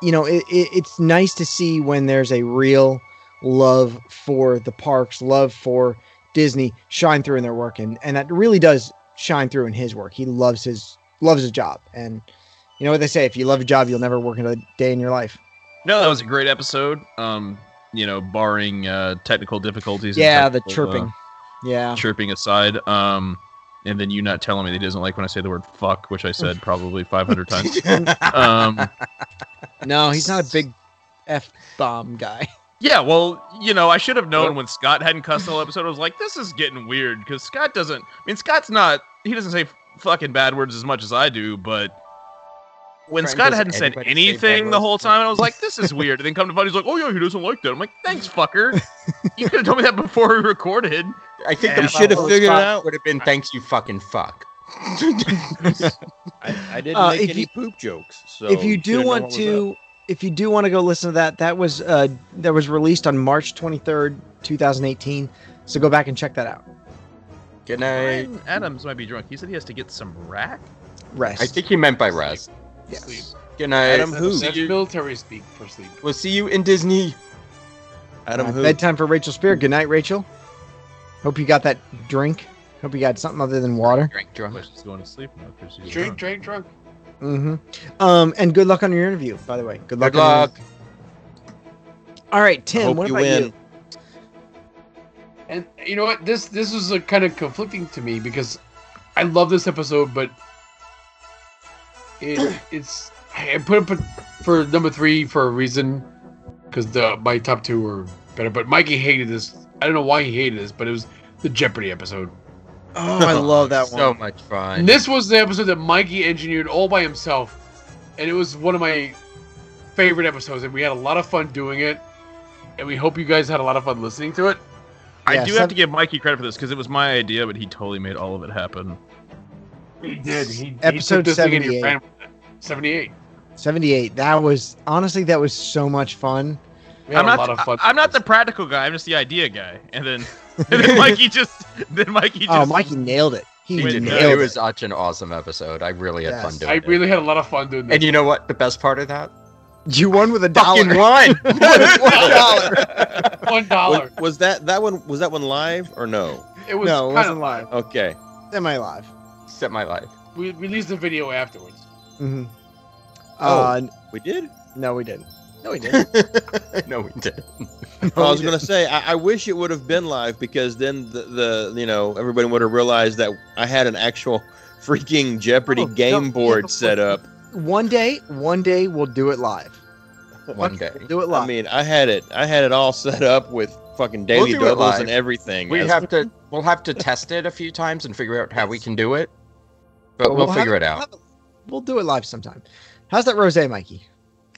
D: you know it, it, it's nice to see when there's a real love for the parks love for disney shine through in their work and and that really does shine through in his work he loves his loves his job and you know what they say if you love a job you'll never work another day in your life
G: No, that was a great episode. Um, you know, barring uh, technical difficulties. and
D: yeah the
G: technical, uh,
D: chirping yeah
G: chirping aside. Um, and then you not telling me that he doesn't like when I say the word fuck, which I said probably 500 times. Um,
D: no he's not a big f-bomb guy
G: yeah, well, you know, I should have known when Scott hadn't cussed the whole episode. I was like, this is getting weird because Scott doesn't. I mean, Scott's not. He doesn't say fucking bad words as much as I do, but. When
H: Frank,
G: Scott
H: does
G: hadn't said
H: anybody say bad
G: anything the
H: words?
G: whole time, I was like, "This is weird." And then come to find, he's like, "Oh yeah, he doesn't like that." I'm like, "Thanks, fucker! You could have told me that before we recorded."
H: I think
G: Yeah,
H: the
G: should
E: have
H: proper
E: figured it
H: response
E: out.
H: Would have been thanks you fucking fuck.
E: I, I didn't
D: Uh,
E: make
D: if
E: any
D: you-
E: poop jokes. So
D: if you
E: should have
D: do
E: known
D: want
E: what was up.
D: to if you do want to go listen to that that was uh that was released on march 23rd 2018 so go back and check that out
H: Good night.
G: Brian Adams might be drunk. He said he has to get some rack.
D: rest
H: I think he meant by rest.
I: Sleep.
H: Good night.
E: Adam who?
I: That's military speak for sleep.
H: We'll see you in Disney.
E: Adam
D: Uh,
E: who?
D: Bedtime for Rachel Spear. Good night, Rachel. Hope you got that drink. Hope you got something other than water.
H: Drink drunk.
G: She's going to sleep now because she's
I: Drink,
G: drunk.
I: drink, drunk.
D: hmm Um, and good luck on your interview, by the way. Good luck.
H: Good
D: on your-
H: luck.
D: All right,
E: I
D: Tim.
E: hope
D: What
E: you
D: about
E: win.
D: you?
I: And you know what? This this is a kind of conflicting to me because I love this episode, but it it's I put it put for number three for a reason because the my top two were better. But Mikey hated this. I don't know why he hated this, but it was the Jeopardy episode.
D: Oh, I love that one.
H: So much fun.
I: And this was the episode that Mikey engineered all by himself, and it was one of my favorite episodes. And we had a lot of fun doing it, and we hope you guys had a lot of fun listening to it.
G: I
D: Yeah,
G: do
D: some-
G: have to give Mikey credit for this because it was my idea, but he totally made all of it happen.
I: He did. He,
D: Episode
I: he took this thing and he
D: 78.
I: ran with it. 78.
D: 78. That was, honestly, that was so much fun.
I: We had
G: I'm
I: a
G: not.
I: lot of fun.
G: I, am not the practical guy. I'm just the idea guy. And then, and then Mikey just. Then Mikey just.
D: Oh, Mikey nailed it. He
G: He did.
D: nailed
H: it
D: it.
H: was such an awesome episode. I really had fun
D: Yes.
H: doing
I: I
H: it.
I: really had a lot of fun doing this.
H: and you know what? The best part of that?
D: You won with a dollar.
H: Fucking won.
I: One dollar.
E: Was, was that that one? Was that one live or no?
I: It was
D: No, it
I: kind
D: wasn't
I: of.
D: live.
E: Okay.
D: Semi live.
H: Set my life.
I: We released the video afterwards.
D: Mm-hmm.
E: Oh.
D: Uh, n-
E: We did.
D: no, we didn't. No, we didn't.
H: no, we did.
E: I was gonna say I, I wish it would have been live because then the, the you know everybody would have realized that I had an actual freaking Jeopardy
D: Oh,
E: game
D: no,
E: board
D: yeah,
E: set up.
D: One day, one day we'll do it live.
H: One day.
D: Do it live.
E: I mean, I had it I had it all set up with fucking daily
H: do it
E: doubles
H: live.
E: and everything.
H: We
E: As-
H: have to. We'll have to test it a few times and figure out how we can do it. But we'll,
D: have
H: figure it out.
D: we'll have we'll do it live sometime. How's that rose, Mikey?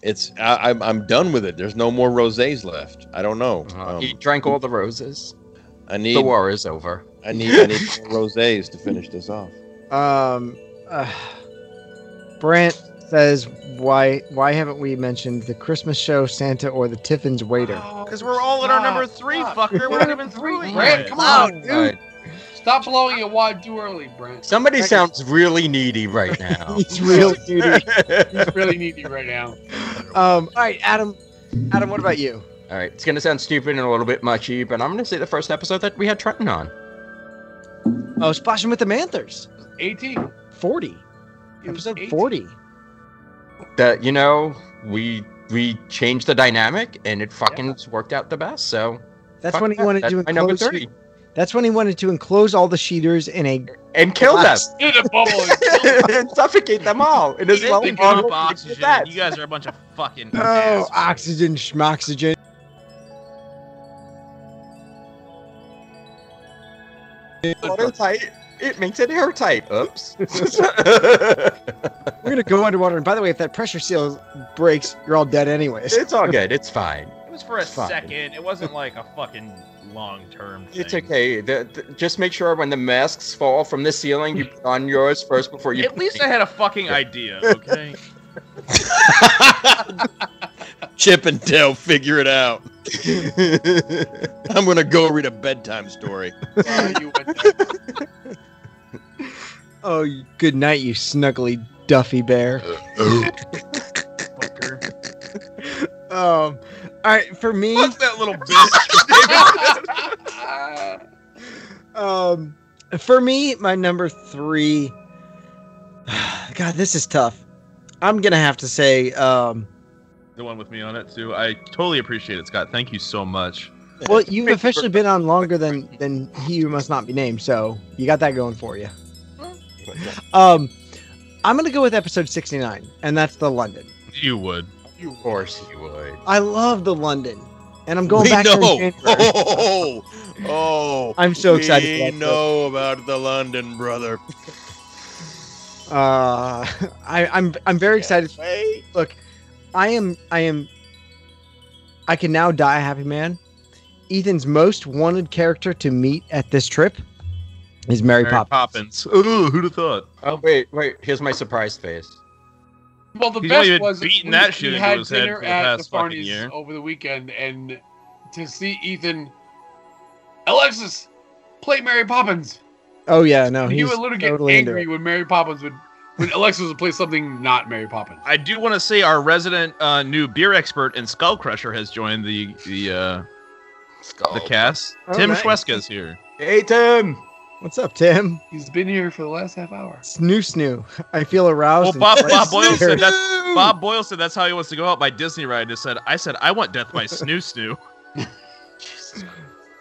E: it's I, I'm I'm done with it. There's no more rosés left. I don't know.
H: Uh,
E: Um,
H: he drank all the roses.
E: I
H: the
E: need
H: war is over.
E: I need I need more rosés to finish this off.
D: Um, uh, Brant says, "Why, why haven't we mentioned the Christmas show, Santa, or the Tiffin's waiter?"
G: Because we're all in our number three, fucker. We're not even through it.
I: Brent,
G: yet.
I: come on.
D: dude.
H: Right.
I: Stop blowing your wad too early, Brent.
H: Somebody sounds really needy right now.
D: He's real duty.
I: He's really needy right now.
D: Um, all right, Adam. Adam, what about you?
H: All right, it's gonna sound stupid and a little bit muchy, but I'm gonna say the first episode that we had Trenton on.
D: Oh, splashing with the Manthers.
I: 18.
D: Forty
I: He was
D: episode
I: 18.
D: forty.
H: That you know we we changed the dynamic and it fucking worked out the best. So
D: That's
H: fuck
D: when he
H: that.
D: wanted
H: That's
D: to
H: my number
D: enclose.
H: three
D: That's when he wanted to enclose all the cheaters in a
H: and kill them
D: box.
I: In a bubble.
H: and suffocate them all in this
G: Just
H: long
G: thinking
H: bottle
G: up
H: with
G: oxygen.
H: that.
G: You guys are a bunch of fucking.
D: Oh,
G: assholes.
D: oxygen, schmoxygen.
H: Watertight. It makes it airtight. Oops.
D: We're gonna go underwater. And by the way, if that pressure seal breaks, you're all dead anyways.
H: it's all good. It's fine.
D: It
J: was for a
H: It's fine.
J: second. It wasn't like a fucking long term.
H: It's okay. The, the- just make sure when the masks fall from the ceiling, you put on yours first before you.
J: At least I had a fucking idea. Okay.
E: Chip and Dale figure it out. I'm gonna go read a bedtime story.
I: Uh, you went there.
D: Oh, good night, you snuggly Duffy bear.
H: Uh, oh.
J: Fucker.
D: Um, all right, for me,
J: Fuck that little bitch.
D: um, for me, my number three. God, this is tough. I'm gonna have to say, um,
G: The one with me on it too. I totally appreciate it, Scott. Thank you so much.
D: well, you've officially been on longer than than he who must not be named, so you got that going for you. Um, I'm gonna go with episode 69, and that's the London.
G: You would.
H: Of course you would.
D: I love the London, and I'm going
E: we
D: back
E: know.
D: there in January.
E: Oh, oh, oh.
D: I'm so excited
E: We
D: about this.
E: know about the London brother.
D: Uh, I, I'm I'm very excited.
E: Hey,
D: Look, I am I am. I can now die a happy man. Ethan's most wanted character to meet at this trip is Mary,
G: Mary
D: Poppins.
G: Poppins. Ooh, who'd have thought?
H: Oh wait, wait. Here's my surprise face.
I: Well, the
G: He's
I: best
G: only been
I: was
G: beating
I: we-
G: that shit
I: we
G: into
I: had
G: his head
I: dinner
G: for the
I: at
G: past
I: the
G: fucking
I: Farney's
G: year.
I: over the weekend, and to see Ethan, Alexis, play Mary Poppins.
D: Oh yeah, no,
I: you
D: he's
I: would literally get
D: totally into
I: angry
D: it.
I: when Mary Poppins would, when Alexis would play something not Mary Poppins.
G: I do want to say our resident uh, new beer expert and Skull Crusher has joined the the uh,
H: Skull.
G: the cast.
D: Oh,
G: Tim
D: nice.
G: Schweska's here.
H: Hey Tim.
D: What's up, Tim?
I: He's been here for the last half hour.
D: Snoo snoo. I feel aroused.
G: Well,
D: and
G: Bob, Bob
D: quite
G: Boyle said
D: scared.
G: that's Bob Boyle said that's how he wants to go out by Disney ride. And said I said I want death by snoo snoo.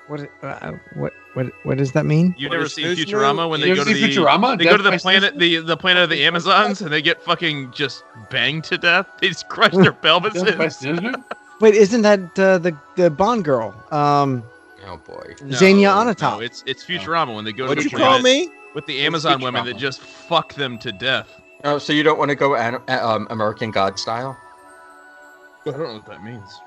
D: What, uh, what what what does that mean?
G: You
E: What
G: never
E: is
G: seen
E: snoo snoo?
G: Futurama when
I: you
G: they go
I: ever
G: to
I: see
G: the
I: Futurama?
G: they go to
I: Death
G: the
I: by
G: planet
I: Snoo-
G: the the planet of the Amazons and they get fucking just banged to death. They just crush their
I: Death by
G: pelvises.
I: Snoo-
D: Wait, isn't that uh, the the Bond girl? Um,
H: Oh boy.
D: Xenia Onatopp.
G: No, it's it's Futurama when they go
E: what'd
G: to
E: you
G: the planet
E: call me?
G: with the Amazon women
H: Futurama.
G: that just fuck them to death.
H: Oh, so you don't want to go an- um, American God style?
G: I don't know what that means.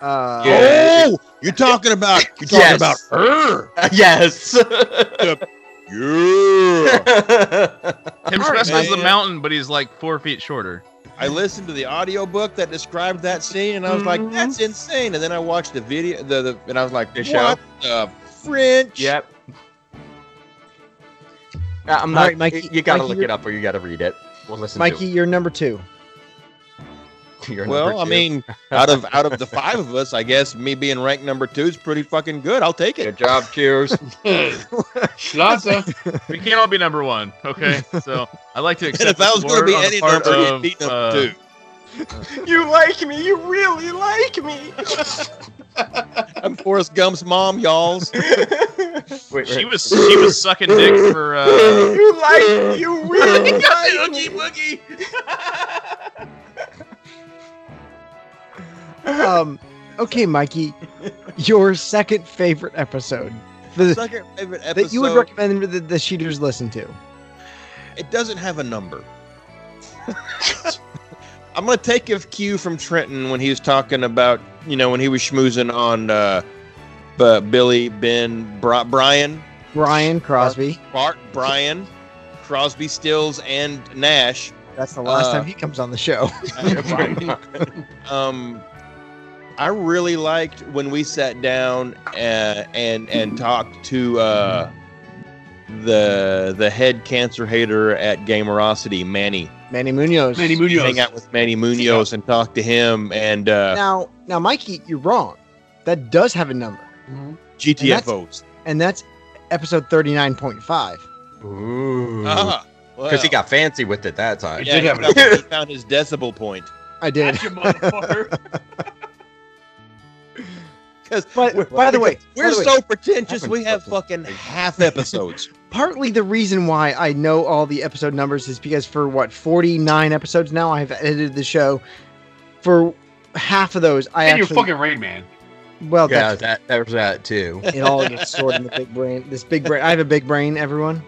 D: uh,
H: Yeah.
E: Oh, you're talking about you're talking
H: Yes.
E: about her.
H: yes.
E: Yeah.
G: Tim
E: All right,
G: Schweska's the
E: man.
G: mountain, but he's like four feet shorter.
E: I listened to the audiobook that described that scene, and I was like,
D: Mm-hmm.
E: "That's insane!" And then I watched the video, the, the and I was like,
H: The show?
E: "What the French?"
H: yep. Uh, I'm
D: All
H: not.
D: right, Mikey-
H: you, you gotta
D: Mikey,
H: look
D: you're-
H: it up or you gotta read it. We'll listen.
D: Mikey, you're number two.
H: to your number
E: Well, I
H: two.
E: mean, out of out of the five of us, I guess me being ranked number two is pretty fucking good. I'll take
H: good
E: it.
H: job. Cheers.
I: Schnauzer.
G: We can't all be number one, okay? So I like to
E: And
G: accept.
E: if I was
G: going to
E: be any number, it'd be number
G: uh,
E: two.
H: you like me. You really like me.
E: I'm Forrest Gump's mom, y'all's.
H: wait,
G: She was she was sucking dick for. Uh,
H: You like. You really like me.
D: Um, okay, Mikey, your second favorite episode. The-
E: Second favorite episode.
D: that you would recommend the, the cheaters listen to.
E: It doesn't have a number. I'm gonna take a cue from Trenton when he was talking about, you know, when he was schmoozing on, uh, uh, Billy, Ben, Bri- Brian,
D: Brian Crosby.
E: Bart, Brian, Crosby, Stills, and Nash.
D: That's the last
E: Uh,
D: time he comes on the show.
E: um, I really liked when we sat down uh, and and talked to uh, the the head cancer hater at Gamerosity, Manny.
D: Manny Munoz.
I: Manny Munoz.
E: Hang out with Manny Munoz and talk to him and uh,
D: Now, now, Mikey, you're wrong. That does have a number,
I: Mhm.
E: GTFOs.
D: and that's episode thirty-nine point five.
H: Ooh. Because
E: Ah,
H: he
E: well.
H: got fancy with it that time.
I: did
E: Yeah,
I: have
E: he found- he found his decibel point.
D: I did.
I: Gotcha, motherfucker.
E: Because
D: But by the way,
E: we're
D: by the way,
E: so pretentious. We have
H: Fucking
E: fucking half episodes.
D: partly the reason why I know all the episode numbers is because for what forty-nine episodes now, I've edited the show. For half of those, I
I: and you're
D: actually
I: fucking Rain Man.
D: well,
H: Yeah,
D: that's,
H: that, that was that too.
D: it all gets stored in the big brain. This big brain. I have a big brain, everyone.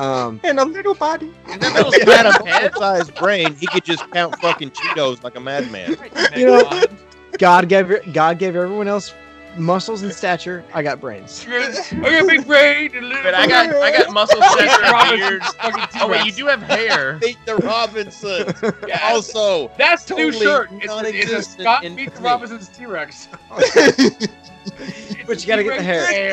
D: Um,
H: and a little body.
G: And then those
E: If he had a
G: head.
E: full-sized brain, he could just count fucking Cheetos like a madman.
D: You know- God gave God gave everyone else muscles and stature. I got brains.
I: I got a big brain and a little
G: But I got I got muscle stature and beard.
I: fucking
G: Oh wait, you
I: T-Rex.
G: do have hair.
E: Beat the Robinson.
I: Yeah.
E: Also,
I: That's the new
E: totally
I: shirt. It's, a- it's a
E: non-existent
I: Scott
E: in
I: Meets
E: me.
I: Robinson's T Rex.
D: But you gotta get the hair.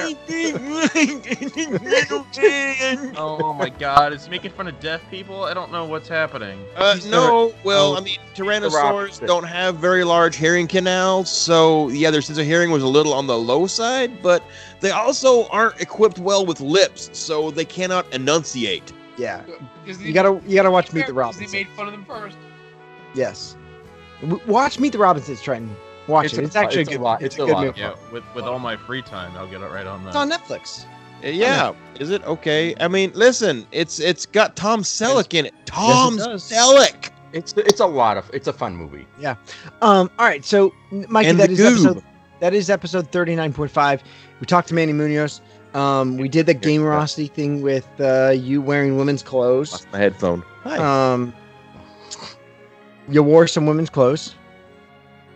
E: Uh,
G: Oh my god, it's making fun of deaf people. I don't know what's happening.
E: uh, no. Well, I mean,
H: Robinson.
E: tyrannosaurs don't have very large hearing canals, so yeah, their sense of hearing was a little on the low side. But they also aren't equipped well with lips, so they cannot enunciate.
D: Yeah,
I: Is
D: you gotta you gotta watch Meet the
I: Robinson. They
D: Robinsons.
I: made fun of them first.
D: Yes, W- watch Meet the Robinsons, Trenton. Watch
H: It's
D: it.
H: a-
D: It's actually
H: it's a
D: a good.
H: lot-
D: It's
H: it's
D: a
H: a
D: good
H: lot.
D: movie.
G: Yeah, with with all my free time, I'll get it right on that.
D: It's on Netflix.
E: Uh, Yeah, is it okay? I mean, listen, it's it's got Tom Selleck in it. Tom
H: does.
E: Selleck
H: It's it's a lot of it's a fun movie.
D: Um. All right. So, Mikey,
E: and
D: that
E: the
D: is
E: Goob.
D: episode that is episode thirty nine point five. We talked to Manny Munoz. Um. We did the gamerosity thing with uh, you wearing women's clothes.
E: Lost my headphone. Hi.
D: Um. You wore some women's clothes.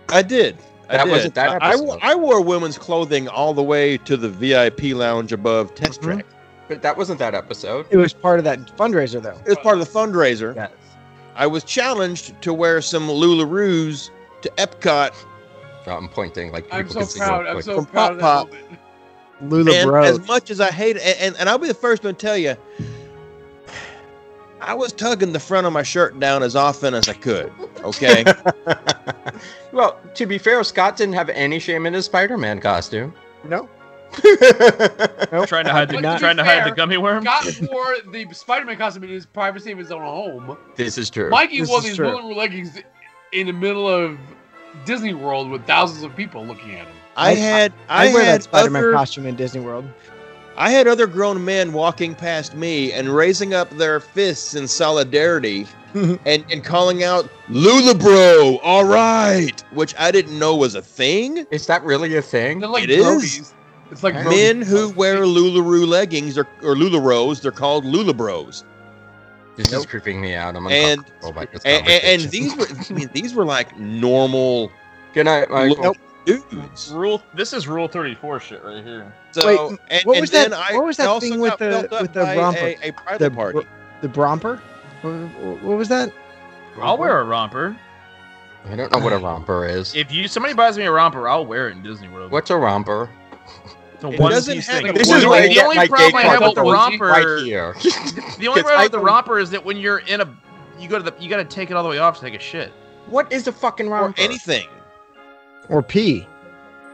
E: I did. I
H: That
E: did.
H: wasn't that
E: I, I,
H: episode.
E: wo- I wore women's clothing all the way to the VIP lounge above test
D: Mhm.
E: track.
H: But that wasn't that episode.
D: It was part of that fundraiser, though.
E: It was part of the fundraiser.
H: Yes.
E: I was challenged to wear some Lularoos to Epcot,
H: I'm pointing like people
I: I'm so
H: can see real
I: proud. I'm
H: quick.
I: so
E: From
I: proud of that
E: Pop
I: moment.
D: Lula
E: and
D: Bros.
E: as much as I hate it, and, and I'll be the first one to tell you, I was tugging the front of my shirt down as often as I could. Okay,
H: well, to be fair, Scott didn't have any shame in his Spider-Man costume.
D: no.
G: Trying to hide the
I: But to be
G: trying to
I: fair,
G: hide the gummy worm.
I: Scott wore the Spider-Man costume in his privacy of his own home.
H: this is true.
I: Mikey
D: This
I: wore
D: is
I: these
D: true.
I: blue leggings in the middle of Disney World with thousands of people looking at him.
E: I
D: I-
E: had I,
D: I, wear
E: had
D: that Spider-Man
E: other-
D: costume in Disney World.
E: I had other grown men walking past me and raising up their fists in solidarity and, and calling out, Lula Bro, all right, which I didn't know was a thing.
H: Is that really a thing?
I: They're like
E: It is.
I: brodies. It's like
E: Men
I: brodies.
E: who wear Lularoo leggings or, or Lularos, they're called Lula Bros.
H: This is
E: Nope.
H: creeping me out. I'm
E: And-
H: uncomfortable by this
E: And, and,
H: conversation.
E: these were I mean, these were like normal
H: Good night, Michael.
E: Nope. dudes.
G: Rule. This is rule thirty four shit right here.
E: So,
D: Wait,
E: and,
D: what
E: and
D: was that-
E: then I
D: what was that
E: I also
D: thing with
E: got
D: the-
E: built up
D: with the
E: by
D: romper?
E: A, a private
D: The
E: party.
D: bro- the Bromper. What, what was that?
G: I'll wear a romper.
H: I don't know what a romper is.
G: If you somebody buys me a romper, I'll wear it in Disney World.
H: What's a romper?
G: It's a
E: It
G: one
E: doesn't
G: piece
E: have-
G: thing.
I: This is
G: the
I: where I
G: the
I: get
G: only
H: my
G: problem I
H: gay
G: have
H: card
G: with the
H: from
G: romper.
H: Right here.
G: The
H: Because
G: only problem
H: I
G: with the
H: don't-
G: romper is that when you're in a, you go to the, you got to take it all the way off to take a shit.
H: What is a fucking
E: or
H: romper?
E: anything.
D: Or P?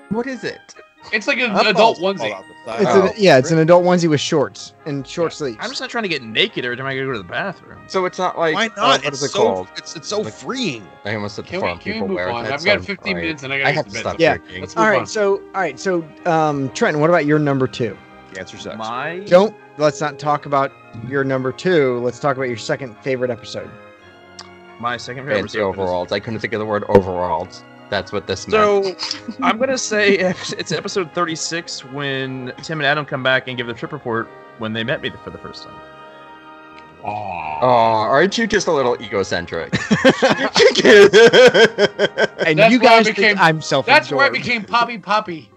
H: what is it?
I: It's like an
E: I'm
I: adult
E: all- all
I: onesie.
E: out the side.
D: It's
H: Oh.
D: an, yeah, it's an adult onesie with shorts and short sleeves.
G: I'm just not trying to get naked every time I go to the bathroom.
H: So it's not like
E: Why
H: uh,
E: not?
H: what
E: it's
H: is it
E: so
H: called?
E: it's it's so
H: Like-
E: freeing.
H: I almost said the
I: Can we,
H: farm
I: can
H: people
I: we move
H: wear.
I: on?
H: that,
I: I've got
H: so-
I: 15
H: alright.
I: minutes and I
H: I
I: gotta
H: have
I: get
H: to
I: to bed.
H: stop
D: Yeah.
H: drinking.
I: Let's move
D: all right,
I: on.
D: so all right, so um, Trenton, what about your number two?
E: Cancer sucks.
G: My
D: Don't let's not talk about your number two. Let's talk about your second favorite episode.
G: my second favorite
H: Fancy
G: episode is-
H: overalls. I couldn't think of the word overalls. That's what this meant.
G: So I'm gonna say it's episode 36 when Tim and Adam come back and give the trip report when they met me for the first time.
I: Aw.
H: Oh, aren't you just a little egocentric?
D: And
I: That's
D: you
I: where I
D: guys, think
I: became-
D: I'm self.
I: That's where I became Poppy Poppy.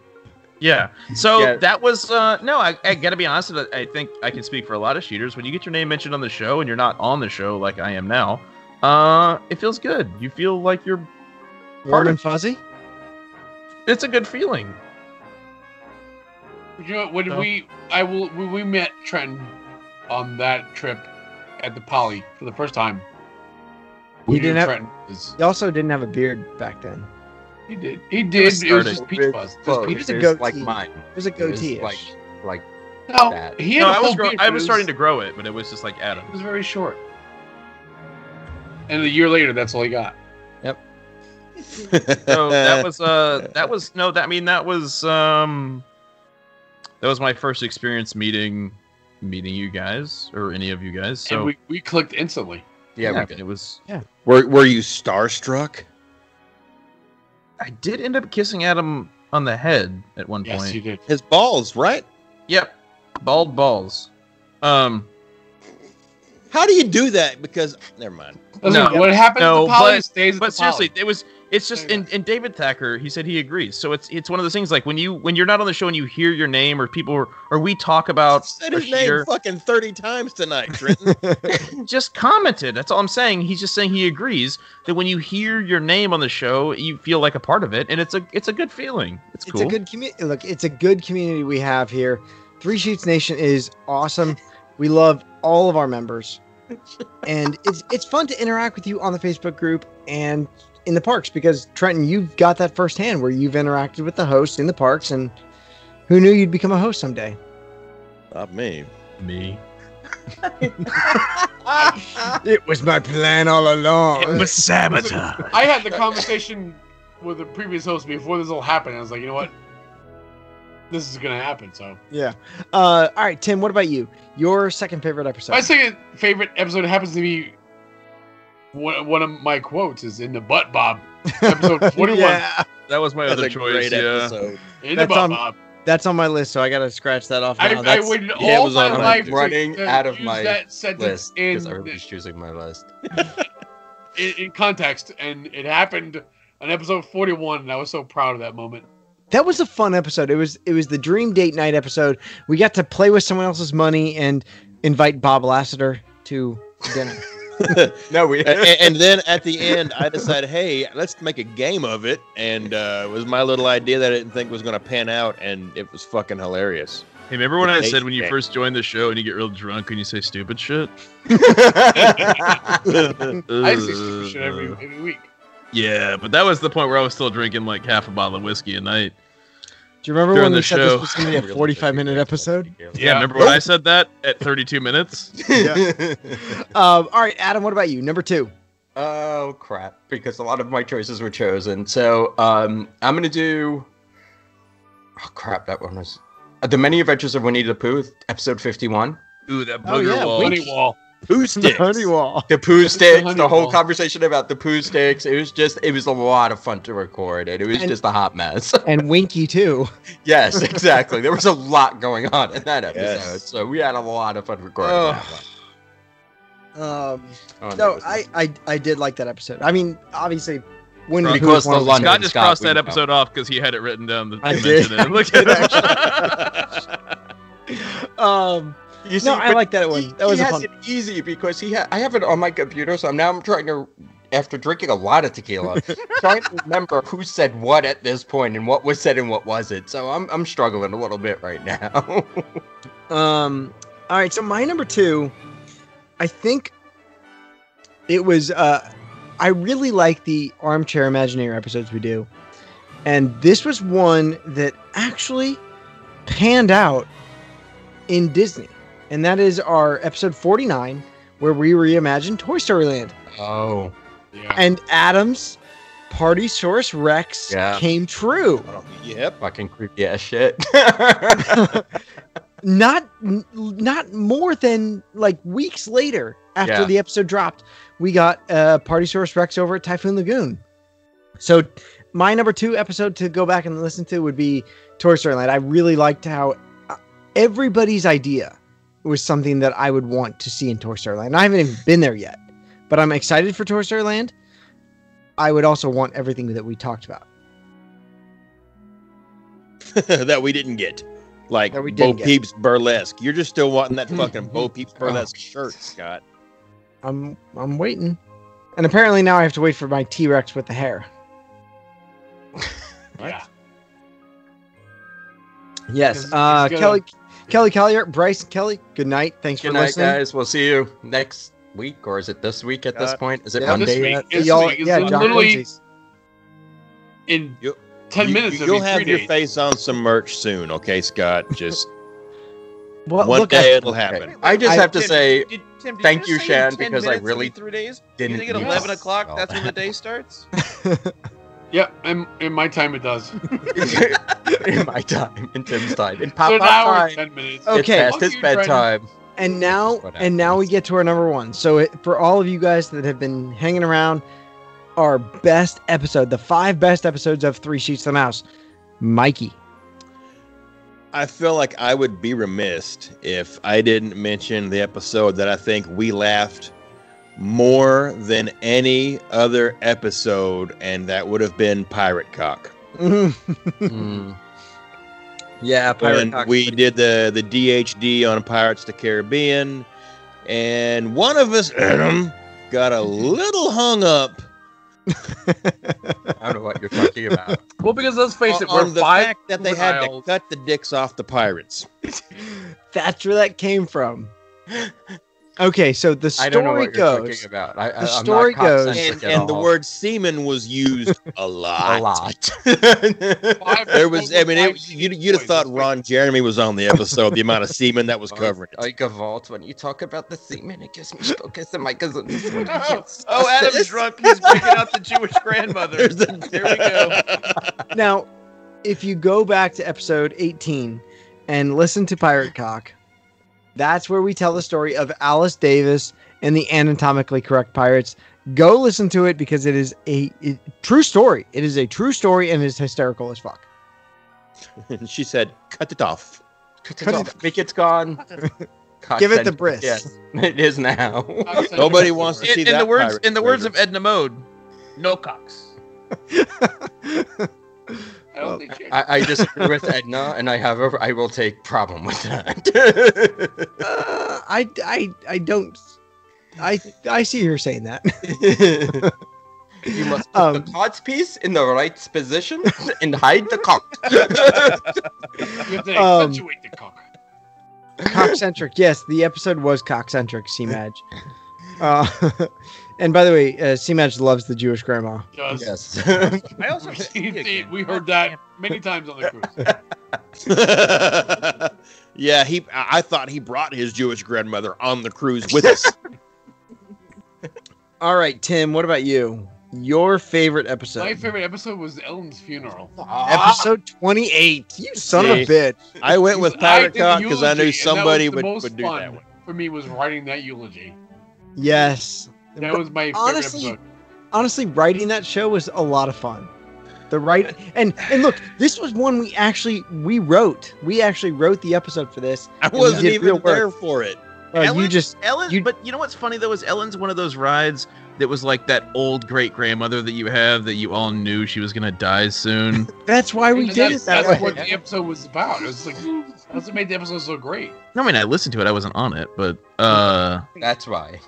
G: Yeah. So
H: Yeah.
G: that was uh no, I, I gotta be honest. with it, I think I can speak for a lot of cheaters. When you get your name mentioned on the show and you're not on the show like I am now, uh, it feels good. You feel like you're.
D: warm and fuzzy.
G: It's a good feeling.
I: You know, when
G: No.
I: we I will when we met Trenton on that trip at the Poly for the first time.
D: He
I: we
D: didn't have-
I: Trenton was,
D: He also didn't have a beard back then.
I: he did. He did. It was,
G: started.
I: just peach fuzz. Just
H: Clothes
I: peach-
D: Here's a
H: is
D: goatee.
H: like mine.
D: It was a
H: It was
D: goatee.
H: Like, like
I: No,
H: that.
I: he had
G: No,
I: a
G: I was
I: full
G: grow-
I: beard,
G: I
I: but
G: was
I: it
G: starting to grow it, but it was just like Adam.
I: It was very short. And a year later, that's all he got.
G: so that was uh that was no that I mean that was um that was my first experience meeting meeting you guys or any of you guys. So
I: and we, we clicked instantly.
H: yeah, we
G: it was
E: were were you starstruck?
G: I did end up kissing Adam on the head at one
I: Yes,
G: point.
I: you did.
E: His balls, right?
G: Yep. Bald balls. Um
E: How do you do that? Because never mind.
I: Listen, what happens
G: No,
I: to Polly
G: but-
I: stays at
G: But
I: the Polly.
G: seriously, it was. It's just
I: There you
G: and, and David Thacker. He said he agrees. So it's it's one of those things like when you when you're not on the show and you hear your name or people or, or we talk
E: I
G: about
E: said
G: or
E: his name
G: hear-
E: fucking thirty times tonight, Trenton.
G: just commented. That's all I'm saying. He's just saying he agrees that when you hear your name on the show, you feel like a part of it, and it's a it's a good feeling. It's
D: It's
G: cool.
D: a good community. Look, it's a good community we have here. Three Sheets Nation is awesome. We love all of our members, and it's it's fun to interact with you on the Facebook group and in the parks because Trenton, you've got that firsthand where you've interacted with the hosts in the parks, and who knew you'd become a host someday?
E: Not me.
G: Me.
D: It was my plan all along.
G: was sabotage.
I: I had the conversation with the previous host before this all happened. I was like, you know what? This is gonna happen. So
D: Yeah. Uh, all right, Tim. What about you? Your second favorite episode?
I: my second favorite episode happens to be one, one of my quotes is in the butt, Bob. Episode forty-one.
D: Yeah,
G: That was my
E: That's
G: other
E: a
G: choice.
E: great
G: Yeah.
E: episode.
I: In the
D: That's
I: butt,
D: on-
I: Bob.
D: that's on my list, so I gotta scratch that off.
I: I,
D: Now.
I: I
D: That's-
I: waited
H: yeah, it
I: all
H: was
I: my
H: on my
I: life to-
H: running
I: to
H: out of
I: use
H: my
I: that sentence
H: list
I: in
H: because everybody's choosing my list.
I: in, in context, and it happened on episode 41, and I was so proud of that moment.
D: that was a fun episode. It was it was the dream date night episode. We got to play with someone else's money and invite Bob Lassiter to dinner.
H: No, we.
E: and, and then at the end, I decided, hey, let's make a game of it. And uh, it was my little idea that I didn't think was going to pan out, and it was fucking hilarious.
G: Hey, remember when I
E: Hey,
G: said when you
E: hey.
G: first joined the show and you get real drunk and you say stupid shit?
I: I see stupid shit every,
G: Uh,
I: every week.
G: Yeah, but that was the point where I was still drinking like half a bottle of whiskey a night.
D: Do you remember
G: During
D: when we
G: the
D: said this
G: show.
D: was going to be a 45 minute episode?
G: Yeah, remember when I said that at 32 minutes?
D: Um, all right, Adam, what about you? Number two.
H: Oh crap! Because a lot of my choices were chosen. So um, I'm gonna do. Oh crap! That one was Uh, the Many Adventures of Winnie the Pooh, episode fifty-one.
G: Ooh, that
D: Oh,
G: booger
D: yeah,
G: wall.
I: Money wall.
E: Who
D: The
E: sticks?
D: honey wall.
H: The poo sticks. The whole
I: Honeywell.
H: conversation about the poo sticks. It was just. It was a lot of fun to record, and it was
D: And-
H: just a hot mess.
D: And Winky, too.
H: yes, exactly. There was a lot going on in that episode,
E: Yes.
H: so we had a lot of fun recording that one.
D: Um,
H: Oh, and there
D: Oh, no,
H: was
D: I,
H: this-
D: I, I did like that episode. I mean, obviously, when
G: Right.
H: Because the London-
G: Scott just
H: Scott,
G: crossed
H: we
G: that
H: know.
G: episode off because he had it written down. That
D: I
G: you
D: did.
G: mentioned it. Look at that.
D: Um,
H: You see,
D: no, I
H: but-
D: like that one. That was
H: he
D: a
H: has
D: fun.
H: it easy because he ha- I have it on my computer, so now I'm trying to, after drinking a lot of tequila, trying to remember who said what at this point and what was said and what wasn't. So I'm I'm struggling a little bit right now.
D: Um, all right, so my number two, I think it was. Uh, I really like the armchair Imagineer episodes we do, and this was one that actually panned out in Disney, and that is our episode forty nine, where we reimagine Toy Story Land,
H: oh,
I: Yeah.
D: and Adams. Party Source Rex
H: Yeah.
D: came true.
E: Yep.
H: fucking creepy ass shit.
D: not n- not more than like weeks later after
H: Yeah.
D: the episode dropped we got uh party source rex over at typhoon lagoon so my number two episode to go back and listen to would be toy story land i really liked how uh, everybody's idea was something that i would want to see in toy story land i haven't even been there yet but i'm excited for toy story land i would also want everything that we talked about
E: that we didn't get. Like
D: That we
E: Bo
D: didn't get. Oh,
E: Peep's burlesque. You're just still wanting that fucking Bo Peep's burlesque shirt, Scott.
D: i'm i'm waiting and apparently now i have to wait for my t-rex with the hair
I: yeah.
D: Yes.
I: It's-
D: Uh,
I: it's good.
D: Kelly, Kelly Collier, Bryce, Kelly. Good night. Thanks
H: Good
D: for
H: night,
D: listening.
H: guys. We'll see you next week, or is it this week at this
E: Uh,
H: point? Is it
D: yeah,
I: this
H: Monday?
I: week.
D: Uh,
I: It's
D: y'all-
I: like- it's
D: yeah, John
I: literally-
D: Lindsay's.
I: In
E: You-
I: 10
E: You-
I: minutes,
E: You'll
I: it'll be
E: have
I: three
E: your
I: days.
E: face on some merch soon, okay, Scott? Just
D: Well,
E: one
D: look,
E: day
D: I,
E: it'll happen.
H: I just
D: I-
H: have to
B: Tim,
H: say,
B: did- Tim, did
H: thank
B: just
H: you,
B: say
H: Shan,
B: 10
H: because I
B: minutes, it'll be
H: really
B: three days.
H: didn't
B: you think at
H: use Oh.
B: eleven o'clock?
H: all
B: That's when the
H: that.
B: day starts.
I: Yeah, in, in my time, it does. So
H: in my time, in Tim's time, in Papa's
I: an hour and
H: time,
I: 10 minutes.
D: Oh,
H: it's
D: Okay.
H: past his
I: Fuck you, Dryden.
H: bedtime.
D: and now
H: What
D: and now we
H: happens.
D: get to our number one. So it, for all of you guys that have been hanging around, our best episode, the five best episodes of Three Sheets to the Mouse, Mikey.
E: I feel like I would be remiss if I didn't mention the episode that I think we laughed more than any other episode, and that would have been Pirate Cock.
D: Mm-hmm.
H: Mm. Yeah, pirate
E: when
H: cock.
E: we did the the DHD on Pirates of the Caribbean, and one of us Adam, got a little hung up
H: I don't know what you're talking about.
I: Well, because let's face it,
E: on
I: we're
E: the
I: five.
E: fact that they had to
I: miles-
E: cut the dicks off the pirates.
D: That's where that came from. Okay, so the
H: I don't know
D: story
H: what you're
D: goes.
H: talking about. I, I,
D: the story
H: I'm not
D: goes-
H: cock-centric
E: And,
H: at
E: and the
H: all.
E: word semen was used a lot.
H: a lot.
E: there was, I mean, it, you'd, you'd have thought
I: Wait, wait.
E: Ron Jeremy was on the episode, the amount of semen that was covering it.
H: Like a vault. When you talk about the semen, it gives me chills. and my cousins.
G: Oh, oh, Adam's drunk. He's picking out the Jewish grandmother.
E: There's the-
G: There we go.
D: Now, if you go back to episode 18 and listen to Pirate Cock, that's where we tell the story of Alice Davis and the anatomically correct pirates. Go listen to it because it is a it- true story. It is a true story and it is hysterical as fuck.
E: And she said, "Cut it off."
H: Cut it off. Make it gone.
D: Give it the
H: Cock-centric,
D: bris.
H: Yes, it is now.
E: Nobody wants to see
G: In, in
E: that.
G: the words,
E: pirate
G: in the words of
E: murder.
G: Edna Mode, no cocks.
I: I don't think she-
H: I, I disagree with Edna, and I have a, I will take problem with that.
D: Uh, I, I, I don't. I, I see her saying that.
H: you must put
D: Um,
H: the cards piece in the right position and hide the cock.
I: You have to
D: Um,
I: accentuate the cock.
D: cock-centric. Yes, the episode was cock-centric, C-Madge. Uh, and by the way, uh, C-Madge loves the Jewish grandma.
I: Does.
H: yes.
G: I also
I: we heard that many times on the cruise.
E: yeah, he. I I thought he brought his Jewish grandmother on the cruise with us.
D: All right, Tim, what about you? Your favorite episode?
I: My favorite episode was Ellen's funeral.
H: Ah.
D: Episode 28. You son of a bitch.
E: I went with
I: I
E: Pirate
I: did the
E: Cock because I
I: eulogy,
E: knew
I: and that
E: somebody
I: was the
E: would,
I: most
E: would do that
I: fun
E: one.
I: For me, was writing that eulogy.
D: Yes.
I: That was my favorite
D: honestly,
I: episode.
D: Honestly, writing that show was a lot of fun. The right and and look, this was one we actually we wrote. We actually wrote the episode for this.
E: I
D: you
E: wasn't
D: did real
E: even
D: work.
E: there for it.
D: Uh, you
G: Ellen?
D: just
G: Ellen,
D: You-
G: but you know what's funny though is Ellen's one of those rides that was like that old great grandmother that you have that you all knew she was gonna die soon.
D: that's why we
I: And
D: did
I: that's,
D: it that
I: that's
D: way.
I: what the episode was about. It was like that's what made the episode so great.
G: I mean, I listened to it. I wasn't on it, but uh,
H: That's why.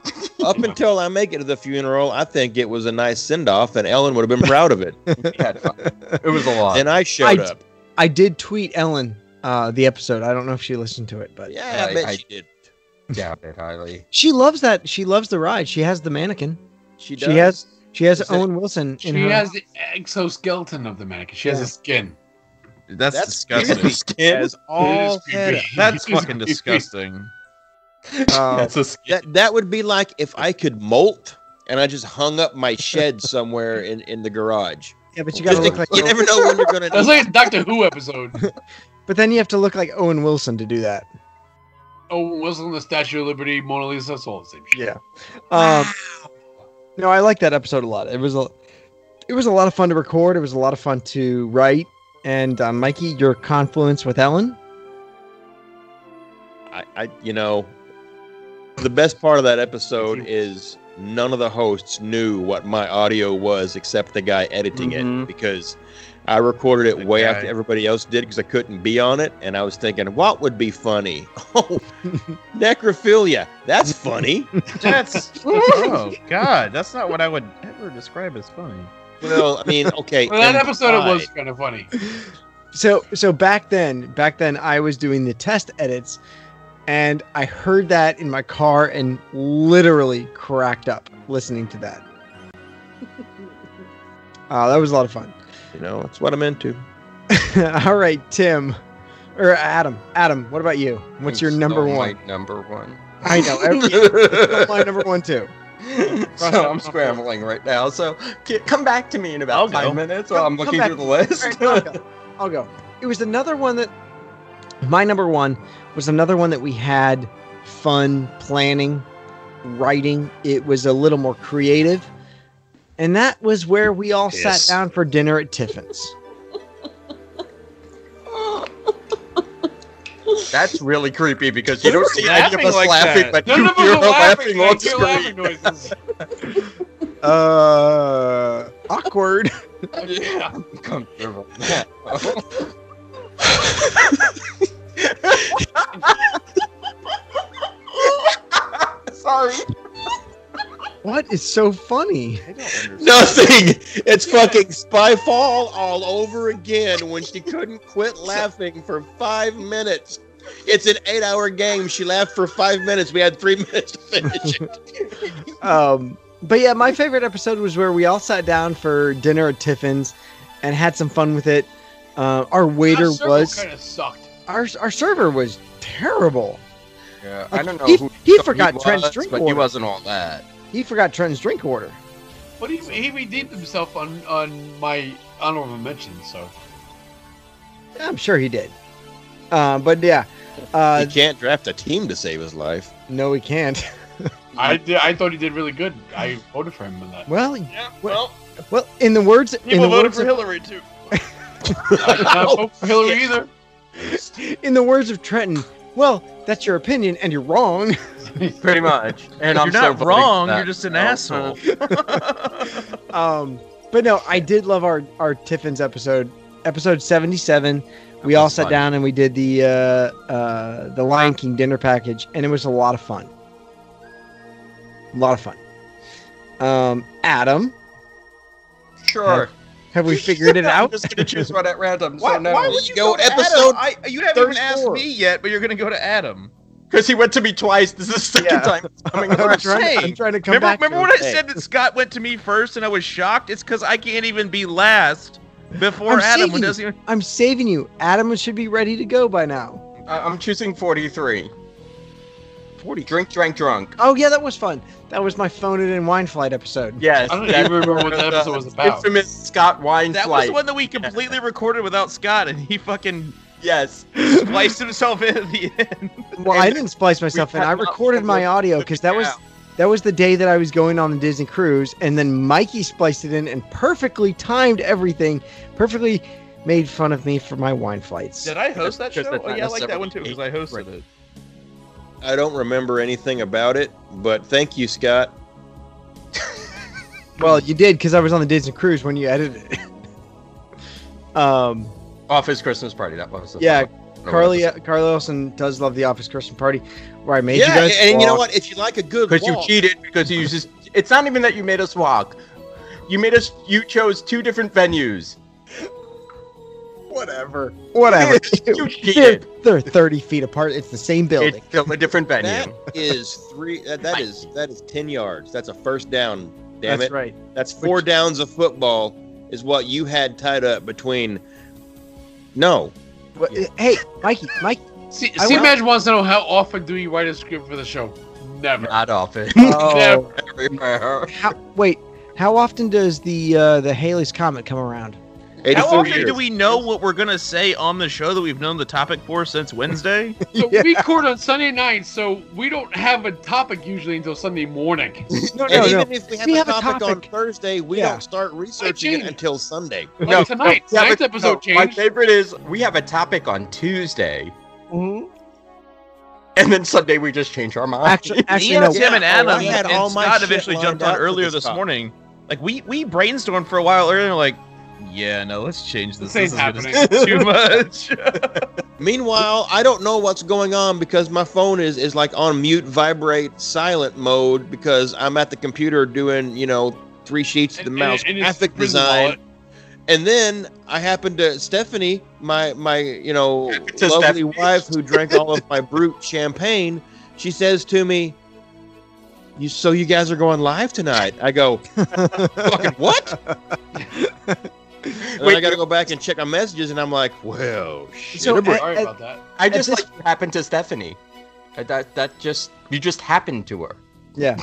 E: Up until I make it to the funeral, I think it was a nice send off, and Ellen would have been proud of it.
H: We had fun. It was a lot.
E: and I showed
D: I-
E: up.
D: I did tweet Ellen uh, the episode. I don't know if she listened to it, but
E: Yeah, I
H: I-
E: bet
H: I-
E: she did.
H: doubt it highly.
D: she loves that. She loves the ride. She has the mannequin.
E: She
D: She
E: does.
D: has she has
E: Is it-
D: Owen Wilson in
I: She
D: her.
I: has the exoskeleton of the mannequin. She has
D: Yeah.
I: a skin.
G: that's,
E: That's
G: disgusting.
E: creepy. Skin.
G: That's all
I: It is creepy.
G: head. That's
I: It is
G: fucking
I: creepy.
G: disgusting.
D: uh,
G: That's a skin.
E: That that would be like if I could molt and I just hung up my shed somewhere in, in the garage.
D: yeah, but you gotta
E: Just
D: look
E: to,
D: like.
E: you never know when you're gonna.
I: That's
E: Need.
I: like a Doctor Who episode.
D: But then you have to look like Owen Wilson to do that.
I: Oh, Wilson, the Statue of Liberty, Mona Lisa, it's all the same shit.
D: Yeah. Um, no, I like that episode a lot. It was a, it was a lot of fun to record. It was a lot of fun to write. And uh, Mikey, your confluence with Ellen.
E: I, I you know, the best part of that episode is none of the hosts knew what my audio was except the guy editing it
I: Mm-hmm.
H: Mhm.
E: because I recorded it
G: The
E: way
G: guy.
E: after everybody else did because I couldn't be on it and I was thinking what would be funny? Oh, necrophilia. That's funny.
G: That's oh god, that's not what I would ever describe as funny.
E: well, I mean, okay.
I: Well, that episode it
E: implied.
I: was kind of funny.
D: So so back then, back then I was doing the test edits, and I heard that in my car and literally cracked up listening to that. Uh, that was a lot of fun.
E: You know, that's what I'm into.
D: All right, Tim, or Adam. Adam, what about you? What's your
H: You
D: number
H: stole
D: one?
H: Oh, My number one.
D: I know. Every, my number one too.
H: so I'm scrambling right now. So c- come back to me in about
G: I'll
H: five
G: go.
H: minutes
D: Come-
H: while I'm
D: come
H: looking
D: back.
H: through the list.
D: All right, I'll go. I'll go. It was another one that my number one was another one that we had fun planning, writing. It was a little more creative. And that was where we all
E: Yes.
D: sat down for dinner at Tiffin's.
H: That's really creepy because you don't see any
J: laughing
H: of us
J: like
H: laughing,
J: that.
H: but you hear her laughing
I: I
H: on
I: hear
H: screen.
I: laughing noises.
D: Uh, awkward.
I: yeah.
H: Comfortable. Sorry.
D: What is so funny?
E: Nothing. It's fucking Spyfall all over again when she couldn't quit laughing for five minutes. It's an eight hour game. She laughed for five minutes. We had three minutes to finish it.
D: Um, but yeah, my favorite episode was where we all sat down for dinner at Tiffin's and had some fun with it. Uh, our waiter was
I: kind of sucked.
D: our our server was terrible.
H: Yeah, I don't know.
D: He-
H: who
D: he forgot Trent's
H: was,
D: drink
H: but he
D: order.
H: wasn't all that.
D: He forgot Trenton's drink order.
I: But he, he redeemed himself on on my honorable mention. So
D: I'm sure he did. Uh, but yeah, uh,
E: he can't draft a team to save his life.
D: no, he can't.
I: I did, I thought he did really good. I voted for him in that.
D: Well,
J: Yeah,
D: well, well, in the words, in the words, of,
J: Hillary too.
I: I did not vote for Hillary either.
D: in the words of Trenton, well, that's your opinion, and you're wrong.
H: Pretty much. And I'm
G: you're not
H: so
G: wrong. You're just an asshole.
D: Um, but no, I did love our our Tiffin's episode, episode seventy seven. We all
G: was
D: sat
G: fun.
D: down and we did the uh, uh, the Lion King dinner package, and it was a lot of fun. A lot of fun. Um, Adam,
K: Sure.
D: have we figured it
K: I'm
D: out?
K: just gonna choose one at random. so no.
E: would you go episode
J: Adam? I, you haven't even asked
E: 34.
J: me yet, but you're gonna go to Adam.
K: Because he went to me twice. This is the second
D: Yeah.
K: time. it's
D: I'm,
K: coming
D: trying,
K: up.
D: to- I'm
J: saying.
D: trying to come
J: Remember,
D: back. to
J: remember when I
D: it.
J: said that Scott went to me first and I was shocked? It's because I can't even be last before
D: I'm
J: Adam,
D: saving
J: who doesn't even.
D: I'm saving you. Adam should be ready to go by now.
H: I- I'm choosing 43. 40. Drink, drank, drunk.
D: Oh yeah, that was fun. That was my phone it in wine flight episode.
H: Yes.
I: I don't even remember what that episode was about.
H: Infamous Scott Wine
J: That was
H: Flight.
J: the one that we completely recorded without Scott, and he fucking
H: Yes.
J: spliced himself in at the end.
D: Well, I didn't splice myself in.
H: cut
D: I
H: out
D: recorded
H: the
D: my
H: little
D: audio because that was
H: out.
D: that was the day that I was going on the Disney cruise, and then Mikey spliced it in and perfectly timed everything, perfectly made fun of me for my wine flights.
J: Did I host that
H: Because
J: show?
H: that's
J: Oh,
H: not
J: yeah, I like that one too because I
H: necessarily
J: hosted
H: right.
J: it.
E: I don't remember anything about it, but thank you, Scott.
D: Well, you did because I was on the Disney cruise when you edited it. um,
H: Office Christmas Party. That was the
D: yeah,
H: final
D: Carly
H: episode.
D: Carly Olsen does love the Office Christmas party where I made
E: yeah,
D: you guys.
E: and you know
D: walk.
E: what? If you like a good
H: Because you
E: walk-
H: cheated. Because you just. It's not even that you made us walk. You made us. You chose two different venues.
D: Whatever, whatever.
H: You
D: they're,
H: cheated.
D: they're thirty feet apart. It's the same building.
H: It's still a different venue.
E: That is three. That, that is that is ten yards. That's a first down. Damn
D: That's
E: it.
D: right.
E: That's four
D: Which-
E: downs of football is what you had tied up between. No,
D: Well, uh, Hey, Mikey, Mike.
I: See,
D: I
I: C
D: will-
I: Madge wants to know how often do you write a script for the show? Never.
H: Not office.
D: Oh,
H: Everywhere.
D: How, wait, how often does the uh, the Haley's comet come around?
J: How
E: 84
J: often
E: years.
J: do we know what we're gonna say on the show that we've known the topic for since Wednesday?
I: So
D: Yeah.
I: we record on Sunday night, so we don't have a topic usually until Sunday morning.
D: No,
E: and
D: no, no.
E: even if we have,
D: We
E: a,
D: have a
E: topic on
D: topic.
E: Thursday, we
D: Yeah.
E: don't start researching it
I: Gene.
E: until Sunday.
I: Like tonight,
H: we have
I: tonight's
H: a-
I: episode
H: no, My
I: changed.
H: favorite is we have a topic on Tuesday,
D: Mm-hmm.
H: and then Sunday we just change our mind.
D: Actually, actually,
J: Me
D: no.
J: and Tim and
E: Yeah,
J: Adam
E: oh, I had
J: and
E: all my
J: Scott
E: shit
J: eventually
E: lined
J: jumped
E: up
J: on
E: for
J: earlier
E: this
J: this
E: topic.
J: morning. Like we we brainstormed for a while earlier, and we're like, yeah, no, let's change this.
I: This
J: This,
I: ain't
J: is gonna be too much.
E: Meanwhile, I don't know what's going on because my phone is is like on mute, vibrate, silent mode because I'm at the computer doing you know three sheets of the
I: And- and-
E: mouse
I: and it's
E: graphic
I: written
E: design,
I: wallet.
E: and then I happened to Stephanie, my my you know lovely
H: to Stephanie.
E: wife who drank all of my brute champagne. She says to me, "You so you guys are going live tonight?" I go, "Fucking what?" and then I
H: Wait,
E: got to go back and check my messages, and I'm like, "Well, shit."
D: So,
E: about
D: at-
I: Sorry
D: at-
I: about that.
H: I just
D: this-
H: like you happened to Stephanie. Uh, That that just you just happened to her.
D: yeah.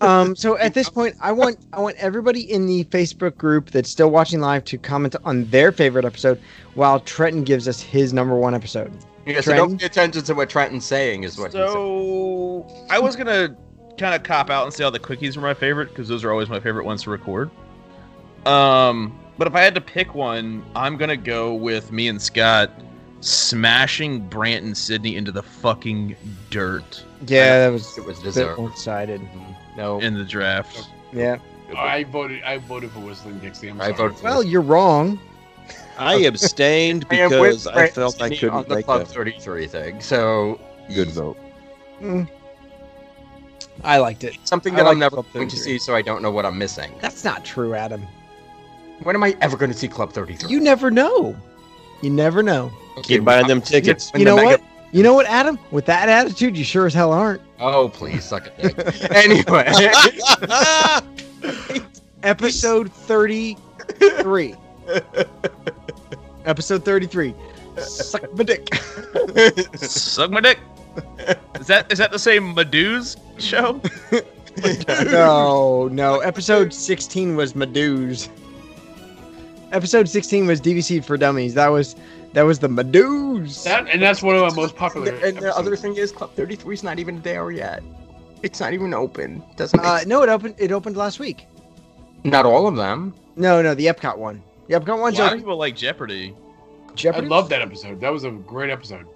D: Um, so at this point, I want I want everybody in the Facebook group that's still watching live to comment on their favorite episode, while Trenton gives us his number one episode.
H: Yeah, so don't
D: Trenton?
H: pay attention to what Trenton's saying is what he's saying.
J: so I was gonna kind of cop out and say all the quickies were my favorite because those are always my favorite ones to record. Um, but if I had to pick one, I'm gonna go with me and Scott
G: smashing Branton Sydney into the fucking dirt
D: Yeah, that was
H: It was
D: bit
H: deserved.
D: one-sided.
H: No,
G: in the draft.
D: Yeah.
I: I voted. I voted for Whistling Dixie. I'm
H: I
I: sorry.
H: voted.
D: Well, you're wrong.
E: I
J: Uh,
E: abstained
H: am with
E: because I
H: Brett
E: felt I
H: Sidney on
E: couldn't
H: the
E: make
H: Club
E: that
H: 33 thing. So
E: good vote.
D: I liked it.
H: something
D: I
H: that
D: like
H: I'm never
D: Club
H: going to
D: 33.
H: see, so I don't know what I'm missing.
D: That's not true, Adam.
H: When am I ever going to see Club 33?
D: You never know. You never know.
E: Keep buying them tickets.
H: When
D: you
H: the
D: know
H: mega-
D: what? You know what, Adam? With that attitude, you sure as hell aren't.
H: Oh, please suck a dick. anyway,
D: Episode 33. Episode 33. Suck my dick.
G: Suck my dick. Is that is that the same Medu's show?
D: no, no. Episode 16 was Medu's. Episode 16 was DVC for Dummies. That was that was the Medu's.
I: That, and that's one of my most popular.
H: and the other
I: episodes.
H: thing is, Club 33 is not even there yet. It's not even open. Doesn't
D: Uh, no, it opened it opened last week.
H: not all of them.
D: No, no, the Epcot one. The Epcot
G: A
D: one's
G: lot of
D: open.
G: people like Jeopardy.
I: I
D: Jeopardy?
I: love that episode. That was a great episode.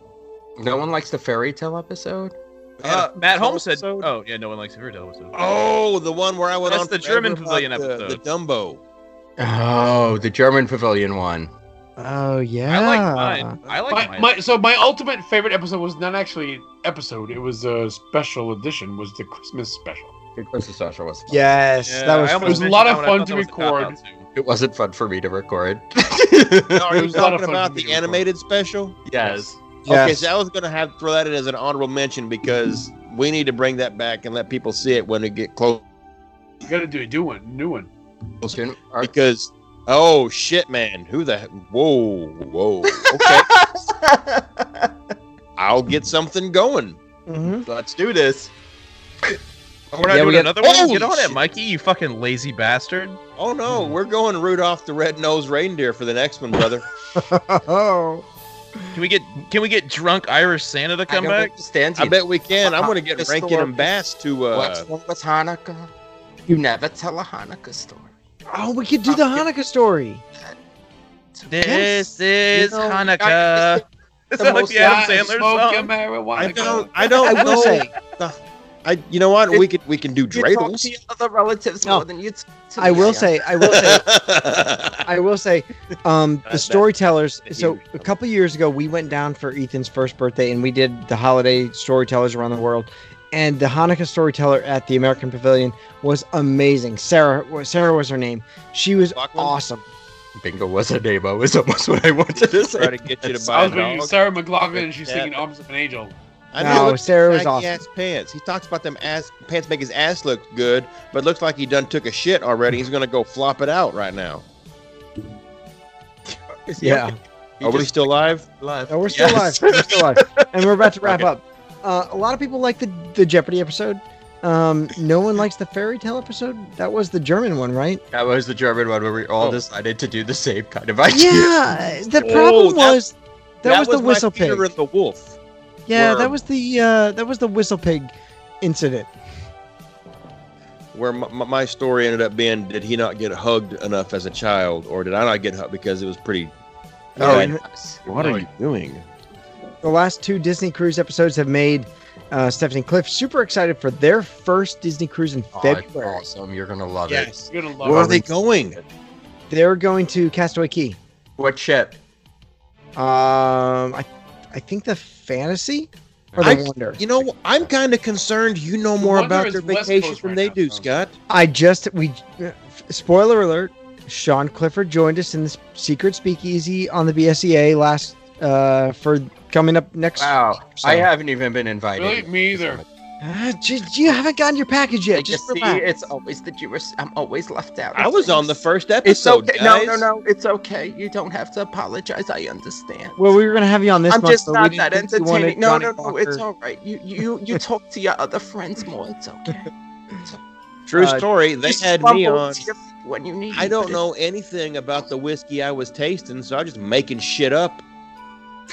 H: No one likes the fairy tale episode.
G: Uh, Matt Holmes said,
E: episode?
G: "Oh yeah, no one likes fairy tale episode."
E: Oh, the one where I went
G: That's
E: on
G: the
E: forever
G: German
E: about
G: Pavilion
E: the-
G: episode.
E: The Dumbo.
H: Oh, the German Pavilion one.
D: Oh yeah.
G: I like mine. I like
I: My,
G: mine.
I: my, so my ultimate favorite episode was not actually an episode. It was a special edition. Was the Christmas special.
H: It was a social was.
D: Yes,
G: Yeah,
D: that
G: I
D: was.
G: almost
I: It was a
G: mentioned
I: lot
G: that
I: of
G: one. I
I: fun
G: thought
I: to
G: that was a cop-out,
I: record.
G: too.
H: It wasn't fun for me to record.
E: Are
I: It
E: you
I: was a lot of
E: talking
I: fun
E: about
I: to
E: the
I: do.
E: animated special?
H: yes.
E: Okay, so I was gonna have throw that in as an honorable mention because we need to bring that back and let people see it when we get close.
I: You got to do a new one. New one.
H: Jim- are-
E: Because oh shit, man, who the whoa whoa? Okay, I'll get something going.
D: Mhm.
K: Let's do this.
G: Oh, We're not
D: Yeah, we
G: doing
D: got-
G: another one.
E: Holy
G: Get on
E: shit.
G: it, Mikey. You fucking lazy bastard.
E: Oh no, we're going Rudolph the Red-Nosed Reindeer for the next one, brother.
D: Oh.
G: Can we get can we get drunk Irish Santa to
H: I
G: come
H: don't
G: back?
H: understand
E: I
H: you.
E: bet we can.
H: uh,
E: I'm gonna get
H: Mr.
E: Rankin and Bass to uh,
H: What's wrong with Hanukkah? You never tell a Hanukkah story.
D: Oh, we could do the Hanukkah story.
G: This is
D: You know,
G: Hanukkah. It's
H: the
G: like
H: most
G: the Adam
I: I
G: Sandler
I: smoke your
G: song.
I: marijuana.
E: I don't. I don't.
D: I will
E: know.
D: say,
E: I. You know what?
H: It-
E: we could. We can do
H: You talk
E: dreidels.
H: to your other relatives
D: No.
H: more than you. t- to
D: I will
H: me.
D: say, I will say, I will say, um, the
E: that-
D: storytellers.
E: that
D: So
E: huge.
D: a couple years ago, we went down for Ethan's first birthday, and we did the holiday storytellers around the world. And the Hanukkah storyteller at the American Pavilion was amazing. Sarah, was- Sarah was her name. She was
E: Bachman?
D: awesome.
H: Bingo was a name. I was almost what I wanted to
E: Try
H: say.
E: to get you to
I: I
E: buy
I: was
E: a
I: thinking
E: dog.
I: Sarah McLaughlin, and she's
E: Yeah.
I: singing "Arms of an Angel."
E: I
D: No,
E: look at
D: Sarah was
E: saggy
D: awesome.
E: Ass pants. He talks about them ass pants make his ass look good, but looks like he done took a shit already. He's gonna go flop it out right now.
D: Yeah.
E: Are we still live?
D: No, Uh, we're still
H: Yes.
D: live. We're still live. And we're about to wrap up. Uh, a lot of people like the, the Jeopardy episode. Um, no one likes the fairy tale episode. That was the German one, right?
H: That was the German one where we all
E: Oh.
H: decided to do the same kind of idea.
D: Yeah. The
E: Oh,
D: problem
E: that-
D: was that, was, the
E: my
D: whistle
E: Peter
D: pig.
E: and the wolf.
D: Yeah,
E: were-
D: that was the uh, that was the whistle pig incident.
E: Where my, my- my story ended up being: Did he not get hugged enough as a child, or did I not get hugged because it was pretty?
D: Oh,
E: Yeah,
D: and
E: what are you doing?
D: the last two Disney Cruise episodes have made uh, Stephanie and Cliff super excited for their first Disney Cruise in
H: Oh, it's
D: February.
H: awesome. You're gonna love it.
D: Yes,
I: You're gonna love
E: Where are
I: it.
E: they going?
D: they're going to Castaway Key.
H: What ship?
D: Um, I I think the Fantasy or the
E: I-
D: Wonder.
E: You know, I'm kind of concerned. You know more
I: Wonder
E: about
I: is
E: their
I: West
E: vacations
I: Coast
E: than
I: right
E: they
I: now,
E: do,
I: so-
E: Scott.
D: I just we uh, spoiler alert. Sean Clifford joined us in the secret speakeasy on the BSEA last uh, for coming up next.
H: Wow,
D: So-
H: I haven't even been invited.
I: Really, me either.
D: Ah, j- you haven't gotten your package yet.
H: Like, you
D: Just
H: see,
D: relax.
H: it's always the Jewish. I'm always left out.
E: I was on the first episode.
H: It's okay.
E: Guys.
H: No, no, no. It's okay. You don't have to apologize. I understand.
D: Well, we were gonna have you on this.
H: I'm
D: month,
H: just
D: but
H: not
D: we
H: that
D: didn't think you wanted
H: entertaining. No,
D: Johnny
H: no, no. It's
D: Walker.
H: all right. You, you, you talk to your other friends more. It's okay.
E: True
D: Uh,
E: story. They
H: You
E: had me
H: stumble
E: on.
H: to your feet when you need.
E: I
H: me,
E: don't
H: but
E: know anything about the whiskey I was tasting, so I'm just making shit up.
H: it's-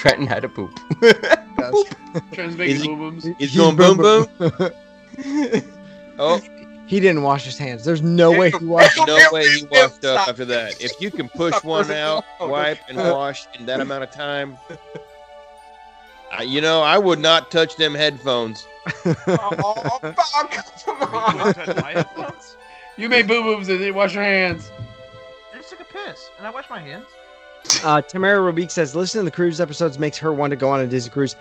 H: Trenton had a poop.
E: Is
I: Transmedia
E: he-
I: boom booms.
E: He's going boom boom. Oh
D: He didn't wash his hands. There's no way he washed.
E: no way he washed up after that. If you can push one out, wipe and wash in that amount of time, I- you know, I would not touch them headphones.
K: oh, fuck. Come on.
I: You made boo boobs and didn't wash your hands.
B: I just took a piss and I washed my hands.
D: Uh, Tamara Robique says, "Listening to the cruise episodes makes her want to go on a Disney cruise.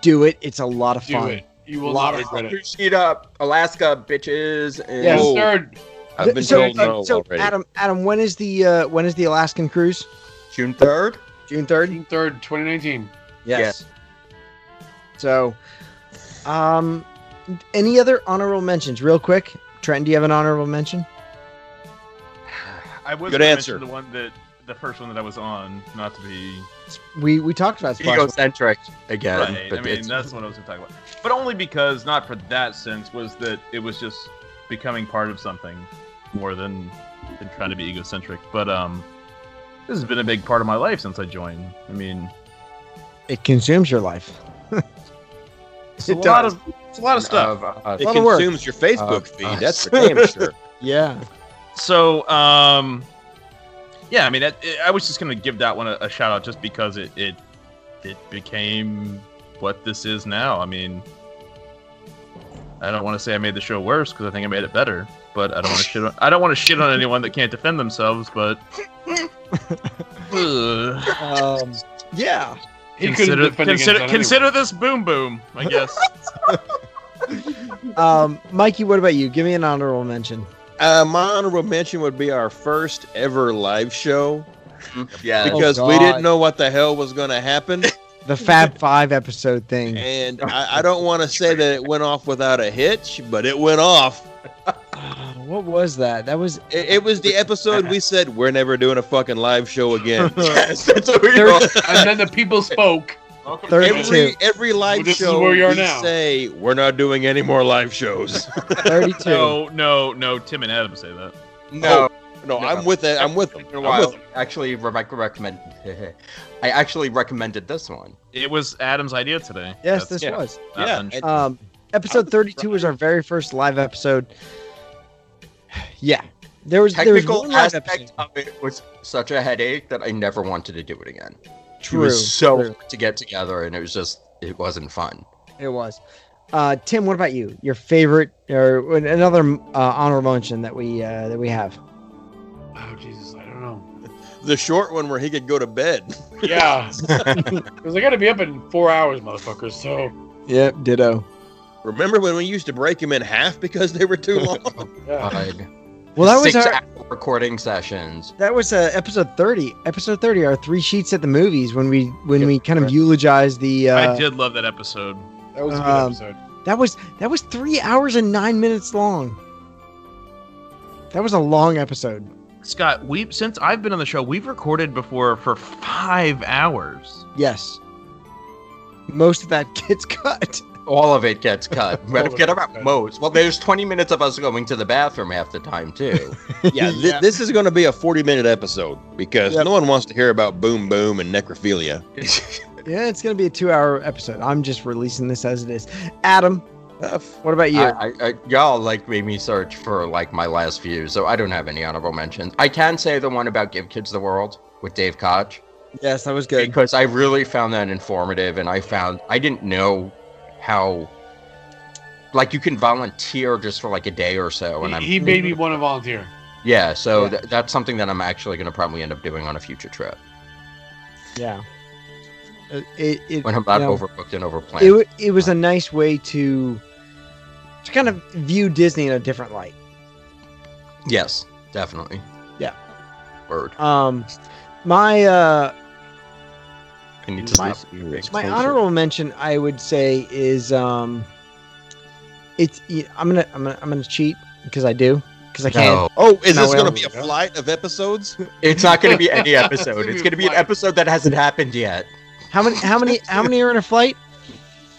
D: Do it. It's a lot of
I: Do
D: fun.
I: it. You will
K: Lot
I: not
K: of
I: regret it.
K: sheet up. Alaska, bitches. And
D: Yes.
I: Yes,
E: Whoa.
I: sir.
E: I've been
D: so, uh,
E: told no
D: so
E: already.
D: Adam, Adam, when is the uh, when is the Alaskan cruise?
K: June 3rd.
D: June third.
I: June 3rd, 2019.
D: So, um, any other honorable mentions, real quick? Trent, do you have an honorable mention?
G: I was
E: Good
G: gonna
E: answer.
G: mention The one that the first one that I was on, not to be
D: We we talked about Splash.
H: Egocentric again.
G: right. I
H: but
G: mean,
H: it's-
G: that's what I was gonna talk about. But only because, not for that sense, was that it was just becoming part of something more than than trying to be egocentric. But um, this has been a big part of my life since I joined. I mean,
D: It consumes your life.
G: it's a
D: It
G: lot
D: does.
G: of it's a lot of
H: Of,
G: stuff.
H: uh,
E: It
D: lot of work.
E: consumes your Facebook
H: Uh,
E: feed.
H: uh,
E: that's for damn sure.
D: Yeah.
G: So, um, yeah, I mean, that, I was just gonna give that one a, a shout out just because it, it it became what this is now. I mean, I don't want to say I made the show worse because I think I made it better, but I don't want to shit. On, I don't want to shit on anyone that can't defend themselves, but. Ugh.
D: Um, yeah.
I: He couldn't
G: consider
I: defend against
G: consider,
I: that
G: consider this boom boom, I guess.
D: Um, Mikey, what about you? Give me an honorable mention.
E: Uh, my honorable mention would be our first ever live show
K: Yes.
E: because
D: Oh,
E: we
D: God.
E: didn't know what the hell was going to happen,
D: The Fab Five episode thing.
E: and I, I don't want to say that it went off without a hitch, but it went off.
D: Ah, what was that? That was
E: It, it was the episode we said we're never doing a fucking live show again.
K: Yes, that's what we
D: There's-
K: are.
I: and then the people spoke.
G: Welcome
D: Third-
G: to-
E: Every every live
I: This is
E: show
I: where we are
E: we
I: now.
E: say we're not doing any more live shows.
D: 32.
G: No, no, no. Tim and Adam say that.
K: No.
E: no,
H: No.
E: I'm with it. I'm with them.
K: Been a
E: I'm
K: while.
E: with them.
H: actually, Rebecca recommended. I actually recommended this one.
G: It was Adam's idea today.
D: Yes, this
G: That's
E: yeah.
D: was.
G: not
E: yeah,
G: untrue.
E: and-
D: Um, episode 32 was our very first live episode. Yeah. There was, there was one
H: Technical
D: live
H: aspect
D: episode.
H: of it was such a headache that I never wanted to do it again.
D: True.
H: it was so
D: true.
H: hard to get together, and it was just it wasn't fun.
D: It was. Uh, Tim, what about you? Your favorite or another uh, honorable mention that we uh, that we have?
I: Oh, Jesus. I don't know.
E: the short one where he could go to bed.
I: Yeah. Because I got to be up in four hours, motherfuckers. So,
D: Yep, ditto.
E: Remember when we used to break him in half because they were too long?
I: yeah.
H: God.
D: Well, that was
H: Six
D: our
H: hour recording sessions.
D: that was uh, episode 30. Episode 30, our three sheets at the movies when we when
H: Yeah,
D: we kind of eulogized the uh,
G: I did love that episode.
I: That was a good
D: Um,
I: episode.
D: That was that was three hours and nine minutes long. That was a long episode.
G: Scott, we since I've been on the show, we've recorded before for five hours.
D: Yes. Most of that gets cut.
H: All of it gets cut.
I: of it
H: Forget about
I: gets cut.
H: most. Well, there's 20 minutes of us going to the bathroom half the time too.
E: yeah, thi- this is going to be a 40 minute episode because no one wants to hear about boom boom and necrophilia.
D: Yeah, it's gonna be a two-hour episode. I'm just releasing this as it is. Adam, what about you?
H: I, I, I, y'all like made me search for like my last few, so I don't have any honorable mentions. I can say the one about Give Kids the World with Dave Koch
D: yes, that was
H: because I really found that informative, and I found I didn't know how like you can volunteer just for like a day or so, and I'm
I: He, he made me want to volunteer.
H: yeah. So
D: Yeah.
H: Th- that's something that I'm actually going to probably end up doing on a future trip
D: Yeah. Uh, It it,
H: when I'm
D: you
H: not
D: know,
H: overbooked and overplanned.
D: it, wa- it was a nice way to to kind of view Disney in a different light.
H: yes, definitely.
D: Yeah.
H: Word.
D: Um, my uh,
H: I need to
D: My-
H: sleep.
D: My honorable mention, I would say, is um, it's y- I'm gonna I'm gonna I'm gonna cheat because I do because I can.
H: No.
E: Oh, is
D: No,
E: this
D: we
E: going to
D: don't
E: be a
I: do that.
E: flight of episodes?
H: It's not going to be any
I: It's
H: episode.
I: gonna
H: it's
I: be
H: going to be an
I: one.
H: episode that hasn't happened yet.
D: How many how many how many are in a flight?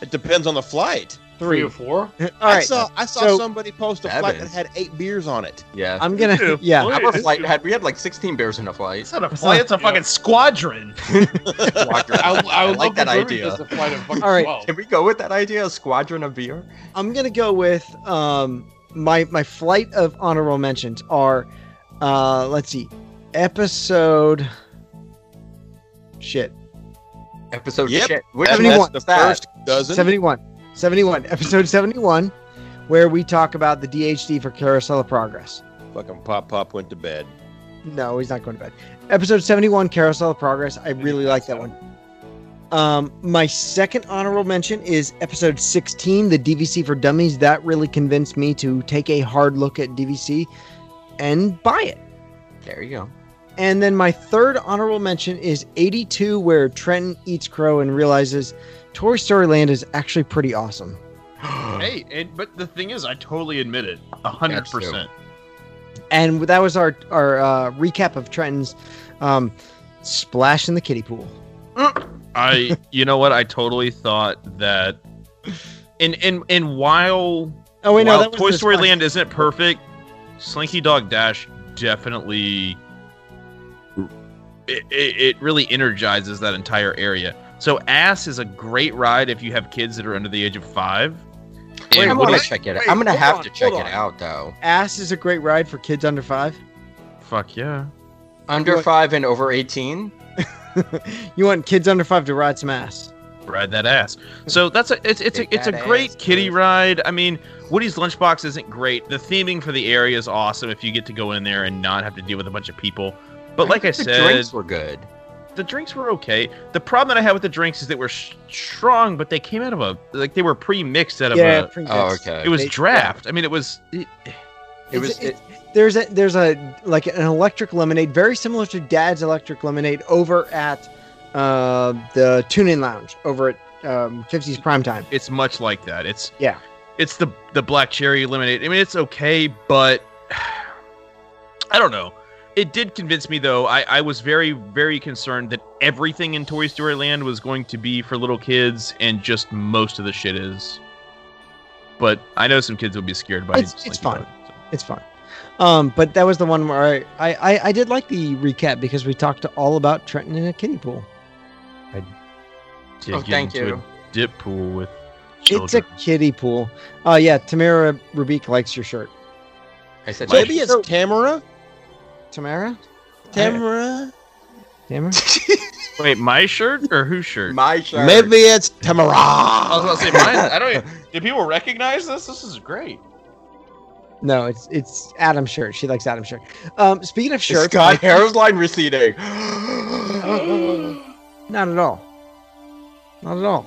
E: It depends on the flight.
I: Three or four?
D: All
E: I
D: right,
E: saw I saw
D: so-
E: somebody post a
H: That
E: flight that
H: is-
E: had eight beers on it.
H: Yeah.
D: I'm gonna yeah.
H: Our flight had we had like 16 bears in a flight.
G: It's not a flight. It's a fucking squadron.
I: I, I, would
H: I
I: love
H: like that
I: the brewery
H: idea.
I: does a flight of fucking
D: All right.
I: 12.
H: Can we go with that idea? A squadron of beer?
D: I'm gonna go with um my my flight of honorable mentions are uh let's see episode shit
H: Episode
E: Yep.
H: shit. Which
E: That-
D: 71.
E: That's the
H: That.
E: first dozen.
D: 71. 71. Episode 71, where we talk about the DHD for Carousel of Progress.
E: Fucking Pop Pop went to bed.
D: No, he's not going to bed. Episode 71, Carousel of Progress. I really like that one. Um, my second honorable mention is episode 16, the DVC for Dummies. That really convinced me to take a hard look at DVC and buy it.
H: There you go.
D: And then my third honorable mention is 82, where Trenton eats crow and realizes Toy Story Land is actually pretty awesome.
G: Hey, and, but the thing is, I totally admit it, a hundred
H: That's true.
G: percent.
D: And that was our our uh, recap of Trenton's um, splash in the kiddie pool.
G: I, you know what? I totally thought that. And and and while
D: Oh wait, no,
G: while
D: that was
G: Toy
D: the
G: Story
D: splash.
G: Land isn't perfect, Slinky Dog Dash definitely it, it, it really energizes that entire area. So Ass is a great ride if you have kids that are under the age of five. And
H: Wait, I'm
G: Woody-
H: gonna check it. out.
D: wait,
H: I'm gonna
D: hold
H: have
D: on,
H: to check
D: hold
H: it
D: on.
H: out though.
D: Ass is a great ride for kids under five.
G: fuck yeah.
H: Under
D: What?
H: five and over eighteen.
D: you want kids under five to ride some ass.
G: ride that ass. So that's a it's it's
H: Kick
G: a, it's a
H: that ass,
G: great kitty
H: dude.
G: ride. I mean, Woody's Lunchbox isn't great. The theming for the area is awesome if you get to go in there and not have to deal with a bunch of people. But like I
H: The
G: said,
H: drinks were good.
G: the drinks were okay. The problem that I had with the drinks is they were sh- strong, but they came out of a like they were pre-mixed out of a.
D: pretty
H: Oh,
D: good.
H: okay.
G: It was
D: They-
G: draft. I mean, it was. It,
H: It was.
D: It's-
H: It,
D: it's- there's a there's a like an electric lemonade very similar to Dad's electric lemonade over at uh, the Tune In Lounge over at um, 50s Primetime.
G: it's much like that. It's
D: Yeah.
G: It's the the black cherry lemonade. I mean, it's okay, but I don't know. It did convince me though. I I was very very concerned that everything in Toy Story Land was going to be for little kids, and just most of the shit is. But I know some kids would be scared by
D: It's-
G: Slinky
D: it's fine.
G: Dog, so.
D: It's fun. Um, but that was the one where I, I, I, I did like the recap because we talked to all about Trenton in a kiddie pool.
G: Did
H: oh,
G: get
H: thank
G: into a
H: you.
G: dip pool with
D: It's a
G: children.
D: kiddie pool. Oh, yeah. Tamara Rubik likes your shirt.
H: I said
E: Maybe
H: like-
E: it's Tamara.
D: Tamara?
E: Tamara.
D: Tamara?
G: Wait, my shirt or whose shirt?
K: My shirt.
E: Maybe it's Tamara.
G: I
E: Oh,
G: was about to say mine. I don't. Even, did people recognize this? This is great.
D: No, it's it's Adam's shirt. She likes Adam's shirt. Um, speaking of shirts,
K: Scott hairline receding.
D: not at all. Not at all.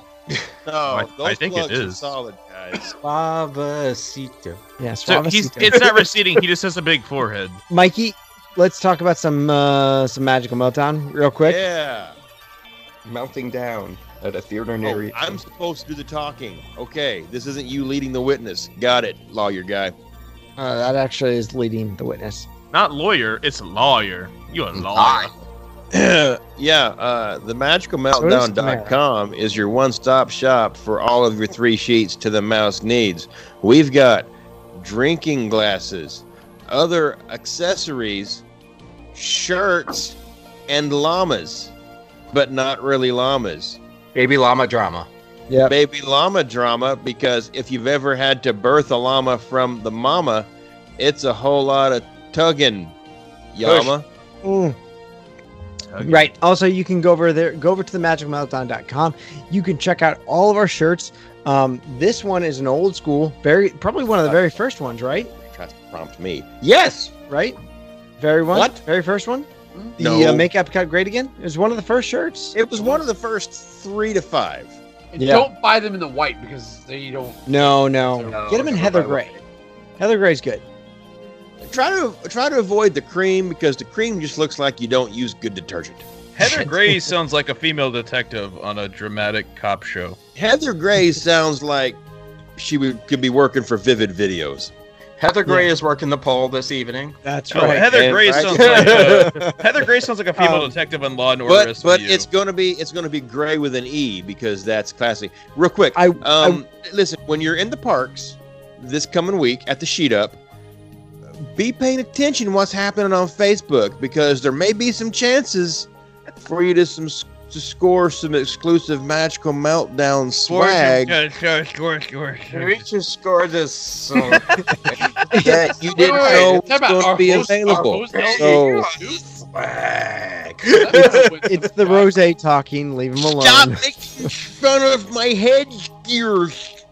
E: No,
G: I-
E: those
G: I think it
E: plugs are
G: is.
E: solid, guys.
H: Suavecito.
D: Yes,
G: So he's, it's not receding. He just has a big forehead.
D: Mikey. Let's talk about some uh, some magical meltdown real quick.
E: Yeah.
H: melting down at a theater
E: Oh,
H: near.
E: I'm supposed to do the talking. Okay, this isn't you leading the witness. Got it, lawyer guy.
D: Uh, that actually is leading the witness.
G: Not lawyer, it's lawyer. You a lawyer.
E: yeah, uh, the magicalmeltdown.com is your one stop shop for all of your three sheets to the mouse needs. We've got drinking glasses, other accessories, shirts, and llamas, but not really llamas.
H: Baby llama drama.
D: Yep.
E: baby llama drama because if you've ever had to birth a llama from the mama, it's a whole lot of tugging, llama.
D: Mm.
G: Okay.
D: Right. Also, you can go over there, go over to the magicmeltdown.com. You can check out all of our shirts. Um, this one is an old school, very probably one of the very first ones, right?
E: Tries to prompt me. Yes.
D: Right? Very one.
E: What?
D: Very first one. The
E: No.
D: uh, make Epcot great again. It was one of the first shirts.
E: It was one of the first three to five.
I: And
D: Yeah.
I: Don't buy them in the white because they don't.
D: No, no. Get them in Heather Gray. Heather Gray's good.
E: Try to try to avoid the cream because the cream just looks like you don't use good detergent.
G: Heather Gray sounds like a female detective on a dramatic cop show.
E: Heather Gray sounds like she would, could be working for Vivid Videos.
H: Heather Gray is working the poll this evening.
D: That's
G: Oh, Heather
E: and
G: Gray
E: right.
G: sounds like a, Heather Gray sounds like a female
D: Um,
G: detective on Law and Order
E: But
G: SVU.
E: but it's gonna be it's gonna be Gray with an E because that's classy. Real quick,
D: I
E: Um, listen, when you're in the parks this coming week at the sheet up, be paying attention what's happening on Facebook because there may be some chances for you to some to score some exclusive magical meltdown swag.
J: Score, score, score, score.
K: We just scored this. So
E: that you didn't
I: wait,
E: know
I: wait,
E: was
I: time out. uh,
E: going
I: Our
E: to be
I: host- our
E: available.
I: host knows
E: So
K: swag.
D: It's the rose talking. Leave him alone.
E: stop making fun of my head gears.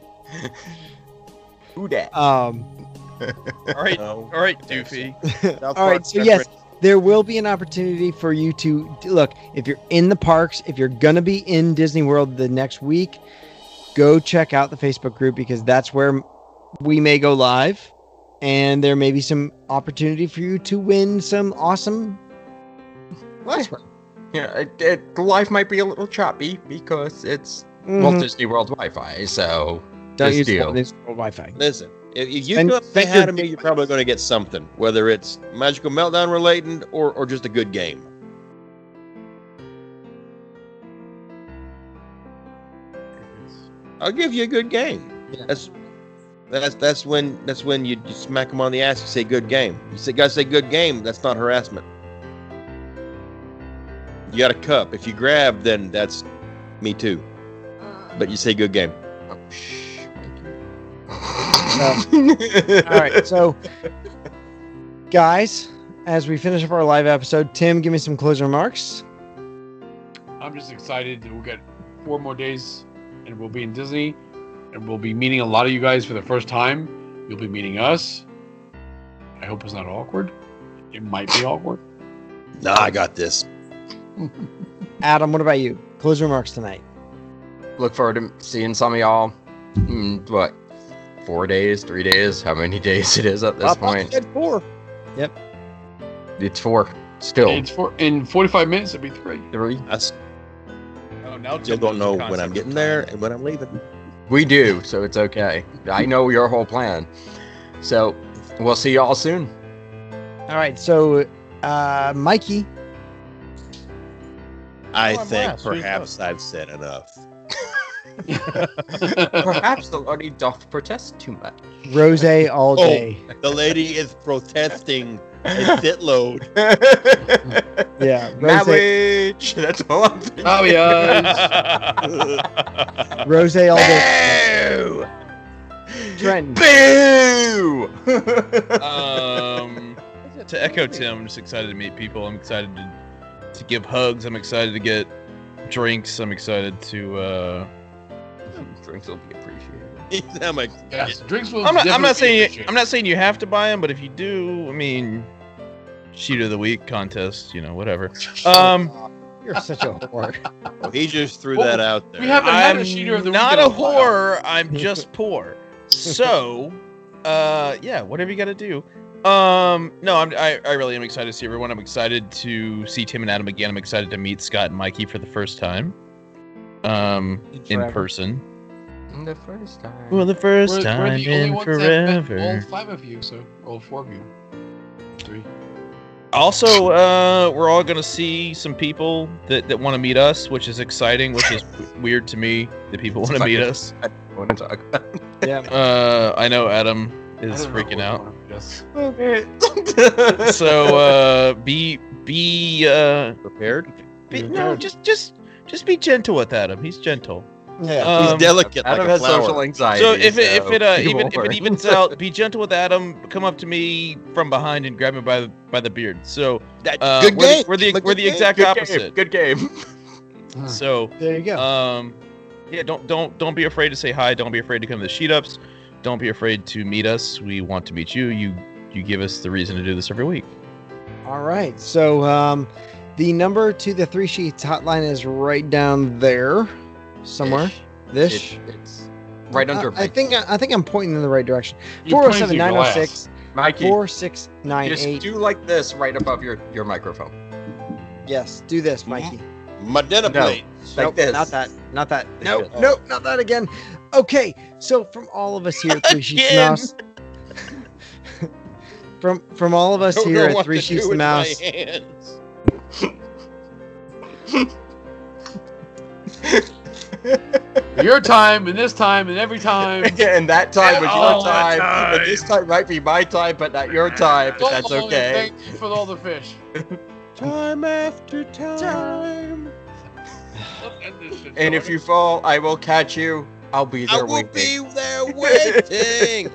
K: Who dat?
D: Um,
J: All right,
K: No.
J: all right, Doofy.
D: all right. So yes, there will be an opportunity for you to look if you're in the parks. If you're gonna be in Disney World the next week, go check out the Facebook group because that's where we may go live, and there may be some opportunity for you to win some awesome. Last
H: Yeah, it, it, the life might be a little choppy because it's Walt Disney World Wi-Fi. So
D: mm-hmm, Don't
H: this
D: use
H: deal.
D: Walt Disney World Wi-Fi.
E: Listen, if if you
D: And
E: go up
D: thank
E: to
D: your
E: Academy, you're probably going to get something, whether it's magical meltdown related or, or just a good game. I'll give you a good game. That's that's that's when that's when you, you smack them on the ass and say good game. You say guys say good game. That's not harassment. You got a cup. If you grab, then that's me too. But you say good game.
D: All right, so guys, as we finish up our live episode, Tim, give me some closing remarks.
I: I'm just excited that we'll get four more days and we'll be in Disney and we'll be meeting a lot of you guys for the first time. You'll be meeting us. I hope it's not awkward. It might be awkward.
E: Nah, I got this.
D: Adam, what about you? Closing remarks tonight.
H: look forward to seeing some of y'all. In, what? Four days, three days, how many days it is at this
E: Papa
H: point?
E: said four.
H: It's four. Still
I: It's for in 45 minutes. It'll be three.
H: three.
E: I s-
G: Oh, now Tim
E: still don't
G: knows the
E: know
G: concept
E: when I'm
G: of
E: getting
G: time.
E: there and when I'm leaving.
H: We do, so it's okay. I know your whole plan. So we'll see y'all soon.
D: All right, so uh, Mikey,
E: I
G: Oh, I'm
E: think
G: last. Who's
E: perhaps I've said enough.
H: Perhaps the Lordy doth protest too much.
D: Rose all
E: Oh.
D: day.
E: The lady is protesting a shitload.
D: Yeah, Rose,
H: Marriage. That's all I'm thinking.
I: Oh, yeah.
D: Rose all day.
H: Boo!
D: Trenton,
H: Boo!
G: um, to echo Tim, I'm just excited to meet people. I'm excited to, to give hugs. I'm excited to get drinks. I'm excited to. Uh,
H: Drinks will be appreciated.
E: I'm like,
I: yes. Drinks will
G: I'm not. I'm
I: definitely
G: not
I: be
G: saying. You,
I: appreciated.
G: I'm not saying you have to buy them, but if you do, I mean, shoot of the week contest. You know, whatever. Um,
D: you're such a whore.
E: oh, he just threw
I: Well,
E: that out there.
I: we haven't had
G: I'm
I: a cheater of the
G: not
I: week
G: a
I: in while.
G: whore. I'm just poor. So, uh, yeah, whatever you got to do. Um, no, I'm, I, I really am excited to see everyone. I'm excited to see Tim and Adam again. I'm excited to meet Scott and Mikey for the first time. Um, in
D: Forever.
G: person.
H: The first time.
G: Well, the 1st
I: We're,
G: time
I: we're the only
G: in
I: ones that met all
G: forever.
I: five of you, so all four of you. Three.
G: Also, uh, we're all gonna see some people that, that want to meet us, which is exciting, which is weird to me that people want to meet us.
H: Wanna talk about-
D: Yeah,
G: Uh, I know Adam
I: I
G: is
I: don't know
G: freaking
I: what
G: out.
I: one of us-
G: so uh be be uh
E: prepared.
G: be, no just just just be gentle with adam he's gentle
H: Uh,
D: yeah.
G: um,
E: He's delicate
H: Adam
E: like a
H: has
E: flower.
H: social anxiety.
G: so if it, if it uh,
H: be
G: even if
H: warned.
G: it evens out be gentle with adam come up to me from behind and grab me by the by the beard so
E: That-
G: uh
E: good
G: we're,
E: game.
G: The, we're the
E: Good
G: we're the
E: game.
G: exact
H: good Game,
G: opposite
H: good game.
G: so
D: There you
H: uh.
D: go.
G: um yeah don't don't don't be afraid to say hi don't be afraid to come to the sheet ups don't be afraid to meet us we want to meet you you you give us the reason to do this every week
D: All right. So um, the number to the three sheets hotline is right down there somewhere. This.
H: It, it's right under.
D: I, I think I think I'm pointing in the right direction.
I: You're pointing through glass.
D: 407-906
H: Mikey.
D: 4698.
H: Just do like this right above your, your microphone.
D: Yes, do this,
H: Mm-hmm.
D: Mikey.
E: My dinner
H: No.
E: plate.
H: Like
D: Nope,
H: this.
D: Not that. Not that. No,
H: this.
D: no, not that again. Okay, so from all of us here at Three Sheets
E: Again.
D: Mouse, from from all of us
E: Don't
D: here
E: know
D: at
E: what
D: Three
E: to do
D: Sheets
E: with my
D: Mouse,
E: hands.
I: Your time and this time and every time.
H: and that time was
I: all
H: your
G: Oh,
I: the
H: time. But this time might be my time, but not your time. But that's
I: Oh,
H: okay.
I: Thank you for all the fish.
E: Time after time.
I: Let's end this shit,
K: And if
I: Jordan.
K: you fall, I will catch you.
H: I'll be
E: I
H: there
E: will be
H: waiting.
E: there waiting.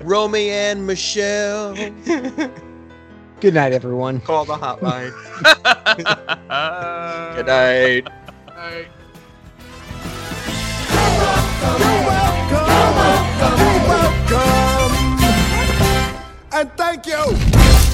E: Romy and Michelle.
D: Good night, everyone.
K: Call the hotline.
H: Good night.
I: All right.
A: welcome. You're welcome. And thank you.